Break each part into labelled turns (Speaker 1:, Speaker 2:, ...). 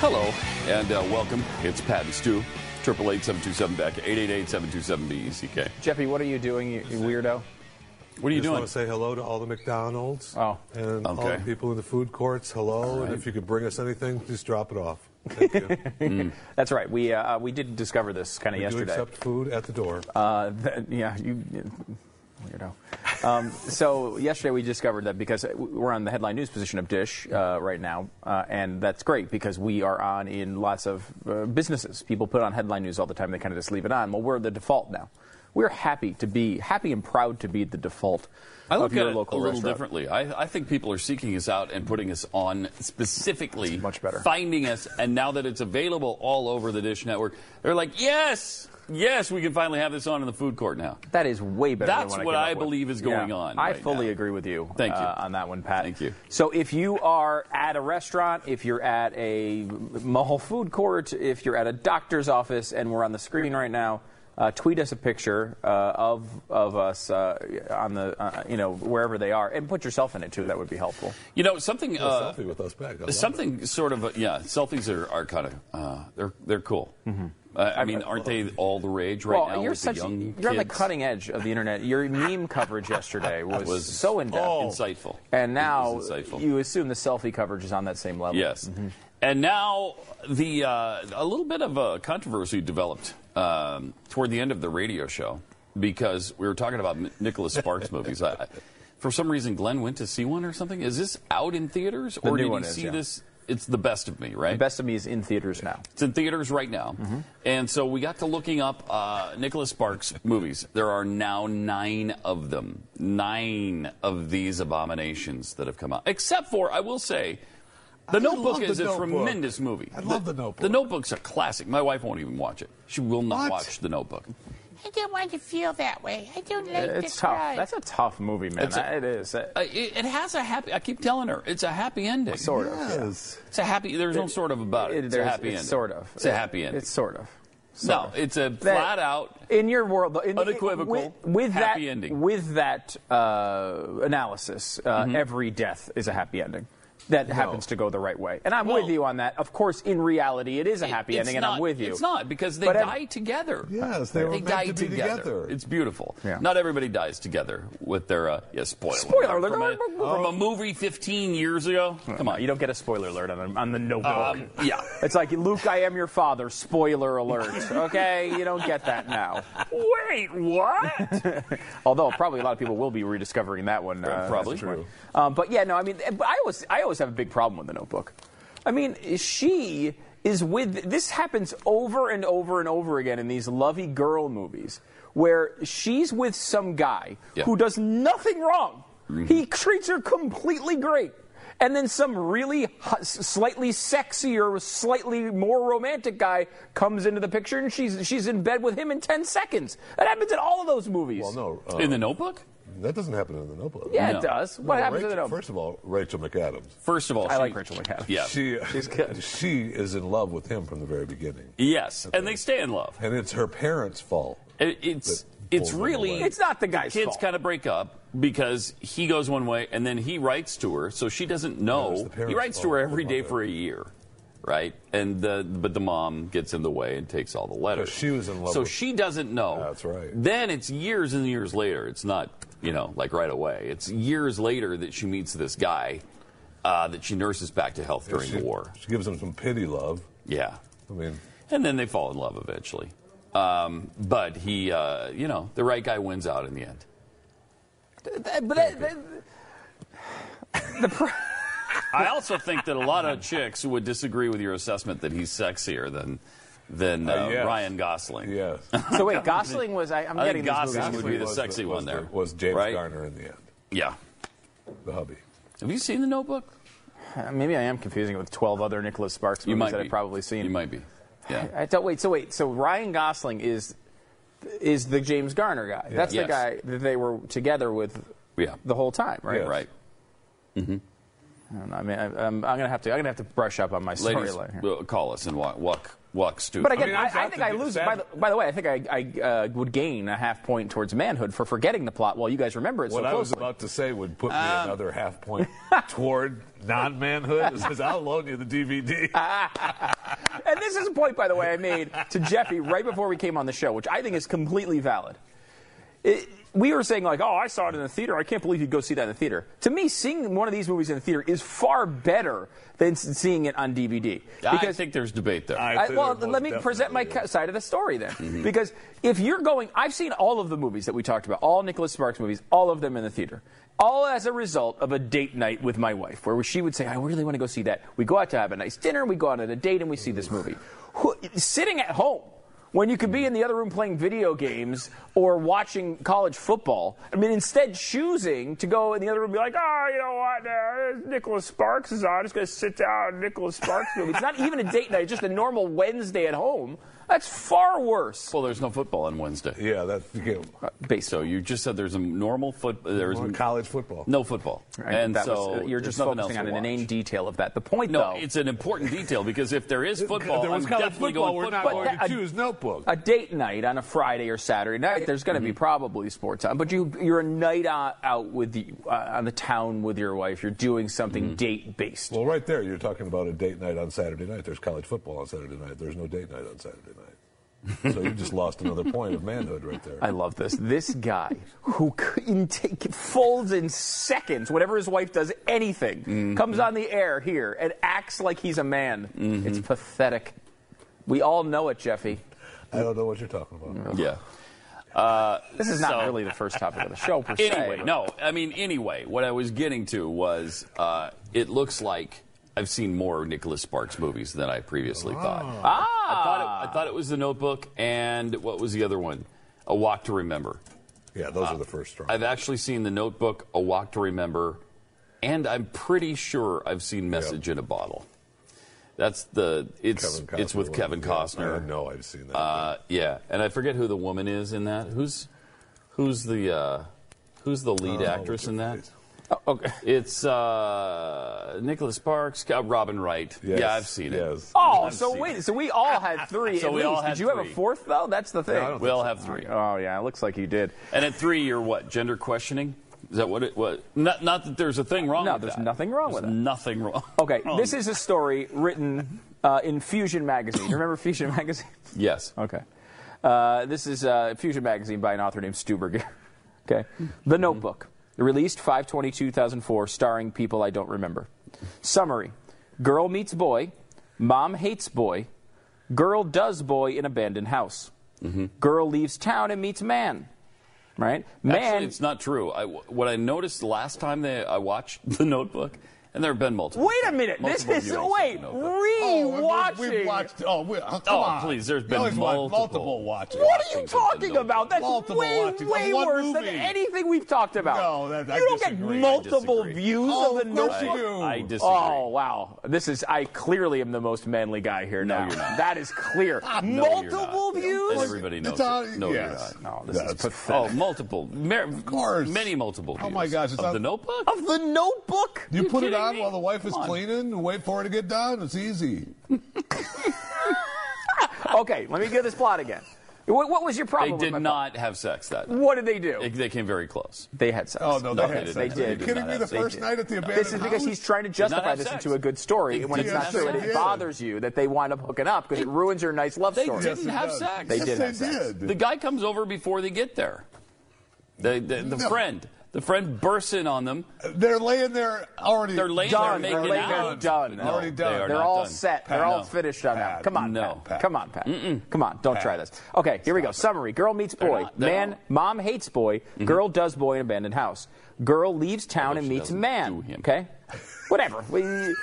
Speaker 1: Hello and uh, welcome. It's Pat and Stu. Triple eight seven two seven back eight eight eight seven two seven B E C K.
Speaker 2: Jeffy, what are you doing, you you weirdo?
Speaker 1: What are you
Speaker 3: just
Speaker 1: doing?
Speaker 3: want to say hello to all the McDonald's
Speaker 2: Oh.
Speaker 3: and all
Speaker 1: Okay.
Speaker 3: the people in the food courts. Hello, and if you could bring us anything, just drop it off. Thank you.
Speaker 2: That's right. We uh, uh, we did discover this kind of
Speaker 3: we do
Speaker 2: yesterday.
Speaker 3: accept food at the door.
Speaker 2: Uh, th- yeah, you weirdo. Um, so yesterday we discovered that because we're on the headline news position of Dish uh, right now, uh, and that's great because we are on in lots of uh, businesses. People put on headline news all the time; they kind of just leave it on. Well, we're the default now. We're happy to be happy and proud to be the default
Speaker 1: I
Speaker 2: of
Speaker 1: look at
Speaker 2: your
Speaker 1: it a
Speaker 2: local
Speaker 1: little
Speaker 2: restaurant.
Speaker 1: differently. I, I think people are seeking us out and putting us on specifically,
Speaker 2: much better.
Speaker 1: finding us. And now that it's available all over the Dish Network, they're like, yes, yes, we can finally have this on in the food court now.
Speaker 2: That is way better.
Speaker 1: That's
Speaker 2: than
Speaker 1: what
Speaker 2: what I,
Speaker 1: I
Speaker 2: came up with.
Speaker 1: believe is going on
Speaker 2: I
Speaker 1: right
Speaker 2: fully
Speaker 1: now.
Speaker 2: agree with you.
Speaker 1: Thank you.
Speaker 2: uh, on that one, Pat.
Speaker 1: Thank you.
Speaker 2: So if you are at a restaurant, if you're at a mall food court, if you're at a doctor's office, and we're on the screen right now. Uh, tweet us a picture uh, of of us uh, on the uh, you know wherever they are, and put yourself in it too. That would be helpful.
Speaker 1: You know something. Uh,
Speaker 3: selfie with us back. I love it.
Speaker 1: Something sort of yeah. Selfies are, are kind of uh, they're they're cool. Uh, I mean, aren't they all the rage
Speaker 2: Mm-hmm.
Speaker 1: right
Speaker 2: well,
Speaker 1: now?
Speaker 2: you're
Speaker 1: with
Speaker 2: such
Speaker 1: the young
Speaker 2: you're on the
Speaker 1: kids?
Speaker 2: cutting edge of the internet. Your meme coverage yesterday was,
Speaker 1: Was
Speaker 2: so in depth,
Speaker 1: all insightful.
Speaker 2: and
Speaker 1: It
Speaker 2: now
Speaker 1: was insightful.
Speaker 2: you assume the selfie coverage is on that same level. Mm-hmm.
Speaker 1: Yes. And now the uh, a little bit of a controversy developed um, toward the end of the radio show because we were talking about M- Nicholas Sparks movies. I, I- for some reason, Glenn went to see one or something. Is this out in theaters, or
Speaker 2: new
Speaker 1: did
Speaker 2: one
Speaker 1: he
Speaker 2: is,
Speaker 1: see
Speaker 2: yeah.
Speaker 1: this? It's the best of me, right?
Speaker 2: Best of Me is in theaters now. Mm-hmm.
Speaker 1: It's in theaters right now. And so we got to looking up uh, Nicholas Sparks movies. There are now nine of them. Nine of these abominations that have come out. Except for, I will say, The
Speaker 3: I
Speaker 1: Notebook
Speaker 3: love The
Speaker 1: is a
Speaker 3: Notebook.
Speaker 1: tremendous movie.
Speaker 3: I love The Notebook.
Speaker 1: The Notebook's a classic. My wife won't even watch it. She will not
Speaker 3: What?
Speaker 1: watch The Notebook.
Speaker 4: I don't want to feel that way. I don't like
Speaker 2: It's
Speaker 4: this
Speaker 2: tough.
Speaker 4: ride.
Speaker 2: That's a tough movie, man.
Speaker 1: It's a-
Speaker 2: it is.
Speaker 1: Uh, it, it has a happy, I keep telling her, it's a happy ending.
Speaker 2: sort of. yeah.
Speaker 3: yes.
Speaker 1: It's a happy, there's no sort of about it. It's a
Speaker 2: there's-
Speaker 1: happy
Speaker 2: it's
Speaker 1: ending.
Speaker 2: Sort of.
Speaker 1: It's a happy ending.
Speaker 2: It's sort of. Sort
Speaker 1: no,
Speaker 2: of.
Speaker 1: it's a
Speaker 2: That-
Speaker 1: flat out.
Speaker 2: In your world, though, in,
Speaker 1: Unequivocal,
Speaker 2: with, with
Speaker 1: happy
Speaker 2: that,
Speaker 1: ending. Mm-hmm.
Speaker 2: With that uh, analysis, uh, every death is a happy ending. That happens to go the right way, and I'm with
Speaker 1: Well-
Speaker 2: you on that. Of course, in reality, it is a happy
Speaker 1: It's
Speaker 2: ending, and
Speaker 1: not-
Speaker 2: I'm with you.
Speaker 1: It's not because they
Speaker 2: But ev-
Speaker 1: die together.
Speaker 3: Yes, they were meant
Speaker 1: die
Speaker 3: to be together.
Speaker 1: It's beautiful.
Speaker 2: Yeah.
Speaker 1: Not everybody dies together with their uh, yeah, spoiler.
Speaker 2: Spoiler alert.
Speaker 1: from a, from a movie 15 years ago. Come on,
Speaker 2: You don't get a spoiler alert on, on the Notebook.
Speaker 1: Um, yeah.
Speaker 2: It's like Luke, I am your father. Spoiler alert. Okay, you don't get that now.
Speaker 1: Wait, what?
Speaker 2: Although probably a lot of people will be rediscovering that one. Uh,
Speaker 1: Probably.
Speaker 2: at some point. Um, but yeah, no, I mean, but I always, I always have a big problem with the Notebook. I mean, she is with. This happens over and over and over again in these lovey girl movies, where she's with some guy
Speaker 1: Yeah. Mm-hmm.
Speaker 2: who does nothing wrong. He treats her completely great. And then some really hot, slightly sexier, slightly more romantic guy comes into the picture, and she's she's in bed with him in ten seconds. That happens in all of those movies.
Speaker 3: Well, no, uh,
Speaker 1: In the Notebook?
Speaker 3: that doesn't happen in the Notebook.
Speaker 2: Yeah,
Speaker 1: No.
Speaker 2: it does. What
Speaker 3: No,
Speaker 2: happens
Speaker 3: Rachel-
Speaker 2: to the
Speaker 3: First of all, Rachel McAdams.
Speaker 1: First of all,
Speaker 2: I
Speaker 1: she-
Speaker 2: like Rachel McAdams.
Speaker 1: Yeah.
Speaker 3: She,
Speaker 2: She's good.
Speaker 3: She is in love with him from the very beginning,
Speaker 1: yes, and they stay in love.
Speaker 3: and it's her parents' fault.
Speaker 1: It- it's
Speaker 3: That
Speaker 1: it's
Speaker 3: pulls them
Speaker 1: really
Speaker 3: away.
Speaker 2: It's not the guy's
Speaker 1: kids
Speaker 2: fault.
Speaker 1: kind of break up because he goes one way and then he writes to her, so she doesn't know.
Speaker 3: was the parents'
Speaker 1: he writes to her
Speaker 3: fault,
Speaker 1: every
Speaker 3: the
Speaker 1: day
Speaker 3: mother.
Speaker 1: for a year, right? And the, but the mom gets in the way and takes all the letters.
Speaker 3: she was in love
Speaker 1: so
Speaker 3: with-
Speaker 1: she doesn't know.
Speaker 3: That's right.
Speaker 1: Then it's years and years later. It's not you know like right away. It's years later that she meets this guy uh, that she nurses back to health during
Speaker 3: she,
Speaker 1: the war.
Speaker 3: She gives him some pity love.
Speaker 1: Yeah,
Speaker 3: I mean,
Speaker 1: and then they fall in love eventually. Um, but he, uh, you know, the right guy wins out in the end.
Speaker 2: But that, that,
Speaker 1: I also think that a lot of chicks would disagree with your assessment that he's sexier than than uh,
Speaker 3: Uh, yes.
Speaker 1: Ryan Gosling.
Speaker 3: yes.
Speaker 2: so wait, Gosling was. I, I'm
Speaker 1: I
Speaker 2: getting
Speaker 1: think
Speaker 2: these
Speaker 1: Gosling
Speaker 2: movies.
Speaker 1: would be the
Speaker 3: was
Speaker 1: sexy one
Speaker 3: was
Speaker 1: there,
Speaker 3: was James
Speaker 1: right?
Speaker 3: Garner in the end.
Speaker 1: Yeah.
Speaker 3: the hubby.
Speaker 1: Have you seen The Notebook?
Speaker 2: Uh, Maybe I am confusing it with 12 other Nicholas Sparks movies
Speaker 1: You might
Speaker 2: that
Speaker 1: be.
Speaker 2: I've probably seen.
Speaker 1: You might be. Yeah.
Speaker 2: I don't, wait, so wait, so Ryan Gosling is is the James Garner guy. That's the
Speaker 1: Yes.
Speaker 2: guy that they were together with
Speaker 1: Yeah.
Speaker 2: the whole time, right?
Speaker 3: Yes.
Speaker 1: Right. Mm-hmm.
Speaker 2: I, don't know, I mean, I, I'm, I'm gonna have to. I'm gonna have to brush up on my
Speaker 1: Ladies,
Speaker 2: storyline. here.
Speaker 1: uh, call us and walk, walk, walk Stu.
Speaker 2: But again,
Speaker 3: mean,
Speaker 2: I,
Speaker 3: I've
Speaker 2: I,
Speaker 3: got
Speaker 2: think
Speaker 3: to
Speaker 2: I
Speaker 3: do
Speaker 2: lose.
Speaker 3: that.
Speaker 2: By the, by the way, I think I, I uh, would gain a half point towards manhood for forgetting the plot while you guys remember it
Speaker 3: What
Speaker 2: so
Speaker 3: I was
Speaker 2: closely. Um,
Speaker 3: about to say would put me
Speaker 1: Um,
Speaker 3: another half point toward non-manhood. It says, I'll loan you the DVD.
Speaker 1: Ah.
Speaker 2: and this is a point, by the way, I made to Jeffy right before we came on the show, which I think is completely valid. It, we were saying like, oh, I saw it in the theater. I can't believe you'd go see that in the theater. To me, seeing one of these movies in the theater is far better than s- seeing it on DVD.
Speaker 1: I think there's debate there.
Speaker 3: I
Speaker 2: I-
Speaker 3: think
Speaker 2: well,
Speaker 3: there
Speaker 2: let
Speaker 3: most
Speaker 2: me present my
Speaker 3: definitely
Speaker 2: ca- side of the story then. Because if you're going, I've seen all of the movies that we talked about, all Nicholas Sparks movies, all of them in the theater. All as a result of a date night with my wife, where she would say, I really want to go see that. We go out to have a nice dinner, we go out on a date, and we see this movie. Who, sitting at home, when you could be in the other room playing video games or watching college football, I mean, instead choosing to go in the other room and be like, oh, you know what, uh, Nicholas Sparks is on, I'm just going to sit down, Nicholas Sparks movie. It's not even a date night, it's just a normal Wednesday at home. That's far worse.
Speaker 1: well, there's no football on Wednesday. Uh,
Speaker 3: Yeah, that's you can't-
Speaker 1: So
Speaker 2: Basically.
Speaker 1: you just said there's a normal foot. There's
Speaker 3: Or college football.
Speaker 1: no football, and so
Speaker 2: uh, you're
Speaker 1: there's
Speaker 2: just
Speaker 1: nothing
Speaker 2: focusing
Speaker 1: else
Speaker 2: on
Speaker 1: to
Speaker 2: an inane
Speaker 1: watch.
Speaker 2: detail of that. The point,
Speaker 1: No,
Speaker 2: though,
Speaker 1: it's an important detail because if there is football,
Speaker 3: there was
Speaker 1: I'm
Speaker 3: college
Speaker 1: definitely
Speaker 3: football.
Speaker 1: going
Speaker 3: We're not
Speaker 1: football.
Speaker 3: going
Speaker 2: But
Speaker 3: to
Speaker 2: that-
Speaker 3: choose notebook. Mm-hmm.
Speaker 2: a date night on a Friday or Saturday night, there's going to be probably sports on. But you, you're a night o- out with the, uh, on the town with your wife. You're doing something
Speaker 3: Mm-hmm.
Speaker 2: date based.
Speaker 3: well, right there, you're talking about a date night on Saturday night. There's college football on Saturday night. There's no date night on Saturday night. So you just lost another point of manhood right there.
Speaker 2: I love this. This guy who c- in take, folds in seconds whenever his wife does anything,
Speaker 3: Mm-hmm.
Speaker 2: comes on the air here and acts like he's a man.
Speaker 3: Mm-hmm.
Speaker 2: It's pathetic. We all know it, Jeffy.
Speaker 3: I don't know what you're talking about.
Speaker 1: Yeah.
Speaker 2: This is not
Speaker 1: Uh, So-
Speaker 2: really the first topic of the show, per se.
Speaker 1: Anyway,
Speaker 2: but-
Speaker 1: no, I mean, anyway, what I was getting to was uh, it looks like I've seen more Nicholas Sparks movies than I previously thought. I thought, it, I thought it was The Notebook and what was the other one? A Walk to Remember. Uh,
Speaker 3: Yeah, those are the first strong.
Speaker 1: I've actually seen The Notebook, A Walk to Remember, and I'm pretty sure I've seen Message in a Bottle. That's the it's
Speaker 3: Kevin
Speaker 1: it's
Speaker 3: Costner
Speaker 1: with
Speaker 3: one.
Speaker 1: Kevin
Speaker 3: Yeah, I
Speaker 1: Costner.
Speaker 3: know I've seen that.
Speaker 1: Uh, yeah, and I forget who the woman is in that. Who's who's the uh, who's the lead actress in that?
Speaker 2: Oh, okay.
Speaker 1: It's uh, Nicholas Sparks, uh, Robin Wright.
Speaker 3: Yes,
Speaker 1: Yeah, I've seen it.
Speaker 3: yes.
Speaker 2: Oh,
Speaker 1: I've
Speaker 2: so
Speaker 1: seen
Speaker 2: wait,
Speaker 1: it.
Speaker 2: so we all had three.
Speaker 1: So
Speaker 2: at
Speaker 1: we all
Speaker 2: least.
Speaker 1: had
Speaker 2: Did you have a
Speaker 1: three.
Speaker 2: fourth though? Oh, That's the thing.
Speaker 3: I don't
Speaker 1: We all have three.
Speaker 2: Oh yeah, it looks like you did.
Speaker 1: And at three, you're what? Gender questioning? Is that what it was? Not, not that there's a thing wrong
Speaker 2: No,
Speaker 1: with
Speaker 2: there's
Speaker 1: that.
Speaker 2: nothing wrong with
Speaker 1: There's
Speaker 2: it.
Speaker 1: Nothing wrong.
Speaker 2: Okay, this is a story written uh, in Fusion magazine. You remember Fusion magazine?
Speaker 1: Yes.
Speaker 2: Okay. Uh, this is uh, Fusion Magazine by an author named Stuberger. okay. The Notebook, released 5 2004, starring people I don't remember. Summary Girl meets boy, mom hates boy, girl does boy in abandoned house. Girl leaves town and meets man. Right? Man.
Speaker 1: Actually, it's not true. I, what I noticed last time they, I watched The Notebook, and there have been multiple.
Speaker 2: wait a minute. This
Speaker 1: multiple
Speaker 2: is.
Speaker 1: viewings of
Speaker 2: Wait.
Speaker 1: The Notebook.
Speaker 2: Rewatching.
Speaker 5: we- We've watched. Oh, we, oh, come
Speaker 1: Oh,
Speaker 5: on.
Speaker 1: please, there's
Speaker 5: You
Speaker 1: been
Speaker 5: always want
Speaker 1: multiple-
Speaker 5: multiple watches.
Speaker 2: What are you
Speaker 1: watchings of the
Speaker 2: talking
Speaker 1: Notebook.
Speaker 2: about? That's
Speaker 5: Multiple
Speaker 2: way,
Speaker 5: watchings of
Speaker 2: way
Speaker 5: one
Speaker 2: worse than
Speaker 5: movie.
Speaker 2: anything we've talked about.
Speaker 5: No, that- I
Speaker 2: you don't
Speaker 5: disagree.
Speaker 2: get
Speaker 5: I
Speaker 2: multiple
Speaker 1: disagree.
Speaker 2: views
Speaker 5: Oh,
Speaker 2: of the
Speaker 5: of course
Speaker 2: notebook.
Speaker 5: you do.
Speaker 1: I disagree.
Speaker 2: Oh wow! This is I clearly am the most manly guy here
Speaker 1: No,
Speaker 2: now.
Speaker 1: you're not.
Speaker 2: That is clear.
Speaker 1: No, you're not.
Speaker 2: Multiple
Speaker 1: And
Speaker 2: views.
Speaker 1: everybody knows
Speaker 5: It's on-
Speaker 1: it. No,
Speaker 5: yes.
Speaker 1: you're not.
Speaker 2: Oh, this is
Speaker 5: That's-
Speaker 1: Oh,
Speaker 2: pathetic.
Speaker 1: multiple. Mer- of
Speaker 5: course.
Speaker 1: Many multiple
Speaker 5: Oh, my
Speaker 1: views.
Speaker 5: gosh, it's
Speaker 1: Of
Speaker 5: on-
Speaker 1: The Notebook?
Speaker 2: Of the Notebook.
Speaker 5: You,
Speaker 1: You
Speaker 5: put it
Speaker 1: kidding
Speaker 5: on
Speaker 1: me?
Speaker 5: while the wife is
Speaker 1: Come on.
Speaker 5: cleaning and wait for her to get down. It's easy.
Speaker 2: Okay, let me get this plot again. What, what was your
Speaker 1: They
Speaker 2: problem? with
Speaker 1: did
Speaker 2: my
Speaker 1: not have sex that night.
Speaker 2: Plot? What did they do?
Speaker 1: They, they came very close.
Speaker 2: they had sex.
Speaker 5: Oh, no,
Speaker 1: No,
Speaker 5: they
Speaker 1: they
Speaker 5: had
Speaker 1: didn't.
Speaker 5: sex.
Speaker 2: They
Speaker 5: Are you
Speaker 2: did.
Speaker 5: kidding
Speaker 1: They
Speaker 5: me? The
Speaker 1: did.
Speaker 5: first night at the abandoned
Speaker 2: This is because
Speaker 5: house?
Speaker 2: he's trying to
Speaker 1: not
Speaker 2: justify
Speaker 1: have
Speaker 2: this
Speaker 1: sex.
Speaker 2: into a good story,
Speaker 1: They
Speaker 2: and when it's
Speaker 5: didn't
Speaker 2: not
Speaker 5: have
Speaker 2: true, and
Speaker 5: sex.
Speaker 2: it bothers you that they wind up hooking up because it ruins your nice love
Speaker 1: They
Speaker 2: story.
Speaker 1: didn't
Speaker 5: it
Speaker 1: have
Speaker 5: does.
Speaker 1: sex.
Speaker 2: They
Speaker 5: yes,
Speaker 2: did
Speaker 5: they
Speaker 2: have sex.
Speaker 5: did.
Speaker 1: The guy comes over before they get there. The, the, the
Speaker 5: No.
Speaker 1: friend. The friend bursts in on them.
Speaker 5: They're laying there already.
Speaker 1: They're laying
Speaker 2: Done.
Speaker 1: there
Speaker 2: They're
Speaker 1: making
Speaker 2: laying there
Speaker 1: out.
Speaker 2: done.
Speaker 1: No,
Speaker 5: Already done.
Speaker 1: They are
Speaker 5: They're
Speaker 1: not
Speaker 2: They're all
Speaker 1: done.
Speaker 2: set. They're
Speaker 5: Pat,
Speaker 2: all
Speaker 5: no.
Speaker 2: finished on that.
Speaker 5: Pat,
Speaker 2: Come on,
Speaker 1: no.
Speaker 2: Pat.
Speaker 5: Pat.
Speaker 2: Come on, Pat. Come on, don't try this. Okay, here we go. Summary: Girl meets boy.
Speaker 1: not- they're
Speaker 2: Man,
Speaker 1: not.
Speaker 2: mom hates boy. Girl does boy in abandoned house. Girl leaves town
Speaker 1: Although
Speaker 2: and
Speaker 1: she
Speaker 2: meets
Speaker 1: doesn't
Speaker 2: man.
Speaker 1: do him.
Speaker 2: Okay, whatever. We-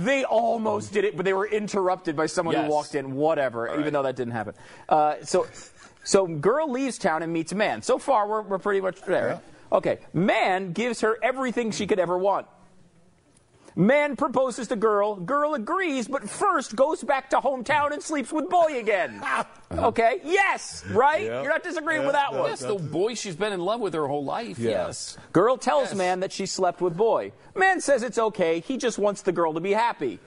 Speaker 2: they almost did it, but they were interrupted by someone
Speaker 1: Yes.
Speaker 2: who walked in. Whatever, even
Speaker 1: right.
Speaker 2: though that didn't happen. Uh, so, so girl leaves town and meets man. So far, we're, we're pretty much there. Okay, man gives her everything she could ever want. Man proposes to girl, girl agrees, but first goes back to hometown and sleeps with boy again. Okay, yes, right?
Speaker 3: Yeah.
Speaker 2: You're not disagreeing
Speaker 3: Yeah,
Speaker 2: with that
Speaker 3: no,
Speaker 2: one.
Speaker 1: That's the boy she's been in love with her whole life.
Speaker 3: Yes.
Speaker 2: Girl tells man that she slept with boy. Man says it's okay, he just wants the girl to be happy.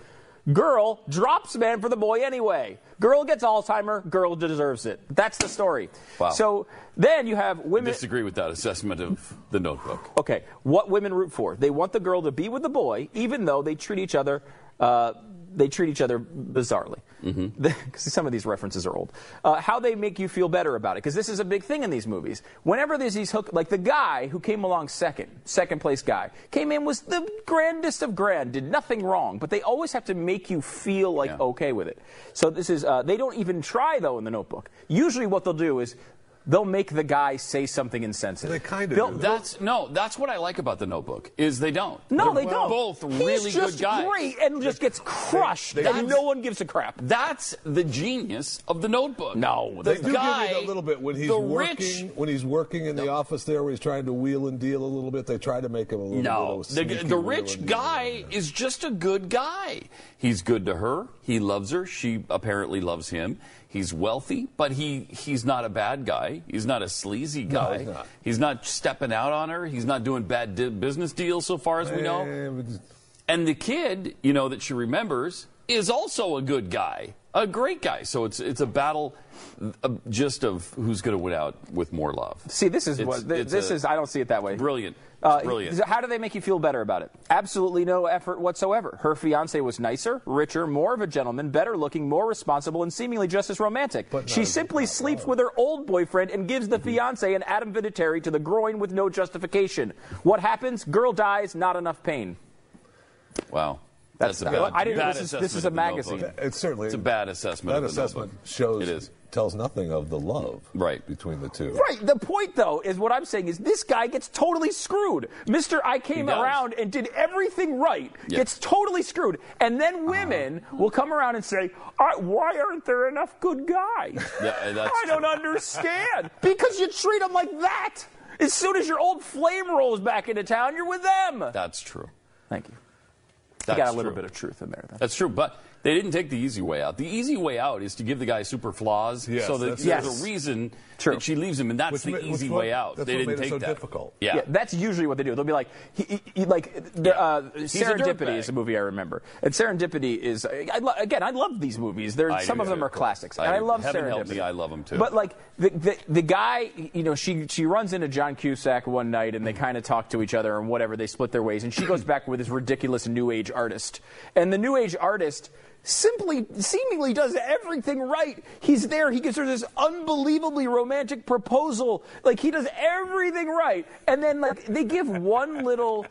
Speaker 2: Girl drops man for the boy anyway. Girl gets Alzheimer, girl deserves it. That's the story.
Speaker 1: Wow.
Speaker 2: So then you have women.
Speaker 1: Disagree with that assessment of the notebook.
Speaker 2: Okay, what women root for? They want the girl to be with the boy, even though they treat each other. Uh, they treat each other bizarrely.
Speaker 1: Mm-hmm.
Speaker 2: Because some of these references are old. Uh, how they make you feel better about it, because this is a big thing in these movies. Whenever there's these hook, like the guy who came along second, second place guy, came in was the grandest of grand, did nothing wrong, but they always have to make you feel like
Speaker 1: Yeah.
Speaker 2: okay with it. So this is uh, they don't even try though in the Notebook. Usually, what they'll do is. They'll make the guy say something insensitive.
Speaker 3: They kinda
Speaker 2: They'll-
Speaker 3: do that.
Speaker 1: That's no. That's what I like about the Notebook is they don't.
Speaker 2: No,
Speaker 1: They're
Speaker 2: they don't.
Speaker 1: Both
Speaker 2: He's
Speaker 1: really
Speaker 2: just
Speaker 1: good guys.
Speaker 2: Great, and just gets crushed,
Speaker 3: they-
Speaker 2: and no one gives a crap.
Speaker 1: That's the genius of the Notebook.
Speaker 2: No,
Speaker 1: the
Speaker 3: They do
Speaker 1: guy,
Speaker 3: give you a little bit when he's
Speaker 1: the
Speaker 3: working.
Speaker 1: Rich,
Speaker 3: When he's working in the office there, where he's trying to wheel and deal a little bit, they try to make him a little.
Speaker 1: no,
Speaker 3: bit
Speaker 1: the,
Speaker 3: of a sneaky
Speaker 1: the
Speaker 3: wheel
Speaker 1: rich
Speaker 3: and
Speaker 1: guy
Speaker 3: deal.
Speaker 1: is just a good guy. He's good to her. He loves her. She apparently loves him. He's wealthy, but he he's not a bad guy. He's not a sleazy guy.
Speaker 3: he's not.
Speaker 1: He's not stepping out on her. He's not doing bad di- business deals, so far as we know.
Speaker 3: Eh, we just-
Speaker 1: And the kid, you know, that she remembers is also a good guy, a great guy. So it's it's a battle uh, just of who's going to win out with more love.
Speaker 2: See, this is
Speaker 1: It's-
Speaker 2: what th-
Speaker 1: it's
Speaker 2: this
Speaker 1: a-
Speaker 2: is. I don't see it that way.
Speaker 1: Brilliant. It's
Speaker 2: Uh,
Speaker 1: brilliant.
Speaker 2: How do they make you feel better about it? Absolutely no effort whatsoever. Her fiance was nicer, richer, more of a gentleman, better looking, more responsible, and seemingly just as romantic.
Speaker 3: But
Speaker 2: she
Speaker 3: not-
Speaker 2: simply
Speaker 3: not
Speaker 2: sleeps
Speaker 3: love.
Speaker 2: with her old boyfriend and gives the fiance an Adam Vinatieri to the groin with no justification. What happens? Girl dies. Not enough pain.
Speaker 1: Wow.
Speaker 2: That's-
Speaker 1: a bad,
Speaker 2: I didn't know
Speaker 1: bad
Speaker 2: this is-
Speaker 1: assessment
Speaker 2: this is
Speaker 1: of
Speaker 2: a
Speaker 1: the notebook.
Speaker 2: magazine.
Speaker 3: It's certainly
Speaker 1: It's a bad assessment.
Speaker 3: That
Speaker 1: of the
Speaker 3: assessment
Speaker 1: notebook.
Speaker 3: shows
Speaker 1: It is.
Speaker 3: tells nothing of the love
Speaker 1: Right.
Speaker 3: between the two.
Speaker 2: Right. The point, though, is what I'm saying is this guy gets totally screwed. Mister, I came
Speaker 1: does.
Speaker 2: around and did everything right.
Speaker 1: Yeah.
Speaker 2: Gets totally screwed, and
Speaker 1: Uh-huh.
Speaker 2: then women will come around and say, "Uh, "Why aren't there enough good guys?"
Speaker 1: Yeah, and that's
Speaker 2: I don't
Speaker 1: true.
Speaker 2: understand because you treat them like that. As soon as your old flame rolls back into town, you're with them.
Speaker 1: That's true.
Speaker 2: Thank you. I
Speaker 1: That's
Speaker 2: got a little
Speaker 1: true.
Speaker 2: bit of truth in there. Then.
Speaker 1: That's true, but they didn't take the easy way out. The easy way out is to give the guy super flaws,
Speaker 3: Yes,
Speaker 1: so that
Speaker 3: that's-
Speaker 1: there's
Speaker 2: Yes.
Speaker 1: a reason
Speaker 2: True.
Speaker 1: that she leaves him, and that's
Speaker 3: Which
Speaker 1: the
Speaker 3: ma- which
Speaker 1: easy
Speaker 3: one-
Speaker 1: way out.
Speaker 3: that's
Speaker 1: they
Speaker 3: what
Speaker 1: didn't
Speaker 3: made it
Speaker 1: take
Speaker 3: so
Speaker 1: that.
Speaker 3: difficult.
Speaker 1: Yeah.
Speaker 2: Yeah, that's usually what they do. They'll be like, he, he, he- like the, uh,
Speaker 1: a dirtbag.
Speaker 2: Serendipity is a movie I remember, and Serendipity is I, I, lo- again I love these movies. They're,
Speaker 1: I
Speaker 2: some
Speaker 1: do
Speaker 2: of them
Speaker 1: too.
Speaker 2: are classics,
Speaker 1: I
Speaker 2: and I
Speaker 1: do.
Speaker 2: love
Speaker 1: Heaven
Speaker 2: Serendipity.
Speaker 1: help me, I love 'em too.
Speaker 2: But like the, the the guy, you know, she she runs into John Cusack one night, and they kind of talk to each other and whatever. They split their ways, and she goes back with this ridiculous new age artist, and the new age artist. Simply, seemingly does everything right. He's there. He gives her this unbelievably romantic proposal. Like he does everything right, and then like they give one little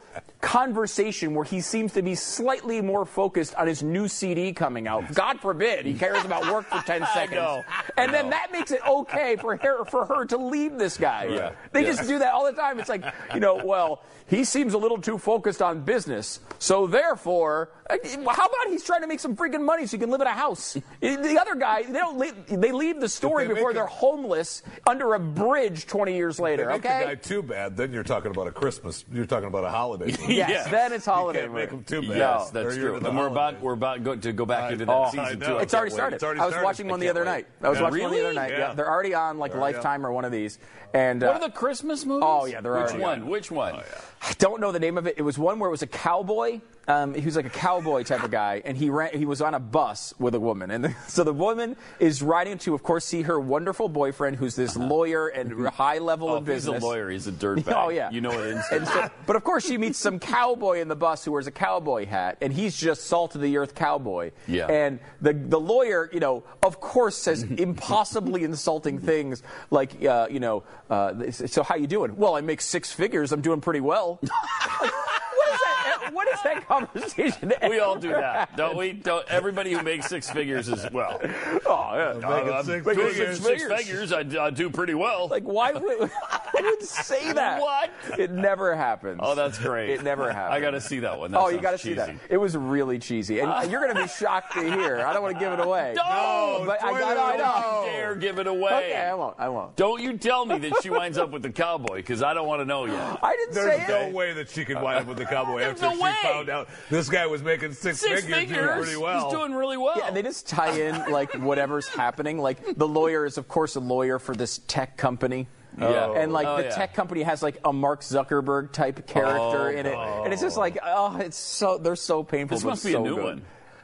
Speaker 2: conversation where he seems to be slightly more focused on his new CD coming out. God forbid he cares about work for 10 seconds.
Speaker 1: know.
Speaker 2: And then
Speaker 1: know.
Speaker 2: that makes it okay for her for her to leave this guy.
Speaker 1: Yeah.
Speaker 2: They
Speaker 1: Yeah.
Speaker 2: just do that all the time. It's like, you know, well, he seems a little too focused on business. So therefore, uh, how about he's trying to make some freaking money so he can live in a house? The other guy, they don't leave, they leave the story
Speaker 3: If they
Speaker 2: before
Speaker 3: make
Speaker 2: they're
Speaker 3: it-
Speaker 2: homeless under a bridge 20 years
Speaker 3: If
Speaker 2: later,
Speaker 3: they make
Speaker 2: okay?
Speaker 3: the guy too bad, then you're talking about a Christmas. You're talking about a holiday.
Speaker 2: Yes,
Speaker 1: Yes.
Speaker 2: then it's holiday.
Speaker 3: can't make
Speaker 2: movie.
Speaker 3: 'em too bad.
Speaker 1: Yes,
Speaker 3: No.
Speaker 1: that's
Speaker 3: Or you're
Speaker 1: true.
Speaker 3: into the
Speaker 1: And we're about
Speaker 3: holidays.
Speaker 1: we're about go, to go back into that
Speaker 3: oh, I
Speaker 1: season
Speaker 3: know.
Speaker 1: too. I
Speaker 2: It's already
Speaker 3: Can't wait.
Speaker 2: started.
Speaker 3: It's already
Speaker 2: I was
Speaker 3: started.
Speaker 2: watching one
Speaker 3: I
Speaker 2: the
Speaker 3: can't
Speaker 2: other
Speaker 3: wait.
Speaker 2: night. I was
Speaker 1: Yeah.
Speaker 2: watching one the
Speaker 1: Really?
Speaker 2: other night. Yeah.
Speaker 3: Yeah.
Speaker 2: they're already on like Lifetime or one of these. And uh,
Speaker 1: What are the Christmas movies?
Speaker 2: Oh, yeah, there are,
Speaker 1: Which
Speaker 2: yeah.
Speaker 1: one? Which one?
Speaker 2: I don't know the name of it. It was one where it was a cowboy. Um, he was like a cowboy type of guy, and he ran. He was on a bus with a woman, and so the woman is riding to, of course, see her wonderful boyfriend, who's this lawyer and high level
Speaker 1: Uh-huh. Oh,
Speaker 2: of
Speaker 1: if he's a
Speaker 2: business.
Speaker 1: lawyer. He's a dirtbag.
Speaker 2: Oh, yeah.
Speaker 1: You know it instantly.
Speaker 2: And so, but of course, she meets some cowboy in the bus who wears a cowboy hat, and he's just salt of the earth cowboy.
Speaker 1: Yeah.
Speaker 2: And the the lawyer, you know, of course, says impossibly insulting things like, uh, you know, uh, so how you doing? Well, I make six figures. I'm doing pretty well. Like, what is that? what is that conversation?
Speaker 1: We all do that, don't we? Don't everybody who makes six figures is well.
Speaker 2: Oh, yeah.
Speaker 3: Making
Speaker 1: I'm
Speaker 3: six
Speaker 1: doing
Speaker 3: figures.
Speaker 1: six figures. I, I do pretty well.
Speaker 2: Like, why would I would say that?
Speaker 1: What?
Speaker 2: It never happens.
Speaker 1: Oh, that's great.
Speaker 2: It never happens.
Speaker 1: I got to see that one. That
Speaker 2: Oh, you got to
Speaker 1: sounds
Speaker 2: see that.
Speaker 1: cheesy.
Speaker 2: It was really cheesy, and you're going to be shocked to hear. I don't want to give it away.
Speaker 1: No,
Speaker 2: but I got. I
Speaker 1: Don't
Speaker 2: know.
Speaker 1: you dare give it away.
Speaker 2: Okay, I won't. I won't.
Speaker 1: Don't you tell me that she winds up with the cowboy because I don't want to know yet.
Speaker 2: I didn't
Speaker 3: There's
Speaker 2: say
Speaker 3: no
Speaker 2: it.
Speaker 3: way that she could wind up with the cowboy
Speaker 1: There's
Speaker 3: after
Speaker 1: no
Speaker 3: she
Speaker 1: way.
Speaker 3: found out this guy was making six,
Speaker 1: Six
Speaker 3: figures, doing
Speaker 1: figures.
Speaker 3: pretty well.
Speaker 1: He's doing really well.
Speaker 2: Yeah, and they just tie in like whatever's happening. Like the lawyer is, of course, a lawyer for this tech company.
Speaker 1: Yeah.
Speaker 2: And like
Speaker 1: Oh,
Speaker 2: the
Speaker 1: yeah.
Speaker 2: tech company has like a Mark Zuckerberg type character
Speaker 1: Oh,
Speaker 2: in it,
Speaker 1: no.
Speaker 2: and it's just like oh, it's so they're so painful.
Speaker 1: This
Speaker 2: but
Speaker 1: must be a
Speaker 2: so
Speaker 1: new
Speaker 2: good.
Speaker 1: one.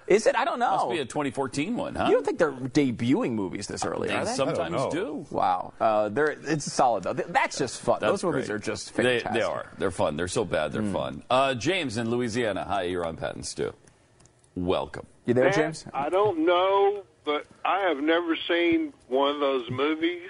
Speaker 2: Is it? I don't know.
Speaker 1: Must be a 2014 one, huh?
Speaker 2: you don't think they're debuting movies this early?
Speaker 1: they
Speaker 2: are they?
Speaker 3: I
Speaker 1: sometimes
Speaker 3: don't
Speaker 1: do.
Speaker 3: know.
Speaker 2: Wow, uh, they're, it's solid though. Th- That's just fun.
Speaker 1: That's
Speaker 2: Those movies
Speaker 1: great.
Speaker 2: are just
Speaker 1: They-
Speaker 2: fantastic. Hmm.
Speaker 1: They, are. They're fun. They're so bad. They're fun. Uh, James in Louisiana. Hi, you're on Pat and Stu. Welcome.
Speaker 2: You there,
Speaker 6: Pat,
Speaker 2: James?
Speaker 6: I don't know, but I have never seen one of those movies.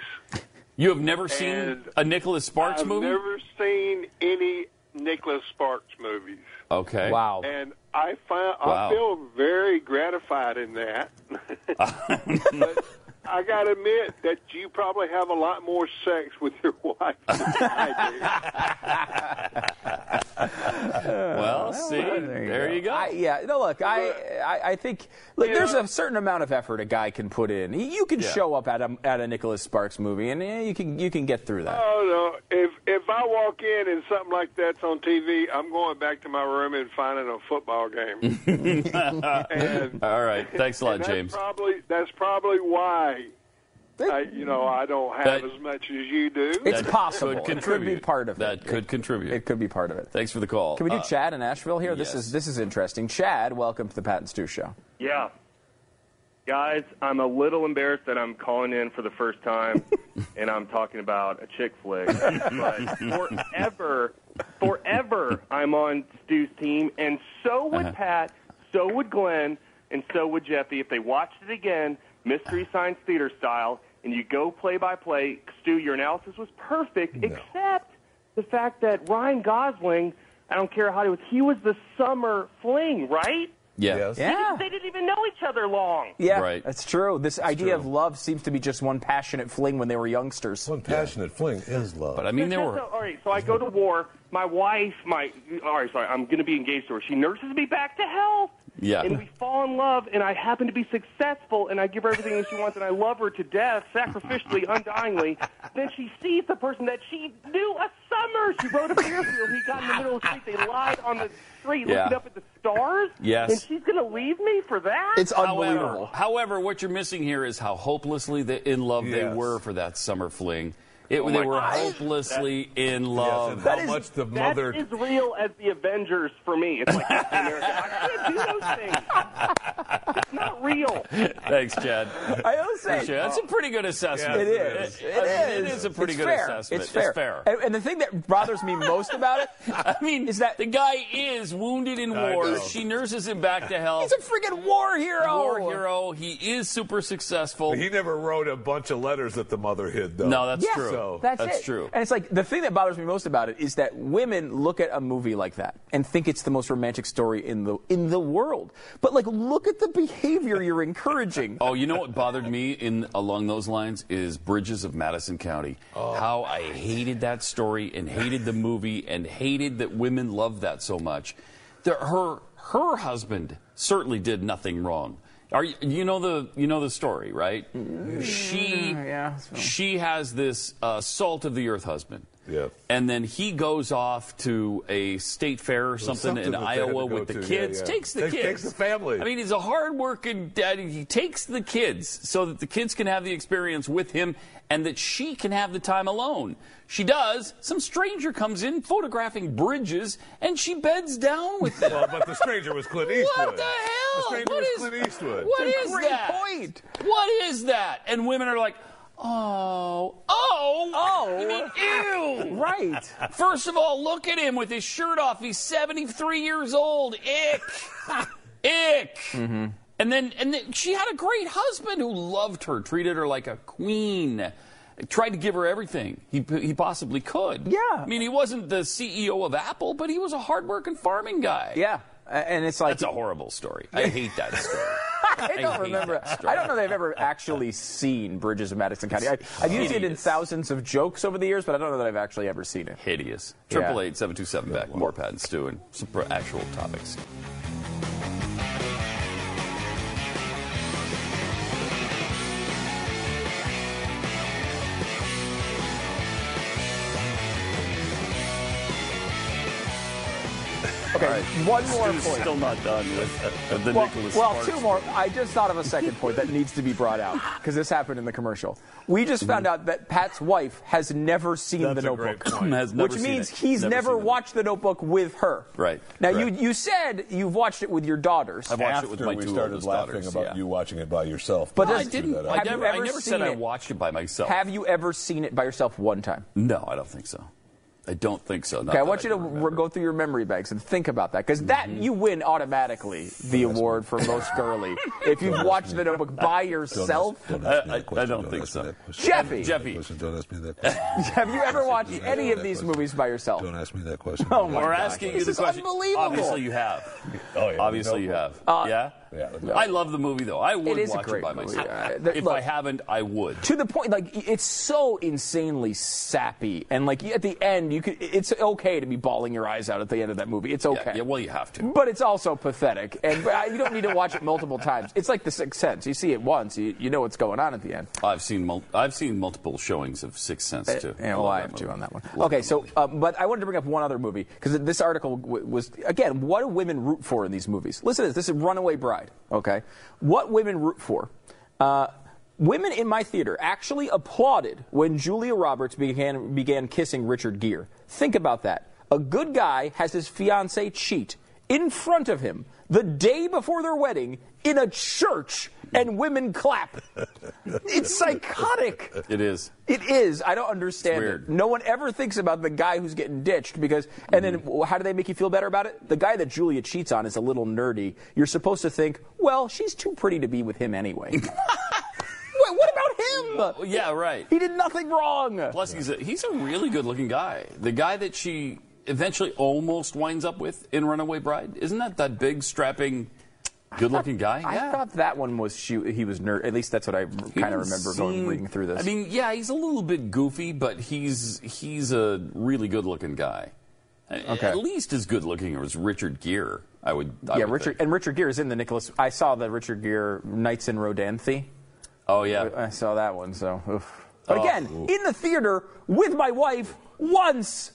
Speaker 1: You have never seen
Speaker 6: And
Speaker 1: a Nicholas Sparks
Speaker 6: I've
Speaker 1: movie?
Speaker 6: never seen any Nicholas Sparks movies.
Speaker 1: Okay.
Speaker 2: Wow.
Speaker 6: And I find
Speaker 1: Wow.
Speaker 6: I feel very gratified in that. but I gotta admit that you probably have a lot more sex with your wife than I do.
Speaker 1: Well, see, there you, go.
Speaker 2: I, yeah, no, look, I, I, I think look, there's a certain amount of effort a guy can put in. You you can
Speaker 1: Yeah.
Speaker 2: show up at a at a Nicholas Sparks movie, and eh, you can you can get through that.
Speaker 6: Oh no! If if I walk in and something like that's on TV, I'm going back to my room and finding a football game. and
Speaker 1: All right. Thanks a lot,
Speaker 6: that's
Speaker 1: James.
Speaker 6: Probably that's probably why. I, you know, I don't have
Speaker 1: That-
Speaker 6: as much as you do.
Speaker 2: it's possible.
Speaker 1: Could
Speaker 2: It
Speaker 1: contribute.
Speaker 2: could be part of
Speaker 1: that
Speaker 2: it.
Speaker 1: could contribute.
Speaker 2: It could be part of it.
Speaker 1: Thanks for the call.
Speaker 2: Can we do
Speaker 1: Uh,
Speaker 2: Chad in Asheville here? This
Speaker 1: yes.
Speaker 2: is this is interesting. Chad, welcome to the Pat and Stu show.
Speaker 7: Yeah. Guys, I'm a little embarrassed that I'm calling in for the first time and I'm talking about a chick flick. But forever, forever, I'm on Stu's team, and so
Speaker 2: Uh-huh.
Speaker 7: would Pat, so would Glenn, and so would Jeffy if they watched it again, Mystery Science Theater style, and you go play by play. Stu, your analysis was perfect, except the fact that Ryan Gosling, I don't care how he was, he was the summer fling, right?
Speaker 1: Yeah.
Speaker 3: Yes.
Speaker 2: Yeah.
Speaker 7: They didn't even know each other long.
Speaker 2: Yeah,
Speaker 1: Right.
Speaker 2: that's true. This idea
Speaker 1: true.
Speaker 2: of love seems to be just one passionate fling when they were youngsters.
Speaker 3: One passionate fling is love.
Speaker 1: But I mean, there
Speaker 7: Just
Speaker 1: were.
Speaker 7: so- all right, so I go to war. My wife, my all right, sorry, I'm going to be engaged to her. She nurses me back to health.
Speaker 1: Yeah.
Speaker 7: And we fall in love, and I happen to be successful, and I give her everything that she wants, and I love her to death, sacrificially, undyingly. Then she sees the person that she knew a summer. She rode a beer field. He got in the middle of the street. They lied on the street,
Speaker 1: Yeah.
Speaker 7: looking up at the stars.
Speaker 1: Yes.
Speaker 7: And she's going to leave me for that?
Speaker 2: It's
Speaker 1: However,
Speaker 2: unbelievable.
Speaker 1: however, what you're missing here is how hopelessly they, in love they
Speaker 3: Yes.
Speaker 1: were for that summer fling. It,
Speaker 2: Oh
Speaker 1: they were hopelessly in
Speaker 3: yes, and
Speaker 1: love.
Speaker 3: how
Speaker 2: is-
Speaker 3: much the
Speaker 7: That's
Speaker 3: mother
Speaker 7: as real as the Avengers for me. It's like Captain America. I can't do those things. It's not real.
Speaker 1: Thanks, Chad.
Speaker 2: I always say
Speaker 1: Appreciate it. That's a pretty good assessment.
Speaker 2: It is. It
Speaker 1: I mean,
Speaker 2: is.
Speaker 1: It is a pretty
Speaker 2: It's
Speaker 1: good
Speaker 2: fair.
Speaker 1: assessment.
Speaker 2: It's fair. And, and the thing that bothers me most about it,
Speaker 1: I mean,
Speaker 2: Is that-
Speaker 1: the guy is wounded in
Speaker 3: I
Speaker 1: war.
Speaker 3: know.
Speaker 1: She nurses him back to
Speaker 2: he's
Speaker 1: health.
Speaker 2: a freaking war hero.
Speaker 1: war hero. He is super successful.
Speaker 3: He never wrote a bunch of letters that the mother hid, though.
Speaker 1: No, Oh, that's
Speaker 2: Yes,
Speaker 1: true.
Speaker 3: So-
Speaker 2: that's, it.
Speaker 1: true.
Speaker 2: And it's like the thing that bothers me most about it is that women look at a movie like that and think it's the most romantic story in the in the world. But like, look at the behavior you're encouraging.
Speaker 1: Oh, you know what bothered me in along those lines is Bridges of Madison County.
Speaker 3: Oh.
Speaker 1: How I hated that story and hated the movie and hated that women loved that so much. The, her her husband certainly did nothing wrong. Are you, you know the you know the story, right?
Speaker 3: Mm-hmm.
Speaker 1: She
Speaker 2: yeah, so-
Speaker 1: she has this uh, salt of the earth husband.
Speaker 3: Yeah.
Speaker 1: And then he goes off to a state fair or something,
Speaker 3: something
Speaker 1: in
Speaker 3: that they had to
Speaker 1: Iowa
Speaker 3: go
Speaker 1: with the
Speaker 3: to, yeah,
Speaker 1: kids.
Speaker 3: yeah.
Speaker 1: Takes the
Speaker 3: Takes-
Speaker 1: kids.
Speaker 3: takes the family.
Speaker 1: I mean, he's a hard-working daddy. He takes the kids so that the kids can have the experience with him and that she can have the time alone. She does. Some stranger comes in photographing bridges, and she beds down with them.
Speaker 3: Well, but the stranger was Clint Eastwood.
Speaker 1: What the hell?
Speaker 3: The stranger
Speaker 1: What
Speaker 3: was
Speaker 1: is-
Speaker 3: Clint Eastwood.
Speaker 1: What
Speaker 2: It's a
Speaker 1: is
Speaker 2: great
Speaker 1: that?
Speaker 2: point.
Speaker 1: What is that? And women are like, oh, oh,
Speaker 2: Oh.
Speaker 1: You mean, ew.
Speaker 2: right.
Speaker 1: First of all, look at him with his shirt off. He's 73 years old. Ick. Ick.
Speaker 3: Mm-hmm.
Speaker 1: And then, and then she had a great husband who loved her, treated her like a queen. tried to give her everything he, p- he possibly could.
Speaker 2: Yeah.
Speaker 1: I mean, he wasn't the CEO of Apple, but he was a hardworking farming guy.
Speaker 2: Yeah. A- And it's like
Speaker 1: That's a horrible story. I hate that story.
Speaker 2: I
Speaker 1: hate
Speaker 2: don't remember.
Speaker 1: that story.
Speaker 2: I don't know that I've ever actually seen Bridges of Madison County. I, I've used it in
Speaker 1: Hideous.
Speaker 2: thousands of jokes over the years, but I don't know that I've actually ever seen it.
Speaker 1: Hideous.
Speaker 2: Yeah.
Speaker 1: Triple eight seven two seven back. More Pat and Stu and some pro- actual topics.
Speaker 2: Okay, one more
Speaker 1: Stu's
Speaker 2: point.
Speaker 1: still not done with uh, the
Speaker 2: well,
Speaker 1: Nicholas
Speaker 2: well,
Speaker 1: Sparks
Speaker 2: two more. I just thought of a second point that needs to be brought out because this happened in the commercial. We just found
Speaker 1: Mm-hmm.
Speaker 2: out that Pat's wife has never seen The
Speaker 8: That's a great
Speaker 2: Notebook,
Speaker 8: point.
Speaker 1: Has never
Speaker 2: which
Speaker 1: seen
Speaker 2: means
Speaker 1: it.
Speaker 2: he's
Speaker 1: Never
Speaker 2: never,
Speaker 1: seen The
Speaker 2: watched The Notebook with her.
Speaker 1: Right.
Speaker 2: Now
Speaker 1: Correct.
Speaker 2: you you said you've watched it with your daughters.
Speaker 1: I've watched it with
Speaker 3: After
Speaker 1: my
Speaker 3: we
Speaker 1: two
Speaker 3: started
Speaker 1: oldest
Speaker 3: laughing
Speaker 1: daughters,
Speaker 3: about
Speaker 1: yeah.
Speaker 3: you watching it by yourself.
Speaker 2: But
Speaker 3: Please
Speaker 1: I
Speaker 2: does-
Speaker 3: do
Speaker 1: didn't.
Speaker 3: that
Speaker 1: I
Speaker 2: Have
Speaker 3: after.
Speaker 2: you
Speaker 1: never, I
Speaker 2: ever
Speaker 1: never
Speaker 2: seen
Speaker 1: said I
Speaker 2: it?
Speaker 1: watched it by myself.
Speaker 2: Have you ever seen it by yourself one time?
Speaker 1: no, I don't think so. I don't think so.
Speaker 2: Okay, I want you to re- go through your memory banks and think about that because that
Speaker 1: Mm-hmm.
Speaker 2: you win automatically the award for most girly if you've watched The Notebook by
Speaker 3: Don't ask-
Speaker 2: yourself.
Speaker 3: don't ask me
Speaker 1: I- I-
Speaker 3: that question.
Speaker 1: I don't think
Speaker 3: ask me
Speaker 1: so.
Speaker 3: that question.
Speaker 2: Jeffy!
Speaker 3: Don't ask me
Speaker 1: Jeffy.
Speaker 3: that question. Don't ask me that question.
Speaker 2: Have you ever watched
Speaker 3: Don't ask me
Speaker 2: any
Speaker 3: that
Speaker 2: of these
Speaker 3: question.
Speaker 2: movies by yourself?
Speaker 3: Don't ask me that question.
Speaker 2: Oh, my
Speaker 1: We're
Speaker 2: God.
Speaker 1: asking you
Speaker 2: This
Speaker 1: the
Speaker 2: is
Speaker 1: question.
Speaker 2: unbelievable.
Speaker 1: Obviously, you have.
Speaker 3: Oh, yeah.
Speaker 1: Obviously, you have. yeah.
Speaker 3: Yeah.
Speaker 1: I love the movie though. I would
Speaker 2: is a
Speaker 1: watch
Speaker 2: great
Speaker 1: it by
Speaker 2: movie.
Speaker 1: myself.
Speaker 2: Uh, there-
Speaker 1: if
Speaker 2: look-
Speaker 1: I haven't, I would.
Speaker 2: to the point like it's so insanely sappy and like at the end you could it's okay to be bawling your eyes out at the end of that movie it's okay
Speaker 1: Yeah, yeah, well, you have to.
Speaker 2: but it's also pathetic and but I- you don't need to watch it multiple times it's like the sixth sense you see it once you, you know what's going on at the end
Speaker 1: I've seen mul- I've seen multiple showings of Sixth Sense too.
Speaker 2: Yeah, Eh,
Speaker 1: love
Speaker 2: well, I
Speaker 1: that
Speaker 2: have two
Speaker 1: movie.
Speaker 2: on that one.
Speaker 1: Love
Speaker 2: Okay,
Speaker 1: that
Speaker 2: so
Speaker 1: movie.
Speaker 2: um, but I wanted to bring up one other movie because this article w- was again what do women root for in these movies? Listen to this. This is Runaway Bride. Okay, what women root for? Uh, women in my theater actually applauded when Julia Roberts began began kissing Richard Gere. Think about that. A good guy has his fiancee cheat in front of him the day before their wedding in a church, and women clap. it's psychotic.
Speaker 1: it is.
Speaker 2: It is. I don't understand
Speaker 1: It's
Speaker 2: it.
Speaker 1: weird.
Speaker 2: No one ever thinks about the guy who's getting ditched because, and then
Speaker 1: Mm-hmm.
Speaker 2: w- how do they make you feel better about it? The guy that Julia cheats on is a little nerdy. You're supposed to think, well, she's too pretty to be with him anyway. Wait, what about him?
Speaker 1: Yeah, right.
Speaker 2: He did nothing wrong.
Speaker 1: Plus, he's a, he's a really good looking guy. The guy that she eventually almost winds up with in Runaway Bride isn't that that big strapping, good looking guy?
Speaker 2: I
Speaker 1: Yeah.
Speaker 2: thought that one was she, he was nerd. At least that's what I
Speaker 1: He
Speaker 2: kind of
Speaker 1: didn't
Speaker 2: remember going
Speaker 1: seem-
Speaker 2: reading through this.
Speaker 1: I mean, yeah, he's a little bit goofy, but he's he's a really good looking guy.
Speaker 2: Okay.
Speaker 1: At least as good looking as Richard Gere. I would. I
Speaker 2: yeah,
Speaker 1: would
Speaker 2: Richard
Speaker 1: think.
Speaker 2: and Richard Gere is in the Nicholas. I saw the Richard Gere Knights in Rodanthe.
Speaker 1: Oh yeah.
Speaker 2: I saw that one, so. Oof. But
Speaker 1: Oh.
Speaker 2: again, in the theater with my wife once.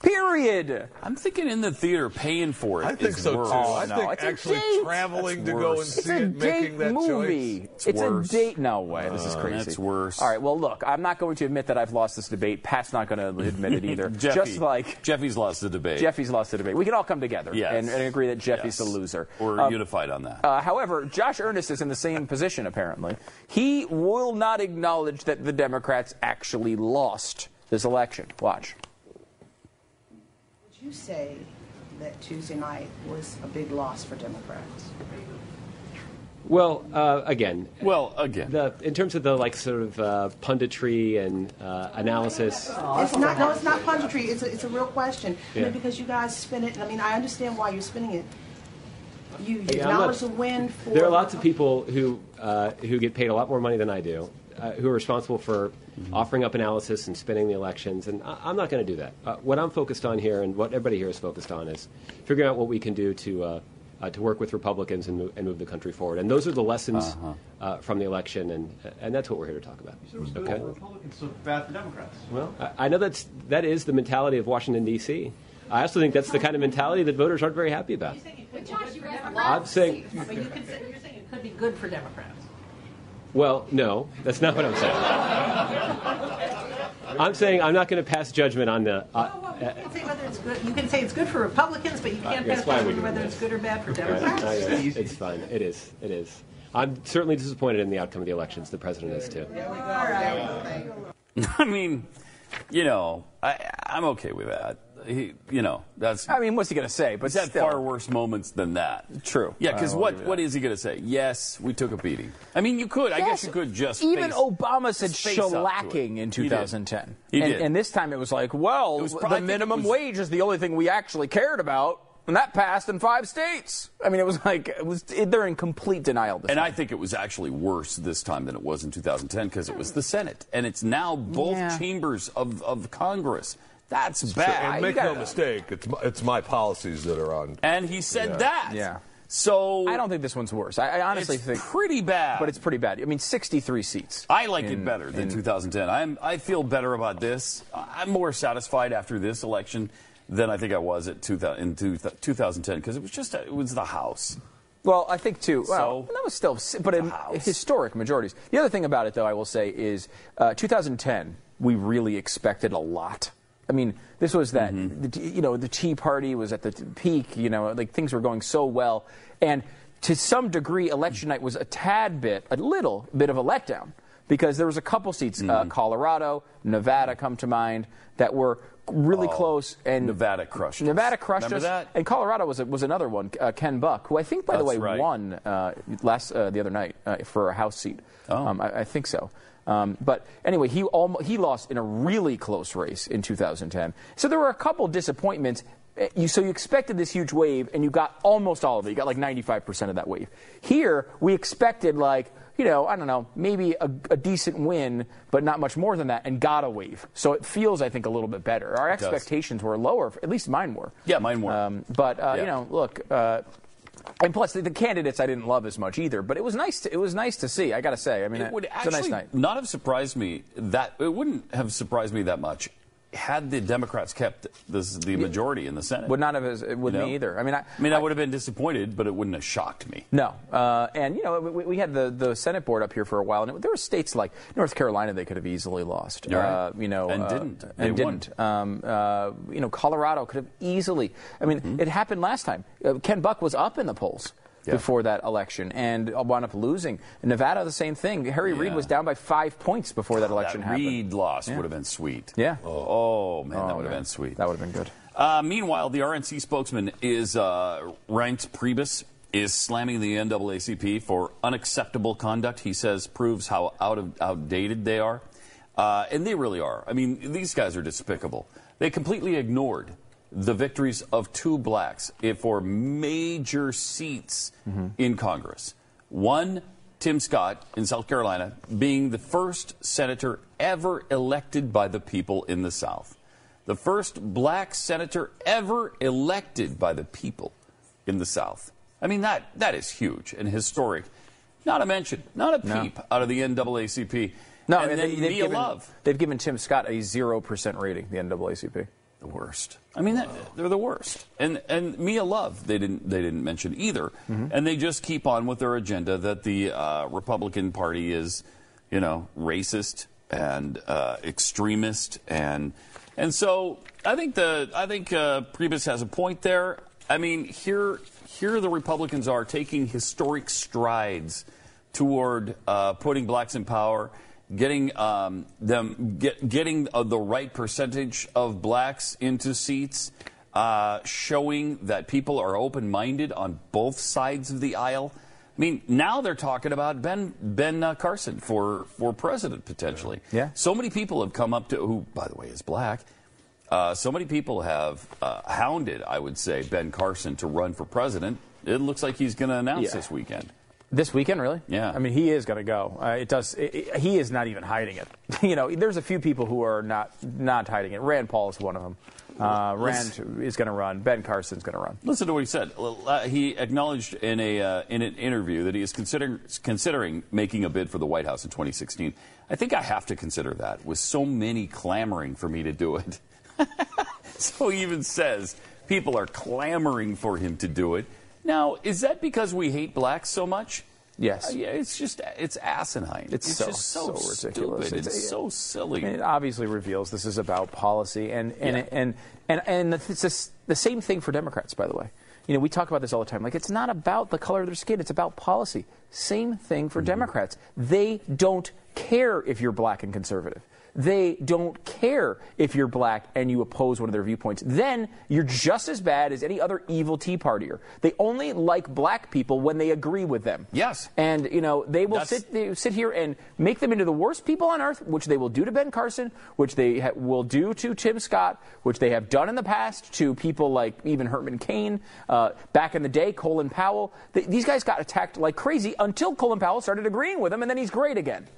Speaker 2: Period.
Speaker 1: I'm thinking in the theater paying for it.
Speaker 8: I think
Speaker 1: is
Speaker 8: so
Speaker 1: worse.
Speaker 8: too. I
Speaker 2: no,
Speaker 8: think
Speaker 2: it's a
Speaker 8: actually
Speaker 2: date.
Speaker 8: traveling
Speaker 1: That's
Speaker 8: to go and
Speaker 1: worse.
Speaker 8: see
Speaker 2: It's a
Speaker 8: it,
Speaker 2: date
Speaker 8: making that
Speaker 2: movie.
Speaker 8: choice.
Speaker 2: It's,
Speaker 1: It's worse.
Speaker 2: a date. No way. This is
Speaker 1: Uh,
Speaker 2: crazy.
Speaker 1: that's worse.
Speaker 2: All right. Well, look, I'm not going to admit that I've lost this debate. Pat's not going to admit it either.
Speaker 1: Jeffy,
Speaker 2: Just like
Speaker 1: Jeffy's lost the debate.
Speaker 2: Jeffy's lost the debate. We can all come together
Speaker 1: Yes.
Speaker 2: and, and agree that Jeffy's
Speaker 1: Yes.
Speaker 2: the loser.
Speaker 1: We're
Speaker 2: Um,
Speaker 1: unified on that.
Speaker 2: Uh, however, Josh Earnest is in the same position, apparently. He will not acknowledge that the Democrats actually lost this election. Watch.
Speaker 9: Would you say that Tuesday night was a big loss for Democrats?
Speaker 10: Well, uh, again,
Speaker 1: well, again,
Speaker 10: the, in terms of the like sort of uh, punditry and uh, analysis,
Speaker 9: It's not, no, it's not punditry, it's a, it's a real question. I
Speaker 10: Yeah.
Speaker 9: mean, because you guys spin it, and I mean, I understand why you're spinning it. You you
Speaker 10: Yeah, I'm
Speaker 9: acknowledge the
Speaker 10: not-
Speaker 9: win for.
Speaker 10: there are lots of people who uh, who get paid a lot more money than I do, uh, who are responsible for
Speaker 1: Mm-hmm.
Speaker 10: offering up analysis and spinning the elections, and I, I'm not going to do that. Uh, what I'm focused on here, and what everybody here is focused on, is figuring out what we can do to. Uh, uh, to work with Republicans and move, and move the country forward, and those are the lessons
Speaker 1: Uh-huh.
Speaker 10: uh from the election, and and that's what we're here to talk about. Okay.
Speaker 8: Republicans, so bad for Democrats.
Speaker 10: Well, I, I know that's that is the mentality of Washington D.C. I also think that's the kind of mentality that voters aren't very happy about. I'm saying,
Speaker 9: You're saying it could be good for Democrats.
Speaker 10: well, no, that's not what I'm saying. I'm saying I'm not going to pass judgment on the. Uh,
Speaker 9: Well, well, you can say whether it's good, you can say it's good for Republicans, but you can't
Speaker 10: guess
Speaker 9: pass
Speaker 10: Uh, why
Speaker 9: judgment
Speaker 10: we're doing
Speaker 9: whether
Speaker 10: this.
Speaker 9: it's good or bad for
Speaker 10: I- I-
Speaker 9: Democrats.
Speaker 10: it's fine. It is. It is. I'm certainly disappointed in the outcome of the elections. The president is too.
Speaker 1: I mean, you know, I, I'm okay with that. he, you know, that's.
Speaker 2: I mean, what's he going to say? But
Speaker 1: he's had
Speaker 2: still.
Speaker 1: far worse moments than that.
Speaker 2: True.
Speaker 1: Yeah, because
Speaker 2: I will give
Speaker 1: what
Speaker 2: you
Speaker 1: what is he going to say? Yes, we took a beating. I mean, you could. I guess you could just
Speaker 2: even
Speaker 1: face-
Speaker 2: Obama said
Speaker 1: just face up to it.
Speaker 2: shellacking in
Speaker 1: He did.
Speaker 2: 2010.
Speaker 1: He
Speaker 2: and,
Speaker 1: did.
Speaker 2: and this time it was like, well,
Speaker 1: It was probably- I
Speaker 2: the
Speaker 1: think it
Speaker 2: minimum
Speaker 1: was-
Speaker 2: wage is the only thing we actually cared about, and that passed in five states. I mean, it was like it was it, they're in complete denial. This
Speaker 1: And
Speaker 2: time.
Speaker 1: I think it was actually worse this time than it was in 2010 because it was the Senate, and it's now both
Speaker 2: Yeah. Ah,
Speaker 1: chambers of, of Congress. That's
Speaker 3: And
Speaker 1: bad.
Speaker 3: make no mistake, it's my, it's my policies that are on.
Speaker 1: And he said
Speaker 3: Yeah.
Speaker 1: that.
Speaker 2: Yeah.
Speaker 1: So
Speaker 2: I don't think this one's worse. I, I honestly
Speaker 1: It's
Speaker 2: think
Speaker 1: pretty bad.
Speaker 2: but it's pretty bad. I mean, 63 seats.
Speaker 1: I like
Speaker 2: in-
Speaker 1: it better than
Speaker 2: in-
Speaker 1: 2010. I'm, I feel better about this. I'm more satisfied after this election than I think I was at 2000, in 2000 2010 because it was just a, it was the House.
Speaker 2: Well, I think too. Well,
Speaker 1: So?
Speaker 2: that was still, but in
Speaker 1: House.
Speaker 2: historic majorities. The other thing about it, though, I will say is uh, 2010. We really expected a lot. I mean, this was that
Speaker 1: Mm-hmm.
Speaker 2: the t you know the Tea Party was at the t- peak. You know, like things were going so well, and to some degree, election night was a tad bit, a little bit of a letdown because there was a couple seats, uh,
Speaker 1: Mm-hmm.
Speaker 2: Colorado, Nevada, come to mind, that were really close and
Speaker 1: Oh, Nevada crushed us.
Speaker 2: Nevada crushed
Speaker 1: Remember
Speaker 2: us.
Speaker 1: that?
Speaker 2: And Colorado was was another one. Uh, Ken Buck, who I think, by the way,
Speaker 1: That's right.
Speaker 2: won uh, last uh, the other night uh, for a house seat.
Speaker 1: Oh.
Speaker 2: Um, I, I think so. Um, but anyway, he almo- he lost in a really close race in 2010. So there were a couple disappointments. Uh, You, so you expected this huge wave, and you got almost all of it. You got like 95% of that wave. Here, we expected like you know I don't know maybe a, a decent win, but not much more than that, and got a wave. So it feels I think a little bit better. Our
Speaker 1: does.
Speaker 2: expectations were lower, at least mine were.
Speaker 1: Yeah, mine were.
Speaker 2: Um, but uh,
Speaker 1: Yeah.
Speaker 2: you know, look, uh, and plus the, the candidates I didn't love as much either. But it was nice. To, it was nice to see. I got to say. I mean, uh,
Speaker 1: It would
Speaker 2: it's
Speaker 1: actually
Speaker 2: a nice night.
Speaker 1: not have surprised me that it wouldn't have surprised me that much had the Democrats kept this, the majority in the Senate.
Speaker 2: Would not have. as- It would
Speaker 1: you know?
Speaker 2: me either. I mean, I,
Speaker 1: I mean, I, would have been disappointed, but it wouldn't have shocked me.
Speaker 2: No, uh, and you know we, we had the, the Senate board up here for a while, and it, there were states like North Carolina they could have easily lost.
Speaker 1: You're right.
Speaker 2: Uh, you know,
Speaker 1: And
Speaker 2: uh,
Speaker 1: didn't.
Speaker 2: and
Speaker 1: They won.
Speaker 2: didn't. Um, uh, you know, Colorado could have easily. I mean, it happened last time. Uh, Ken Buck was up in the polls.
Speaker 1: Mm-hmm. Yeah.
Speaker 2: Before that election, and uh, wound up losing. Nevada, the same thing. Harry Reid
Speaker 1: Yeah.
Speaker 2: was down by five points before that election
Speaker 1: that
Speaker 2: happened.
Speaker 1: Reed loss would have been sweet.
Speaker 2: Yeah.
Speaker 1: Oh, oh, man, that would have
Speaker 2: man.
Speaker 1: been sweet.
Speaker 2: That would have been good.
Speaker 1: Uh, meanwhile, the RNC spokesman is uh, Reince Priebus is slamming the NAACP for unacceptable conduct. He says proves how out of, outdated they are, uh, and they really are. I mean, these guys are despicable. They completely ignored the victories of two blacks i- for major seats
Speaker 2: Mm-hmm.
Speaker 1: in Congress. One, Tim Scott in South Carolina, being the first senator ever elected by the people in the South the first black senator ever elected by the people in the South. I mean, that, that is huge and historic. Not a mention, not a peep out of the NAACP.
Speaker 2: No,
Speaker 1: and, then
Speaker 2: they,
Speaker 1: Mia
Speaker 2: they've given,
Speaker 1: Love,
Speaker 2: They've given Tim Scott a zero percent rating. The NAACP.
Speaker 1: the worst. I mean, that, they're the worst. And and Mia Love, they didn't they didn't mention either. And they just keep on with their agenda that the uh, Republican Party is, you know, racist and uh, extremist and and so I think the I think uh, Priebus has a point there. I mean, here here the Republicans are taking historic strides toward uh, putting blacks in power, getting um, them get, getting uh, the right percentage of blacks into seats, uh, showing that people are open minded on both sides of the aisle. I mean, now they're talking about Ben Ben uh, Carson for for president potentially.
Speaker 2: Yeah.
Speaker 1: So many people have come up to who, by the way, is black. Uh, so many people have uh, hounded, I would say, Ben Carson to run for president. It looks like he's going to announce
Speaker 2: Yeah.
Speaker 1: this weekend.
Speaker 2: This weekend, really?
Speaker 1: Yeah.
Speaker 2: I mean, he is going to go. Uh, it does. It, it- he is not even hiding it. you know, there's a few people who are not not hiding it. Rand Paul is one of them. Uh, Rand is going to run. Ben Carson's going to run.
Speaker 1: Listen to what he said. L- uh, He acknowledged in a uh, in an interview that he is considering considering making a bid for the White House in 2016. I think I have to consider that with so many clamoring for me to do it. so he even says people are clamoring for him to do it. Now, is that because we hate blacks so much?
Speaker 2: Yes.
Speaker 1: Uh, yeah, it's just it's asinine.
Speaker 2: It's so-
Speaker 1: just so,
Speaker 2: so ridiculous.
Speaker 1: Stupid. It's,
Speaker 2: It's- yeah.
Speaker 1: so silly.
Speaker 2: I mean, it obviously reveals this is about policy, and and
Speaker 1: Yeah.
Speaker 2: and and, and the, it's just the same thing for Democrats, by the way. You know, we talk about this all the time. Like, it's not about the color of their skin; it's about
Speaker 1: Mm-hmm.
Speaker 2: policy. Same thing for Democrats. They don't care if you're black and conservative. They don't care if you're black and you oppose one of their viewpoints. Then you're just as bad as any other evil Tea Partier. They only like black people when they agree with them.
Speaker 1: Yes.
Speaker 2: And, you know, they will
Speaker 1: That's-
Speaker 2: sit, they sit here and make them into the worst people on earth, which they will do to Ben Carson, which they ha- will do to Tim Scott, which they have done in the past to people like even Herman Cain. Uh, back in the day, Colin Powell. Th- these guys got attacked like crazy until Colin Powell started agreeing with them, and then he's great again.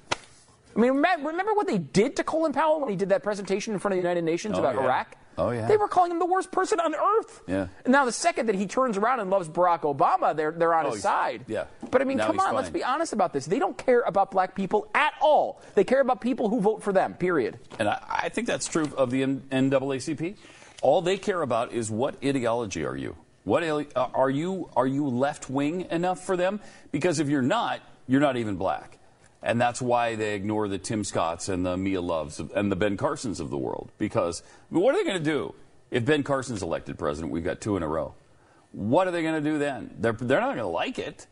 Speaker 2: I mean, remem- remember what they did to Colin Powell when he did that presentation in front of the United Nations
Speaker 1: Oh,
Speaker 2: about
Speaker 1: yeah.
Speaker 2: Iraq?
Speaker 1: Oh, yeah.
Speaker 2: They were calling him the worst person on earth.
Speaker 1: Yeah.
Speaker 2: Now, the second that he turns around and loves Barack Obama, they're, they're on
Speaker 1: Oh,
Speaker 2: his
Speaker 1: he's-
Speaker 2: side.
Speaker 1: yeah.
Speaker 2: But I mean,
Speaker 1: Now
Speaker 2: come
Speaker 1: he's
Speaker 2: on, let's
Speaker 1: fine.
Speaker 2: be honest about this. They don't care about black people at all. They care about people who vote for them, period.
Speaker 1: And I, I think that's true of the N- NAACP. All they care about is what ideology are you? What ale- uh, are you? Are you left wing enough for them? Because if you're not, you're not even black, and that's why they ignore the Tim Scotts and the Mia Loves of- and the Ben Carsons of the world. Because what are they going to do if Ben Carson's elected president? We've got two in a row. What are they going to do then? They're they're not going to like it.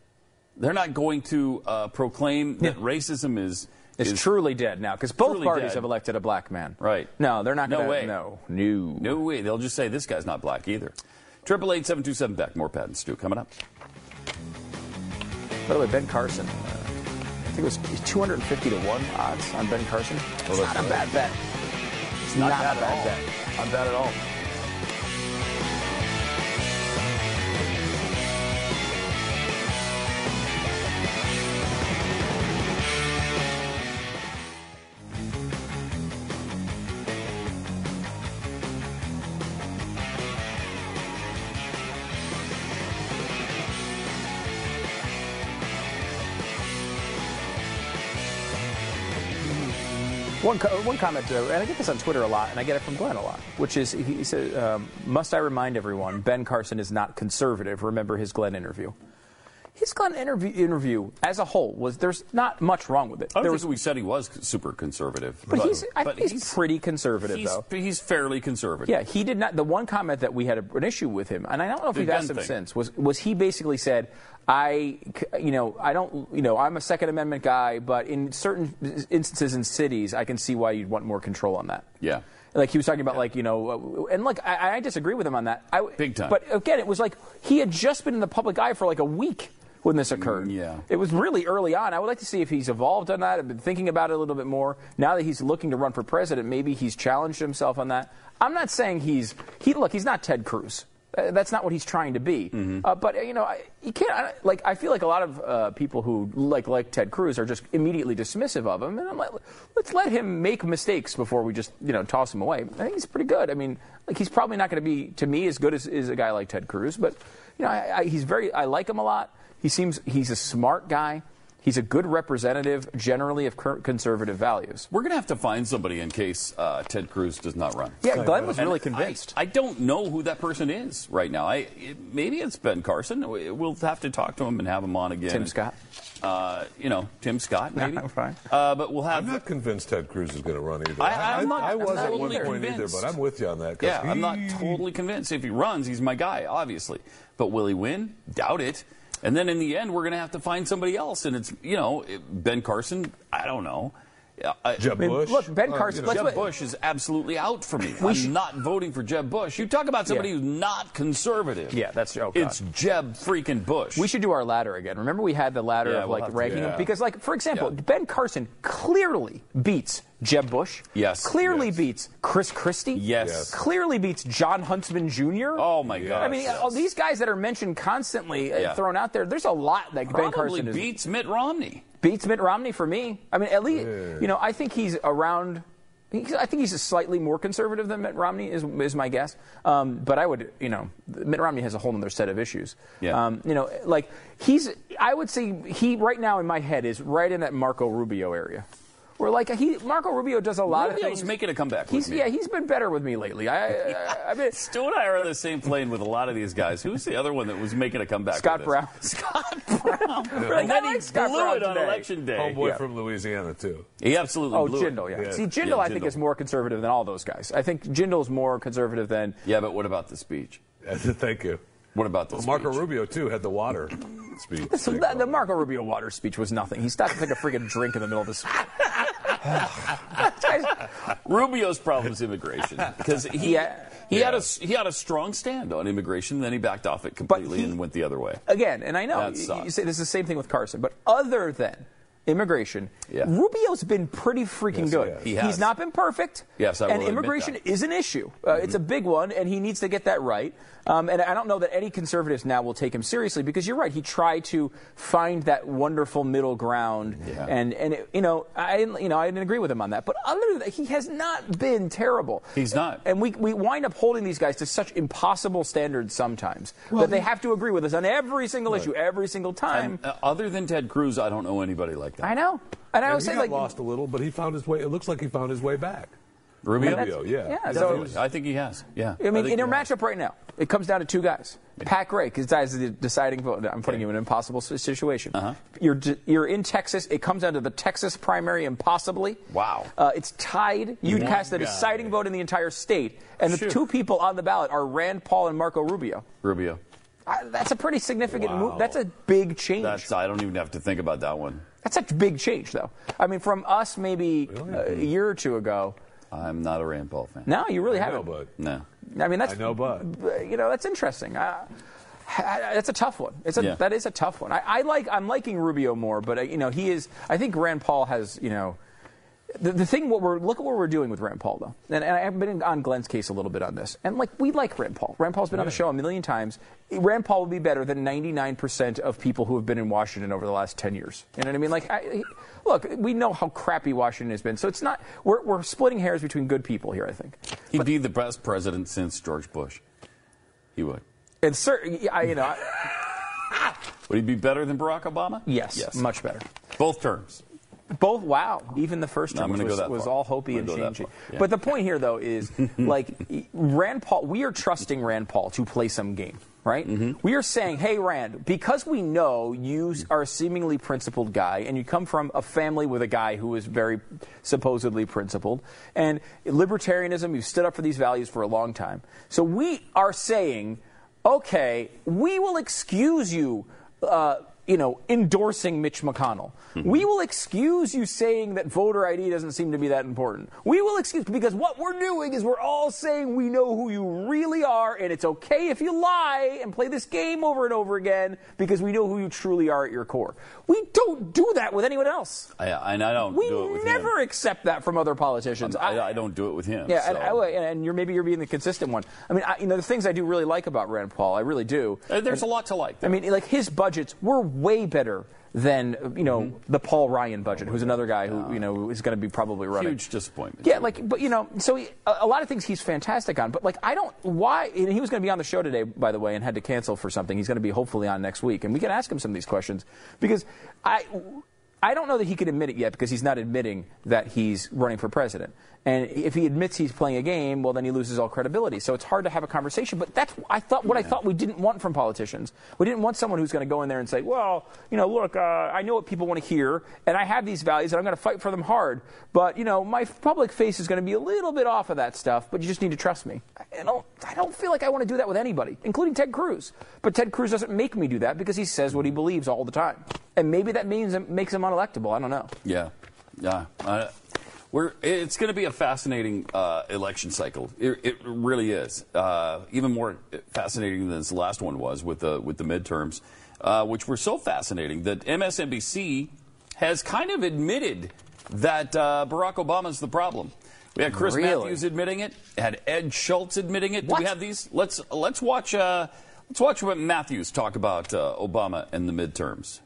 Speaker 1: They're not going to uh, proclaim that racism is
Speaker 2: It's
Speaker 1: is
Speaker 2: truly dead now because both
Speaker 1: Truly
Speaker 2: parties
Speaker 1: dead.
Speaker 2: have elected a black man.
Speaker 1: Right.
Speaker 2: No, they're not
Speaker 1: No
Speaker 2: going to.
Speaker 1: way.
Speaker 2: No. No.
Speaker 1: No way. They'll just say this guy's not black either. Triple eight seven two seven back. More patents Stu coming up.
Speaker 2: By the way, Ben Carson, uh, I think it was 250 to 1 odds on Ben Carson. It's not a bad bet. It's not,
Speaker 3: bad
Speaker 2: a
Speaker 3: at
Speaker 2: bad
Speaker 3: all.
Speaker 2: bet.
Speaker 3: Not bad at all.
Speaker 2: One, co- one comment, uh, and I get this on Twitter a lot, and I get it from Glenn a lot, which is he he said, um, Must I remind everyone, Ben Carson is not conservative. Remember his Glenn interview. His Glenn interview, interview as a whole was there's not much wrong with it.
Speaker 1: I
Speaker 2: There
Speaker 1: don't
Speaker 2: was,
Speaker 1: think we said he was super conservative,
Speaker 2: but he's, I
Speaker 1: but
Speaker 2: think he's, pretty conservative,
Speaker 1: he's,
Speaker 2: though.
Speaker 1: he's fairly conservative.
Speaker 2: Yeah, he did not. The one comment that we had a, an issue with him, and I don't know if
Speaker 1: The
Speaker 2: we've
Speaker 1: gun
Speaker 2: asked him
Speaker 1: thing.
Speaker 2: since, was was he basically said, I, c- you know, I don't, you know, I'm a Second Amendment guy, but in certain instances in cities, I can see why you'd want more control on that.
Speaker 1: Yeah.
Speaker 2: Like he was talking about, like you know, uh, and look, I, I disagree with him on that. I,
Speaker 1: Big time.
Speaker 2: But again, it was like he had just been in the public eye for like a week when this occurred.
Speaker 1: Mm, yeah.
Speaker 2: It was really early on. I would like to see if he's evolved on that. I've been thinking about it a little bit more. Now that he's looking to run for president, maybe he's challenged himself on that. I'm not saying he's he look. He's not Ted Cruz. Uh, That's not what he's trying to be.
Speaker 1: Mm-hmm.
Speaker 2: Uh, but uh, you know, I, you can't I, don't- like. I feel like a lot of uh, people who like like Ted Cruz are just immediately dismissive of him, and I'm like, let's let him make mistakes before we just you know toss him away. I think he's pretty good. I mean, like he's probably not going to be to me as good as, as a guy like Ted Cruz, but you know, I, I, he's very. I like him a lot. He seems he's a smart guy. He's a good representative generally of cur- conservative values.
Speaker 1: We're going to have to find somebody in case uh, Ted Cruz does not run.
Speaker 2: Yeah, Glenn was
Speaker 1: And
Speaker 2: really
Speaker 1: I-
Speaker 2: convinced.
Speaker 1: I, don't know who that person is right now. I it, maybe it's Ben Carson. We- We'll have to talk to him and have him on again.
Speaker 2: Tim Scott.
Speaker 1: Uh, you know, Tim Scott maybe.
Speaker 2: Fine.
Speaker 1: Uh, but we'll have
Speaker 3: I'm not convinced Ted Cruz is going to run either.
Speaker 1: I- I'm not-
Speaker 3: I was
Speaker 1: I'm
Speaker 3: at one
Speaker 1: totally
Speaker 3: point
Speaker 1: convinced.
Speaker 3: either, but I'm with you on that. Uh, 'cause
Speaker 1: Yeah, I'm not
Speaker 3: he-
Speaker 1: totally convinced. If he runs, he's my guy, obviously. But will he win? Doubt it. And then in the end, we're going to have to find somebody else. And it's, you know, it- Ben Carson, I don't know. Yeah, I-
Speaker 3: Jeb
Speaker 2: mean,
Speaker 3: Bush.
Speaker 2: look, Ben
Speaker 3: Uh,
Speaker 2: Carson-
Speaker 3: you know,
Speaker 2: let's-
Speaker 1: Jeb Bush is absolutely out for me. I'm
Speaker 2: should-
Speaker 1: not voting for Jeb Bush. You talk about somebody
Speaker 2: Yeah.
Speaker 1: who's not conservative.
Speaker 2: Yeah, that's- oh, God.
Speaker 1: It's Jeb freaking Bush.
Speaker 2: We should do our ladder again. Remember, we had the ladder of
Speaker 1: Yeah, we'll
Speaker 2: like
Speaker 1: have to-
Speaker 2: ranking
Speaker 1: yeah.
Speaker 2: because, like, for example,
Speaker 1: Yeah.
Speaker 2: Ben Carson clearly beats Jeb Bush.
Speaker 1: Yes.
Speaker 2: Clearly
Speaker 1: Yes.
Speaker 2: beats Chris Christie.
Speaker 1: Yes. Yes.
Speaker 2: Clearly beats John Huntsman Jr.
Speaker 1: Oh, my
Speaker 2: I
Speaker 1: gosh.
Speaker 2: mean, all these guys that are mentioned constantly uh,
Speaker 1: Yeah.
Speaker 2: thrown out there. There's a lot that Ben
Speaker 1: Probably
Speaker 2: Carson is
Speaker 1: beats Mitt Romney.
Speaker 2: beats Mitt Romney for me. I mean, at least you know I think he's around. he's- I think he's slightly more conservative than Mitt Romney is is my guess. Um, but I would you know Mitt Romney has a whole other set of issues.
Speaker 1: Yeah.
Speaker 2: Um, you know, like he's I would say he right now in my head is right in that Marco Rubio area. Where like he Marco Rubio does a lot of
Speaker 1: Rubio's
Speaker 2: things.
Speaker 1: making a comeback with
Speaker 2: He's,
Speaker 1: me.
Speaker 2: yeah, he's been better with me lately. I, I, I mean,
Speaker 1: Stu and I are on the same plane with a lot of these guys. Who's the other one that was making a comeback?
Speaker 2: Scott
Speaker 1: with
Speaker 2: Brown.
Speaker 1: us? Scott Brown.
Speaker 2: like,
Speaker 1: and
Speaker 2: I
Speaker 1: then he
Speaker 2: like Scott
Speaker 1: blew
Speaker 2: Brown
Speaker 1: it on
Speaker 2: today.
Speaker 1: election day.
Speaker 3: Homeboy
Speaker 2: Yeah.
Speaker 3: from Louisiana, too.
Speaker 1: He absolutely
Speaker 2: Oh,
Speaker 1: blew it.
Speaker 2: Jindal, yeah.
Speaker 3: Yeah.
Speaker 2: See, Jindal,
Speaker 1: Yeah,
Speaker 2: I think,
Speaker 1: Jindal.
Speaker 2: is more conservative than all those guys. I think Jindal's more conservative than
Speaker 1: Yeah, but what about the speech?
Speaker 3: Thank you.
Speaker 1: What about the
Speaker 3: Well, Marco
Speaker 1: speech?
Speaker 3: Rubio, too, had the water speech.
Speaker 2: So the, the Marco Rubio water speech was nothing. He stopped to take a freaking drink in the middle of this.
Speaker 1: Rubio's problem is immigration because he
Speaker 2: Yeah.
Speaker 1: he had a s- he had a strong stand on immigration, then he backed off it completely and went the other way.
Speaker 2: Again, and I know
Speaker 1: That
Speaker 2: you-
Speaker 1: sucks.
Speaker 2: you say this is the same thing with Carson, but other than immigration, Rubio's been pretty freaking
Speaker 1: Yes, he
Speaker 2: good.
Speaker 1: has. He
Speaker 2: He's
Speaker 1: has.
Speaker 2: not been perfect.
Speaker 1: Yes, I will
Speaker 2: And
Speaker 1: admit
Speaker 2: immigration
Speaker 1: that. Mm-hmm.
Speaker 2: is an issue. Uh, It's a big one, and he needs to get that right. Um, and I don't know that any conservatives now will take him seriously because you're right. He tried to find that wonderful middle ground, and and it, you know I didn't you know I didn't agree with him on that. But other than that, he has not been terrible.
Speaker 1: He's not.
Speaker 2: And we we wind up holding these guys to such impossible standards sometimes that they have to agree with us on every single issue every single time.
Speaker 1: And, uh, other than Ted Cruz, I don't know anybody like that.
Speaker 2: I know, and I
Speaker 3: And
Speaker 2: would
Speaker 3: he
Speaker 2: say
Speaker 3: got
Speaker 2: like
Speaker 3: lost a little, but he found his way. It looks like he found his way back.
Speaker 1: Rubio,
Speaker 3: Rubio, yeah.
Speaker 2: yeah, so-
Speaker 1: Definitely. I think he has. Yeah,
Speaker 2: I mean,
Speaker 1: think
Speaker 2: in
Speaker 1: he
Speaker 2: your matchup right now, it comes down to two guys. Pat Gray, because that is the deciding vote. I'm putting you in an impossible si- situation.
Speaker 1: Uh-huh.
Speaker 2: You're, d- you're in Texas. It comes down to the Texas primary, impossibly.
Speaker 1: Wow.
Speaker 2: Uh, it's tied. You'd
Speaker 1: One
Speaker 2: cast the
Speaker 1: guy.
Speaker 2: deciding vote in the entire state. And the
Speaker 1: Shoot.
Speaker 2: two people on the ballot are Rand Paul and Marco Rubio.
Speaker 1: Rubio.
Speaker 2: I, that's a pretty significant
Speaker 1: Wow.
Speaker 2: move. That's a big change.
Speaker 1: That's I don't even have to think about that one.
Speaker 2: That's a big change, though. I mean, from us maybe uh, a year or two ago.
Speaker 1: I'm not a Rand Paul fan.
Speaker 2: No, you really
Speaker 3: I know,
Speaker 2: haven't.
Speaker 3: but
Speaker 1: No.
Speaker 2: I mean, that's
Speaker 3: I know, but
Speaker 2: you know that's interesting. Uh, that's a tough one. It's a,
Speaker 1: Yeah.
Speaker 2: That is a tough one. I, I like I'm liking Rubio more, but uh, you know he is. I think Rand Paul has you know. The, the thing, what we're look at what we're doing with Rand Paul though, and, and I've been on Glenn's case a little bit on this, and like we like Rand Paul. Rand Paul's been on the show a million times. Rand Paul would be better than 99% of people who have been in Washington over the last 10 years. You know what I mean? Like, I, look, we know how crappy Washington has been, so it's not we're, we're splitting hairs between good people here. I think.
Speaker 1: He'd be the best president since George Bush. He would.
Speaker 2: And certain, I, you know, I,
Speaker 1: Would he be better than Barack Obama?
Speaker 2: yes,
Speaker 1: Yes.
Speaker 2: much better.
Speaker 1: Both terms.
Speaker 2: Both, wow. Even the first
Speaker 1: No, I'm
Speaker 2: term
Speaker 1: gonna
Speaker 2: was,
Speaker 1: go that
Speaker 2: was
Speaker 1: far.
Speaker 2: all Hopi
Speaker 1: I'm
Speaker 2: and
Speaker 1: gonna go that
Speaker 2: changing.
Speaker 1: far. Yeah.
Speaker 2: But the point here, though, is like Rand Paul, we are trusting Rand Paul to play some game, right?
Speaker 1: Mm-hmm.
Speaker 2: We are saying, hey, Rand, because we know you s- are a seemingly principled guy and you come from a family with a guy who is very supposedly principled and libertarianism, you've stood up for these values for a long time. So we are saying, okay, we will excuse you, uh, you know, endorsing Mitch McConnell.
Speaker 1: Mm-hmm.
Speaker 2: We will excuse you saying that voter ID doesn't seem to be that important. We will excuse because what we're doing is we're all saying we know who you really are, and it's okay if you lie and play this game over and over again because we know who you truly are at your core. We don't do that with anyone else.
Speaker 1: I, and I don't
Speaker 2: We
Speaker 1: do it with
Speaker 2: never
Speaker 1: him.
Speaker 2: accept that from other politicians.
Speaker 1: I, I don't do it with him.
Speaker 2: Yeah, and,
Speaker 1: so.
Speaker 2: I would- and, and you're maybe you're being the consistent one. I mean, I, you know, the things I do really like about Rand Paul, I really do.
Speaker 1: Uh, There's a
Speaker 2: And-
Speaker 1: lot to like.
Speaker 2: I mean, like his budgets were way better than you know
Speaker 1: Mm-hmm.
Speaker 2: the Paul Ryan budget, who's another guy who you know is going to be probably running.
Speaker 1: huge disappointment.
Speaker 2: Yeah, like, but you know, so he, a, a lot of things he's fantastic on, but like, I don't why. And he was going to be on the show today, by the way, and had to cancel for something. He's going to be hopefully on next week, and we can ask him some of these questions because I. I don't know that he can admit it yet because he's not admitting that he's running for president. And if he admits he's playing a game, well, then he loses all credibility. So it's hard to have a conversation. But that's I thought what I thought we didn't want from politicians. We didn't want someone who's going to go in there and say, well, you know, look, uh, I know what people want to hear, and I have these values, and I'm going to fight for them hard. But you know, my public face is going to be a little bit off of that stuff. But you just need to trust me. I don't, I don't feel like I want to do that with anybody, including Ted Cruz. But Ted Cruz doesn't make me do that because he says what he believes all the time, and maybe that means makes him unelectable. I don't know.
Speaker 1: Yeah, yeah. I- we're, it's going to be a fascinating uh, election cycle. It, it really is. Uh, even more fascinating than this last one was with the with the midterms, uh, which were so fascinating that MSNBC has kind of admitted that uh, Barack Obama's the problem. We had Chris
Speaker 2: Really?
Speaker 1: Matthews admitting it. Had Ed Schultz admitting it. Do
Speaker 2: What?
Speaker 1: we have these? Let's let's watch. Uh, let's watch what Matthews talk about uh, Obama and the midterms.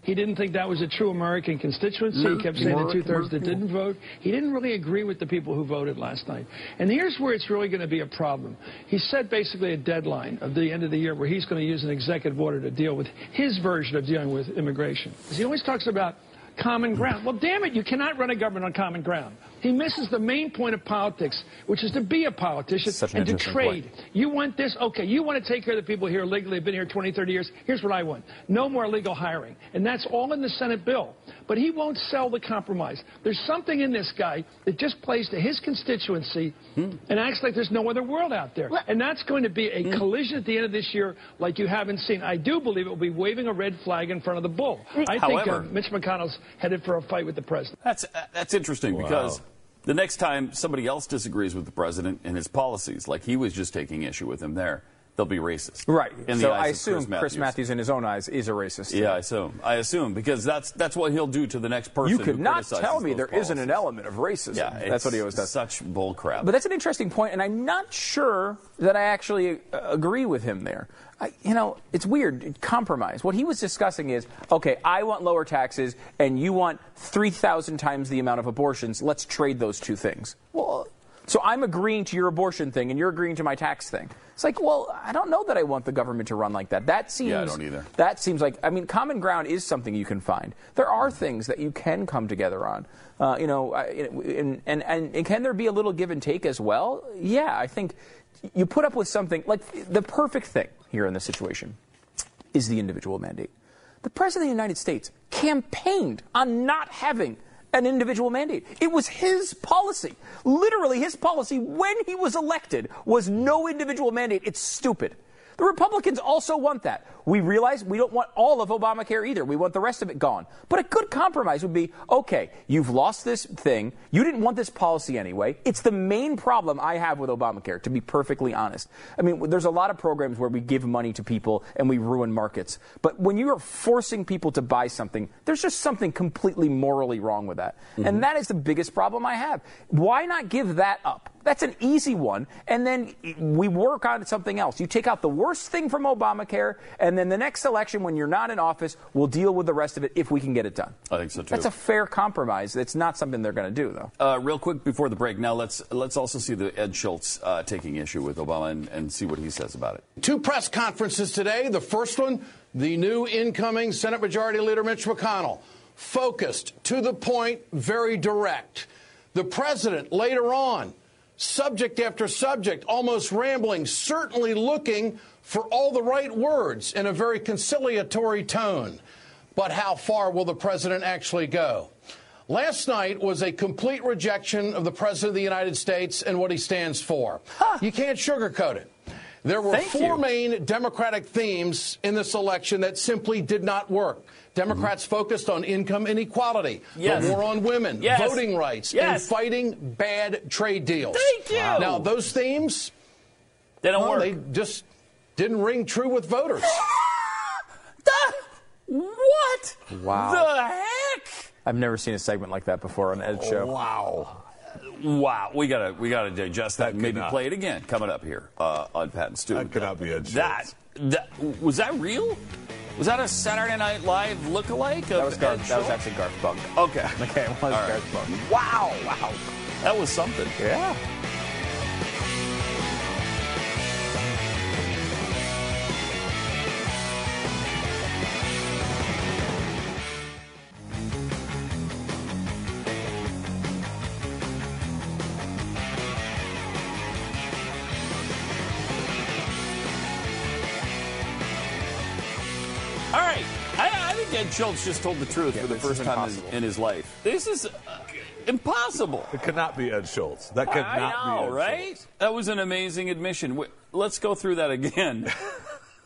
Speaker 11: He didn't think that was a true American constituency. He kept saying the two thirds that didn't vote. He didn't really agree with the people who voted last night. And here's where it's really going to be a problem. He set basically a deadline of the end of the year where he's going to use an executive order to deal with his version of dealing with immigration. He always talks about common ground. Well, damn it, you cannot run a government on common ground. He misses the main point of politics, which is to be a politician
Speaker 2: Such an
Speaker 11: and to
Speaker 2: interesting
Speaker 11: trade. You want this? Okay, you want to take care of the people here legally. They've been here 20, 30 years. Here's what I want no more illegal hiring. And that's all in the Senate bill. But he won't sell the compromise. There's something in this guy that just plays to his constituency
Speaker 1: Hmm.
Speaker 11: and acts like there's no other world out there. And that's going to be a collision at the end of this year like you haven't seen. I do believe it will be waving a red flag in front of the bull. I think uh,
Speaker 1: Hmm. However-
Speaker 11: Mitch McConnell's headed for a fight with the president.
Speaker 1: That's uh, that's interesting
Speaker 11: Wow.
Speaker 1: because the next time somebody else disagrees with the president and his policies, like he was just taking issue with him there, they'll be racist.
Speaker 2: Right.
Speaker 1: In the
Speaker 2: so
Speaker 1: eyes
Speaker 2: I
Speaker 1: of
Speaker 2: assume
Speaker 1: Chris Matthews.
Speaker 2: in his own eyes, is a racist.
Speaker 1: Yeah, I assume. I assume because that's that's what he'll do to the next person.
Speaker 2: You could
Speaker 1: who
Speaker 2: not
Speaker 1: criticizes
Speaker 2: tell me
Speaker 1: those
Speaker 2: there
Speaker 1: policies.
Speaker 2: not an element of racism.
Speaker 1: Yeah,
Speaker 2: that's what he
Speaker 1: it's
Speaker 2: always does.
Speaker 1: Such bull crap.
Speaker 2: But that's an interesting point, and I'm not sure that I actually uh, agree with him there. I, you know, it's weird. Compromise. What he was discussing is okay, I want lower taxes, and you want 3,000 times the amount of abortions. Let's trade those two things. Well, so I'm agreeing to your abortion thing, and you're agreeing to my tax thing. It's like, well, I don't know that I want the government to run like that. That seems
Speaker 1: Yeah, I don't either.
Speaker 2: that seems like I mean, common ground is something you can find. There are things that you can come together on. Uh, you know, I- and, and and and can there be a little give and take as well? Yeah, I think you put up with something like the perfect thing here in this situation is the individual mandate. The president of the United States campaigned on not having an individual mandate. It was his policy. Literally his policy when he was elected was no individual mandate. It's stupid. The Republicans also want that. We realize we don't want all of Obamacare either. We want the rest of it gone. But a good compromise would be okay, you've lost this thing. You didn't want this policy anyway. It's the main problem I have with Obamacare, to be perfectly honest. I mean, there's a lot of programs where we give money to people and we ruin markets. But when you are forcing people to buy something, there's just something completely morally wrong with that.
Speaker 1: Mm-hmm.
Speaker 2: And that is the biggest problem I have. Why not give that up? That's an easy one. And then we work on something else. You take out the worst thing from Obamacare, and then the next election, when you're not in office, we'll deal with the rest of it if we can get it done.
Speaker 1: I think so too.
Speaker 2: That's a fair compromise. It's not something they're going to do, though.
Speaker 1: Uh, real quick before the break. Now let's let's also see the Ed Schultz uh, taking issue with Obama and, and see what he says about it.
Speaker 12: Two press conferences today. The first one, the new incoming Senate Majority Leader Mitch McConnell, focused, to the point, very direct. The president later on, subject after subject, almost rambling, certainly looking for all the right words in a very conciliatory tone. But how far will the president actually go? Last night was a complete rejection of the President of the United States and what he stands for. You can't sugarcoat it. There were
Speaker 13: Thank
Speaker 12: four
Speaker 13: you.
Speaker 12: main Democratic themes in this election that simply did not work. Democrats focused on income inequality,
Speaker 13: Yes.
Speaker 12: the war on women,
Speaker 13: Yes.
Speaker 12: voting rights,
Speaker 13: Yes.
Speaker 12: and fighting bad trade deals.
Speaker 13: Thank you. Wow.
Speaker 12: Now, those themes,
Speaker 1: they don't
Speaker 12: work. They just didn't ring true with voters.
Speaker 1: What?
Speaker 2: Wow.
Speaker 1: The heck?
Speaker 2: I've never seen a segment like that before on Ed Show.
Speaker 1: Wow. Wow, we gotta we gotta digest that. and Maybe
Speaker 2: not-
Speaker 1: play it again. Coming up here uh, on Pat and Stu. That could not be a that, that was that real? Was that a Saturday Night Live lookalike? Of
Speaker 2: That was Garth,
Speaker 1: Ed
Speaker 2: that was
Speaker 1: Schultz?
Speaker 2: actually Garth Bunk.
Speaker 1: Okay.
Speaker 2: Okay, it was
Speaker 1: All right.
Speaker 2: Garth Bunk.
Speaker 1: Wow, wow, that was something.
Speaker 2: Yeah.
Speaker 1: All right, I, I think Ed Schultz just told the truth for the
Speaker 3: this
Speaker 1: first
Speaker 3: is
Speaker 1: time in,
Speaker 3: impossible.
Speaker 1: in his life. This is uh, impossible.
Speaker 3: It could not be Ed Schultz. That could
Speaker 1: I
Speaker 3: not
Speaker 1: know,
Speaker 3: be Ed
Speaker 1: right?
Speaker 3: Schultz.
Speaker 1: That was an amazing admission. Wait, Let's go through that again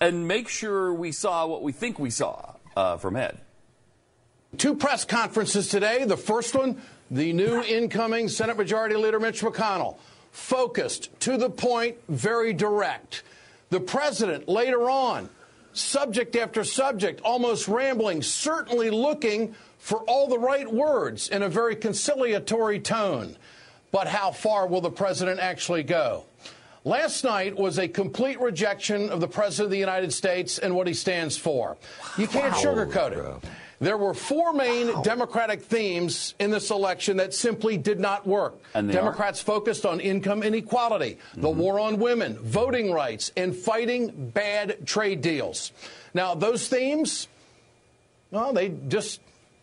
Speaker 1: and make sure we saw what we think we saw uh, from Ed.
Speaker 12: Two press conferences today. The first one, the new incoming Senate Majority Leader Mitch McConnell, focused, to the point, very direct. The president later on, subject after subject, almost rambling, certainly looking for all the right words in a very conciliatory tone. But how far will the president actually go? Last night was a complete rejection of the President of the United States and what he stands for. You can't sugarcoat it. There were four main Democratic themes in this election that simply did not work.
Speaker 1: And they are? Mm-hmm.
Speaker 12: Democrats focused on income inequality, the war on women, voting rights, and fighting bad trade deals. Now, those themes, well, they just